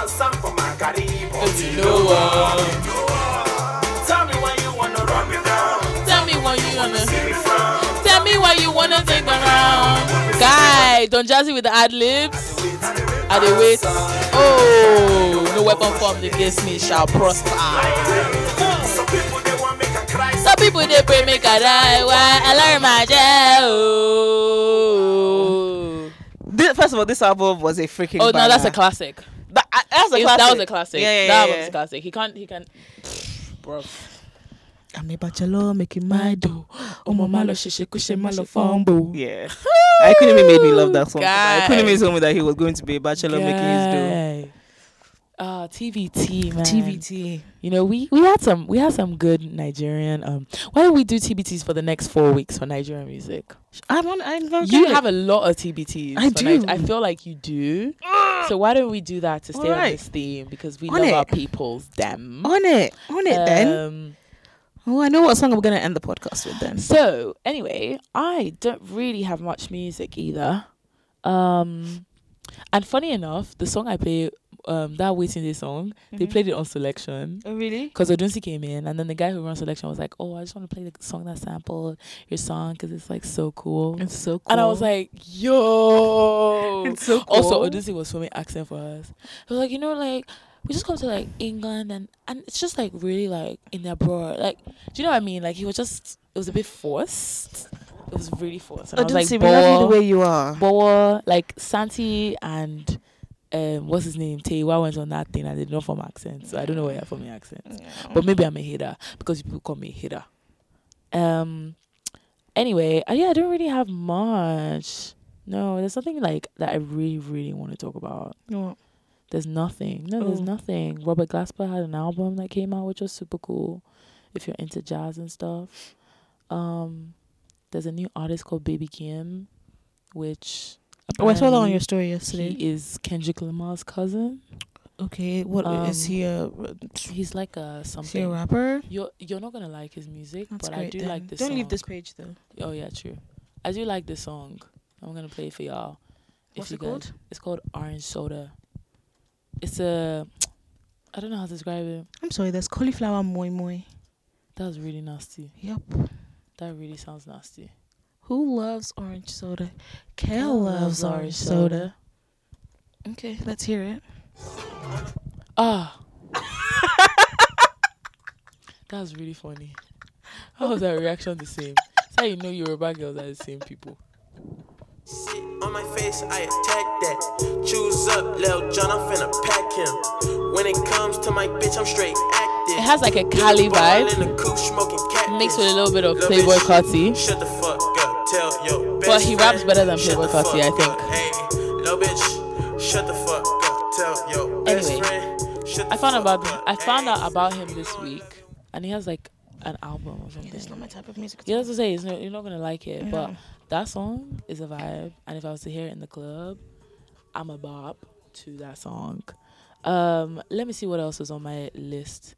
H: and sand for my Caribbean.
B: If you know uh, what,
H: Tell me why you wanna run me down.
B: tell me what you wanna
H: See me frown.
B: tell me what you wanna take around. Guy, Don Jazzy with the ad libs. I dey wait. Oh, no weapon formed against me shall prosper.
H: Some people they want make a cry.
B: Some people they pray make I die. Why alarm my
A: Oh.
B: jail?
A: Thi- first of all, this album was a freaking.
B: Oh no, that's a
A: banger.
B: classic.
A: That, uh, that's a
B: It's-
A: classic.
B: That was a classic.
A: Yeah, yeah,
B: that
A: yeah,
B: was
A: yeah.
B: a classic. He can't. He can. Bro.
A: I'm a bachelor making my dough.
B: Oh mama, lo shishe kushe malo fumble.
A: Yeah. I couldn't even made me love that song. 'cause I couldn't
B: Guy.
A: even tell me that he was going to be a bachelor making his dough.
B: Ah, TVT man.
A: TVT.
B: You know we we had some we had some good Nigerian. Um, why don't we do TBTs for the next four weeks for Nigerian music?
A: I want. I love
B: You
A: it.
B: have a lot of TBTs.
A: I
B: for Nige-
A: do. Ah!
B: I feel like you do. so why don't we do that to stay on
A: Alright.
B: this theme because we
A: On
B: love our
A: it.
B: peoples, them.
A: on it. On it then.
B: Um,
A: Oh, I know what song I'm gonna end the podcast with then.
B: So anyway, I don't really have much music either. Um, and funny enough, the song I play um that waiting day song. They
A: Mm-hmm.
B: played it on selection.
I: Oh, really?
B: Because Odunsi came in, and then the guy who runs selection was like, "Oh, I just want to play the song that sampled your song because it's like so cool."
J: It's so cool.
B: And I was like, "Yo!"
J: It's so
B: Also,
J: cool.
B: Odunsi was filming accent for us. He was like, "You know, like we just come to like England, and and it's just like really like in the abroad. Like, do you know what I mean? Like, he was just it was a bit forced. It was really forced. And I,
I: I
B: was
I: didn't
B: like,
I: see. We love you
B: "Boah."
I: the way you are.
B: Boa, like Santi and um, what's his name? Teiwa went on that thing and they did not form accents. So I don't know where you're forming accents. But maybe I'm a hater because people call me a hater. Um anyway, uh, yeah, I don't really have much. No, there's nothing like that I really, really want to talk about. There's nothing. No, there's
I: Oh.
B: nothing. Robert Glasper had an album that came out which was super cool if you're into jazz and stuff. Um there's a new artist called Baby Kim, which
I: Oh, I saw that on
B: apparently
I: your story yesterday.
B: he is Kendrick Lamar's cousin.
I: okay, what is
B: Um,
I: he a? Is
B: He's like a
I: he a
B: something.
I: rapper?
B: You're you're not gonna like his music,
I: That's
B: but
I: great.
B: I do
I: then.
B: like this.
I: Don't leave
B: song.
I: this page though.
B: Oh yeah, true. I do like this song. I'm gonna play it for y'all. If
I: What's
B: you
I: it
B: guys-
I: called?
B: It's called Orange Soda. It's a I don't know how to describe it.
I: I'm sorry. There's cauliflower moi moi.
B: That was really nasty.
I: Yep.
B: That really sounds nasty.
I: Who loves orange soda? Kale loves orange soda. Okay, let's hear it.
B: Ah. that was really funny. How was that reaction the same? That's how you know Yoruba girls are the same people.
G: On my face, I attack that. Choose up, Lil John, I'm finna pack him. When it comes to my bitch, I'm straight active.
B: It has like a Cali
G: Ball
B: vibe
G: in the coupe, smoking cat.
B: mixed with a little bit of Playboy Carti.
G: Shut the fuck up, tell your
B: Well, he
G: best
B: raps
G: friend.
B: better than
G: Shut
B: Playboy
G: the fuck
B: Carti, I think.
G: up, Hey, little bitch, shut the fuck up, tell your best
B: Anyway,
G: friend. Shut the
B: I found
G: fuck
B: about
G: up,
B: I found
G: hey.
B: out about him this week, and he has like an album or something.
I: It's not my type of music.
B: Yeah, that's what I say. It's not, you're not gonna like it, but
I: Yeah.
B: that song is a vibe. And if I was to hear it in the club, I'm a bop to that song. Um, let me see what else was on my list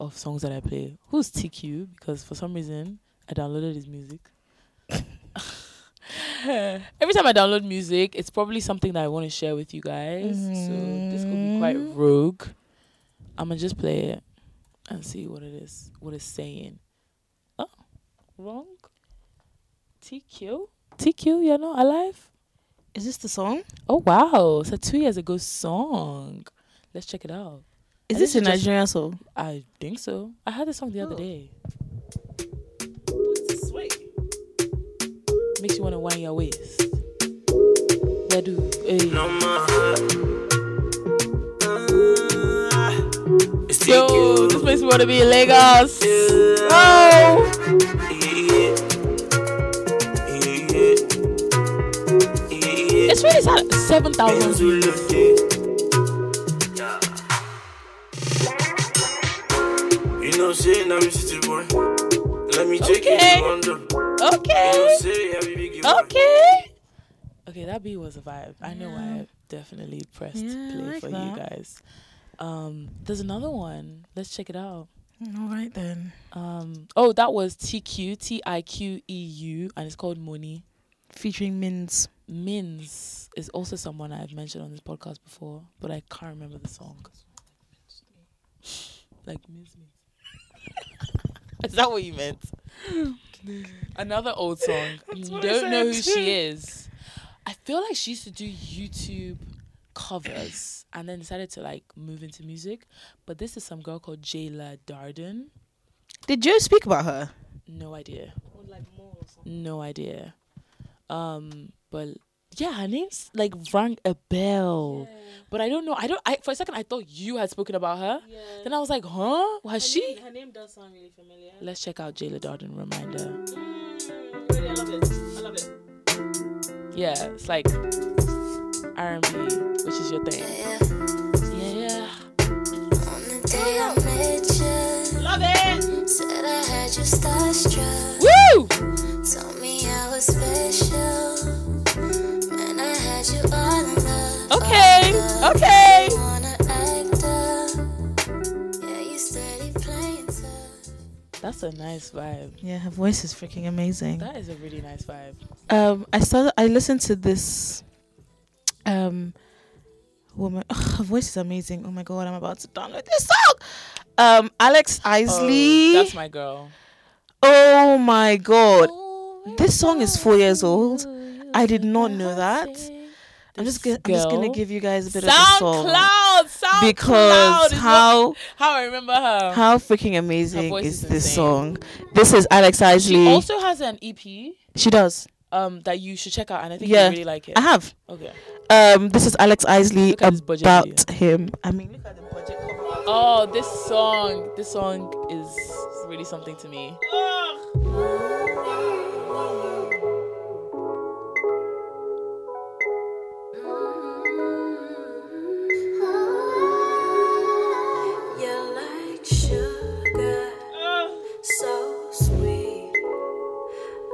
B: of songs that I play. Who's TQ? Because for some reason I downloaded his music. Every time I download music, it's probably something that I want to share with you guys. So this could be quite rogue. I'm gonna just play it and see what it is, what it's saying. Oh, wrong. TQ? TQ, you're not alive?
I: Is this the song?
B: Oh, wow. It's a two years ago song. Let's check it out.
I: Is
B: I
I: this a
B: think it's just-
I: Nigerian song?
B: I think so. I had this song the other
I: Oh.
B: day. Makes you want to wind your waist. Where do? Hey.
G: No more. It's
B: Yo,
G: TQ.
B: this makes me want to be in Lagos.
G: Oh. Yeah. Yeah. Yeah.
B: It's really sad. 7,000
G: Things we
B: views.
G: looked at. You know, say, now me city boy. Let me take
B: Okay.
G: you under. You know,
B: Okay.
G: say, I be big boy.
B: Okay. Okay, that beat was a vibe. I know I definitely pressed
I: Yeah, I
B: play
I: like
B: for you
I: that.
B: guys. Um, there's another one. Let's check it out.
I: Mm, All right then.
B: Um, oh, that was TQ T I Q E U, and it's called Money.
I: Featuring Mins.
B: Mins is also someone I've mentioned on this podcast before, but I can't remember the song. Like Mins Mins. Is that what you meant? Another old song. Don't know who she is. I feel like she used to do YouTube covers and then decided to like move into music. But this is some girl called Jayla Darden.
I: Did Joe speak about her?
B: No idea. No idea. Um, but yeah, her name's like rang a bell. But I don't know. I don't. I for a second I thought you had spoken about her. Then I was like, huh? Has she?
J: Her name does sound really familiar.
B: Let's check out Jayla Darden reminder.
J: I love it. I love it.
B: Yeah, it's like R and B, which is your thing. Yeah.
K: Day I met you,
J: Love it.
K: said I had you starstruck.
B: Woo!
K: Told me I was special, and I had you all in love.
B: Okay.
K: all in love.
B: Okay.
K: You wanna act up? Yeah, you steady playing tough.
B: That's a nice vibe.
I: Yeah, her voice is freaking amazing.
B: That is a really nice vibe.
I: Um, I started. I listened to this. Um, woman. Ugh, her voice is amazing. Oh my god, I'm about to download this song. Um, Alex Isley.
B: That's my girl.
I: Oh my god. This song is four years old. I did not know that. I'm just gonna, I'm just gonna
B: girl.
I: give you guys a bit of the song
B: SoundCloud, SoundCloud.
I: because
B: is
I: how
B: what- how I remember her.
I: how freaking amazing
B: voice
I: is
B: is
I: this
B: insane.
I: song? This is Alex
B: she
I: Isley.
B: also has an EP
I: she does.
B: um that you should check out, and I think
I: Yeah.
B: you really like it.
I: I have.
B: Okay.
I: Um, this is Alex Isley
B: Look at this budget
I: about him. I mean, look at the budget cover.
B: Oh, this song, this song is really something to me.
K: You're like sugar, so sweet.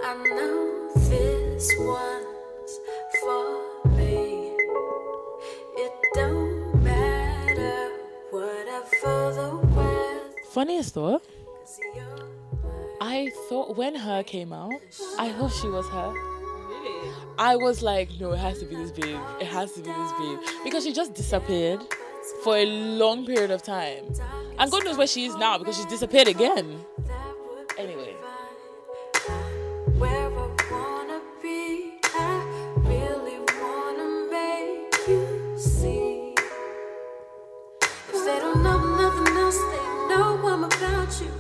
K: I know this one's for me. It don't matter whatever the weather.
B: Funniest though, I thought when her came out, I thought she was her. I was like, no, it has to be this babe. It has to be this babe. Because she just disappeared for a long period of time. And God knows where she is now because she's disappeared again.
K: That would be
B: Anyway.
K: fine. Where I wanna be, I really wanna make you see. If they don't know nothing else, they know I'm about you.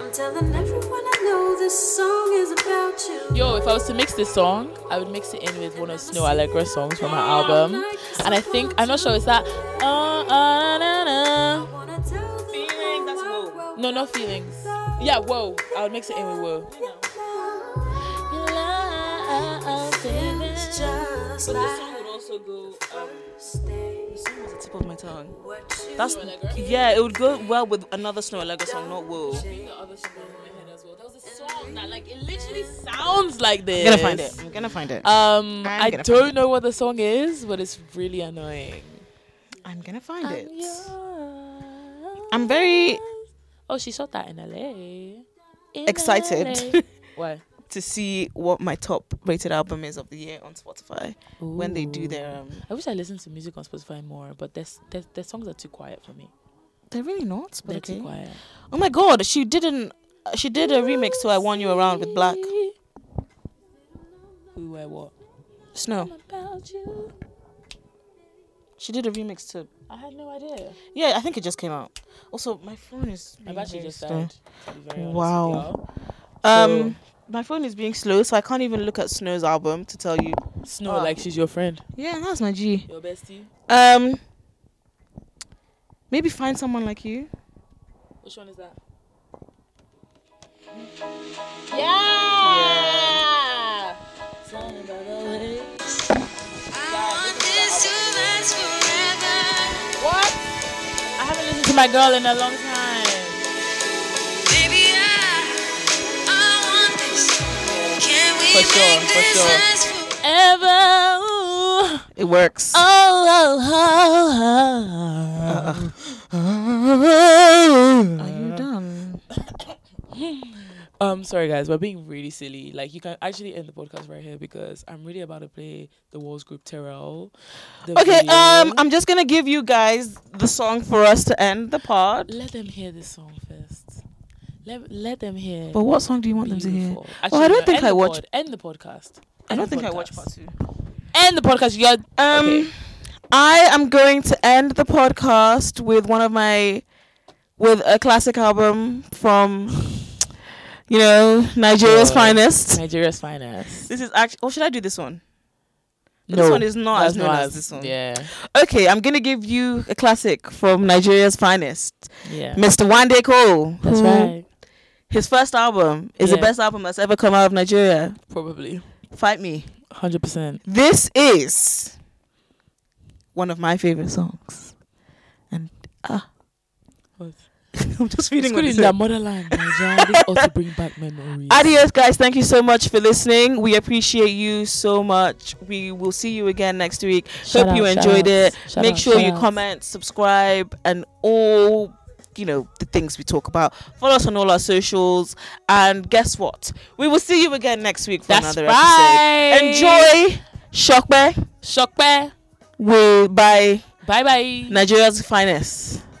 K: I'm telling everyone I know this song is about you.
B: Yo, if I was to mix this song, I would mix it in with one of Snow Allegra's songs from her album. And I think, I'm not sure, is that. Uh, uh, na, na, na.
K: Wanna tell the whole wide world
B: No, no feelings. Yeah, whoa. I would mix it in with whoa.
K: it's just like
I: would also go.
K: stay.
I: the tip of my tongue.
K: What you
I: That's yeah. It would go well with another Snow Allegra song, not Whoa.
B: Sounds like this.
A: I'm gonna find it. I'm gonna find it.
B: Um,
A: I'm
B: I
A: gonna find
B: don't know what the song is, but it's really annoying.
A: I'm gonna find it.
B: Yeah.
A: I'm very
B: Oh, she shot that in LA. In LA.
A: excited
B: Why?
A: to see what my top rated album is of the year on Spotify when they do their. Um,
B: I wish I listened to music on Spotify more, but their, their, their songs are too quiet for me.
A: they're really not. But
B: They're
A: okay.
B: too quiet.
A: Oh my god, she didn't. She did a remix to "I Want You Around" with Black
B: Who, where, what?
A: Snow.
B: About you.
A: She did a remix to.
B: I had no idea.
A: Yeah, I think it just came out. Also, my phone is.
B: I've
A: being
B: actually
A: very
B: just
A: slow.
B: died. to be very honest with
A: Wow.
B: y'all.
A: Um, my phone is being slow, so I can't even look at Snow's album to tell you.
B: Snow, like she's your friend.
A: Yeah, that's my G.
B: Your Ah. bestie.
A: Um, maybe find someone like you.
B: Which one is that? What? I haven't listened to my girl in a long time. For sure, for sure. Ever. Oh,
A: It works.
B: oh,
A: Are you done?
B: Um, sorry guys, we're being really silly. Like you can actually end the podcast right here because I'm really about to play the Walls Group Terrell. the
A: Okay.
B: video.
A: Um, I'm just gonna give you guys the song for us to end the pod.
B: let them hear this song first. Let let them hear.
A: But what song do you want them to hear?
B: Beautiful.
A: Oh, I don't
B: no,
A: think
B: end
A: I
B: the
A: watch-
B: Pod, end the podcast.
A: I don't
B: End the
A: think I watched part two.
B: End the podcast. You're
A: Um,
B: okay.
A: I am going to end the podcast with one of my, with a classic album from, you know, Nigeria's
B: Sure.
A: finest.
B: Nigeria's finest.
A: This is actually. Oh, should I do this one? this one is not as
B: that's
A: known as, this one.
B: Yeah,
A: Okay, I'm gonna give you a classic from Nigeria's finest,
B: yeah.
A: Mr. Wande Cole.
B: That's
A: who-
B: right.
A: His first album is the
B: Yeah.
A: best album that's ever come out of Nigeria.
B: Probably
A: Fight me.
B: hundred percent.
A: This is one of my favorite songs, and ah,
B: What?
A: I'm just feeling what
B: School
A: it
B: in their
A: said.
B: motherland. Nigeria, this ought to bring back memories.
A: Adios, guys. Thank you so much for listening. We appreciate you so much. We will see you again next week.
B: Shout
A: Hope you
B: out, shout
A: enjoyed it.
B: outs, shout
A: Make
B: out,
A: sure
B: shout
A: you
B: outs.
A: comment, subscribe, and all you know the things we talk about. Follow us on all our socials. And guess what? We will see you again next week for
B: That's
A: another
B: right.
A: episode. Enjoy Shockbe
B: Shockpe.
A: will buy
B: Bye bye.
A: Nigeria's finest.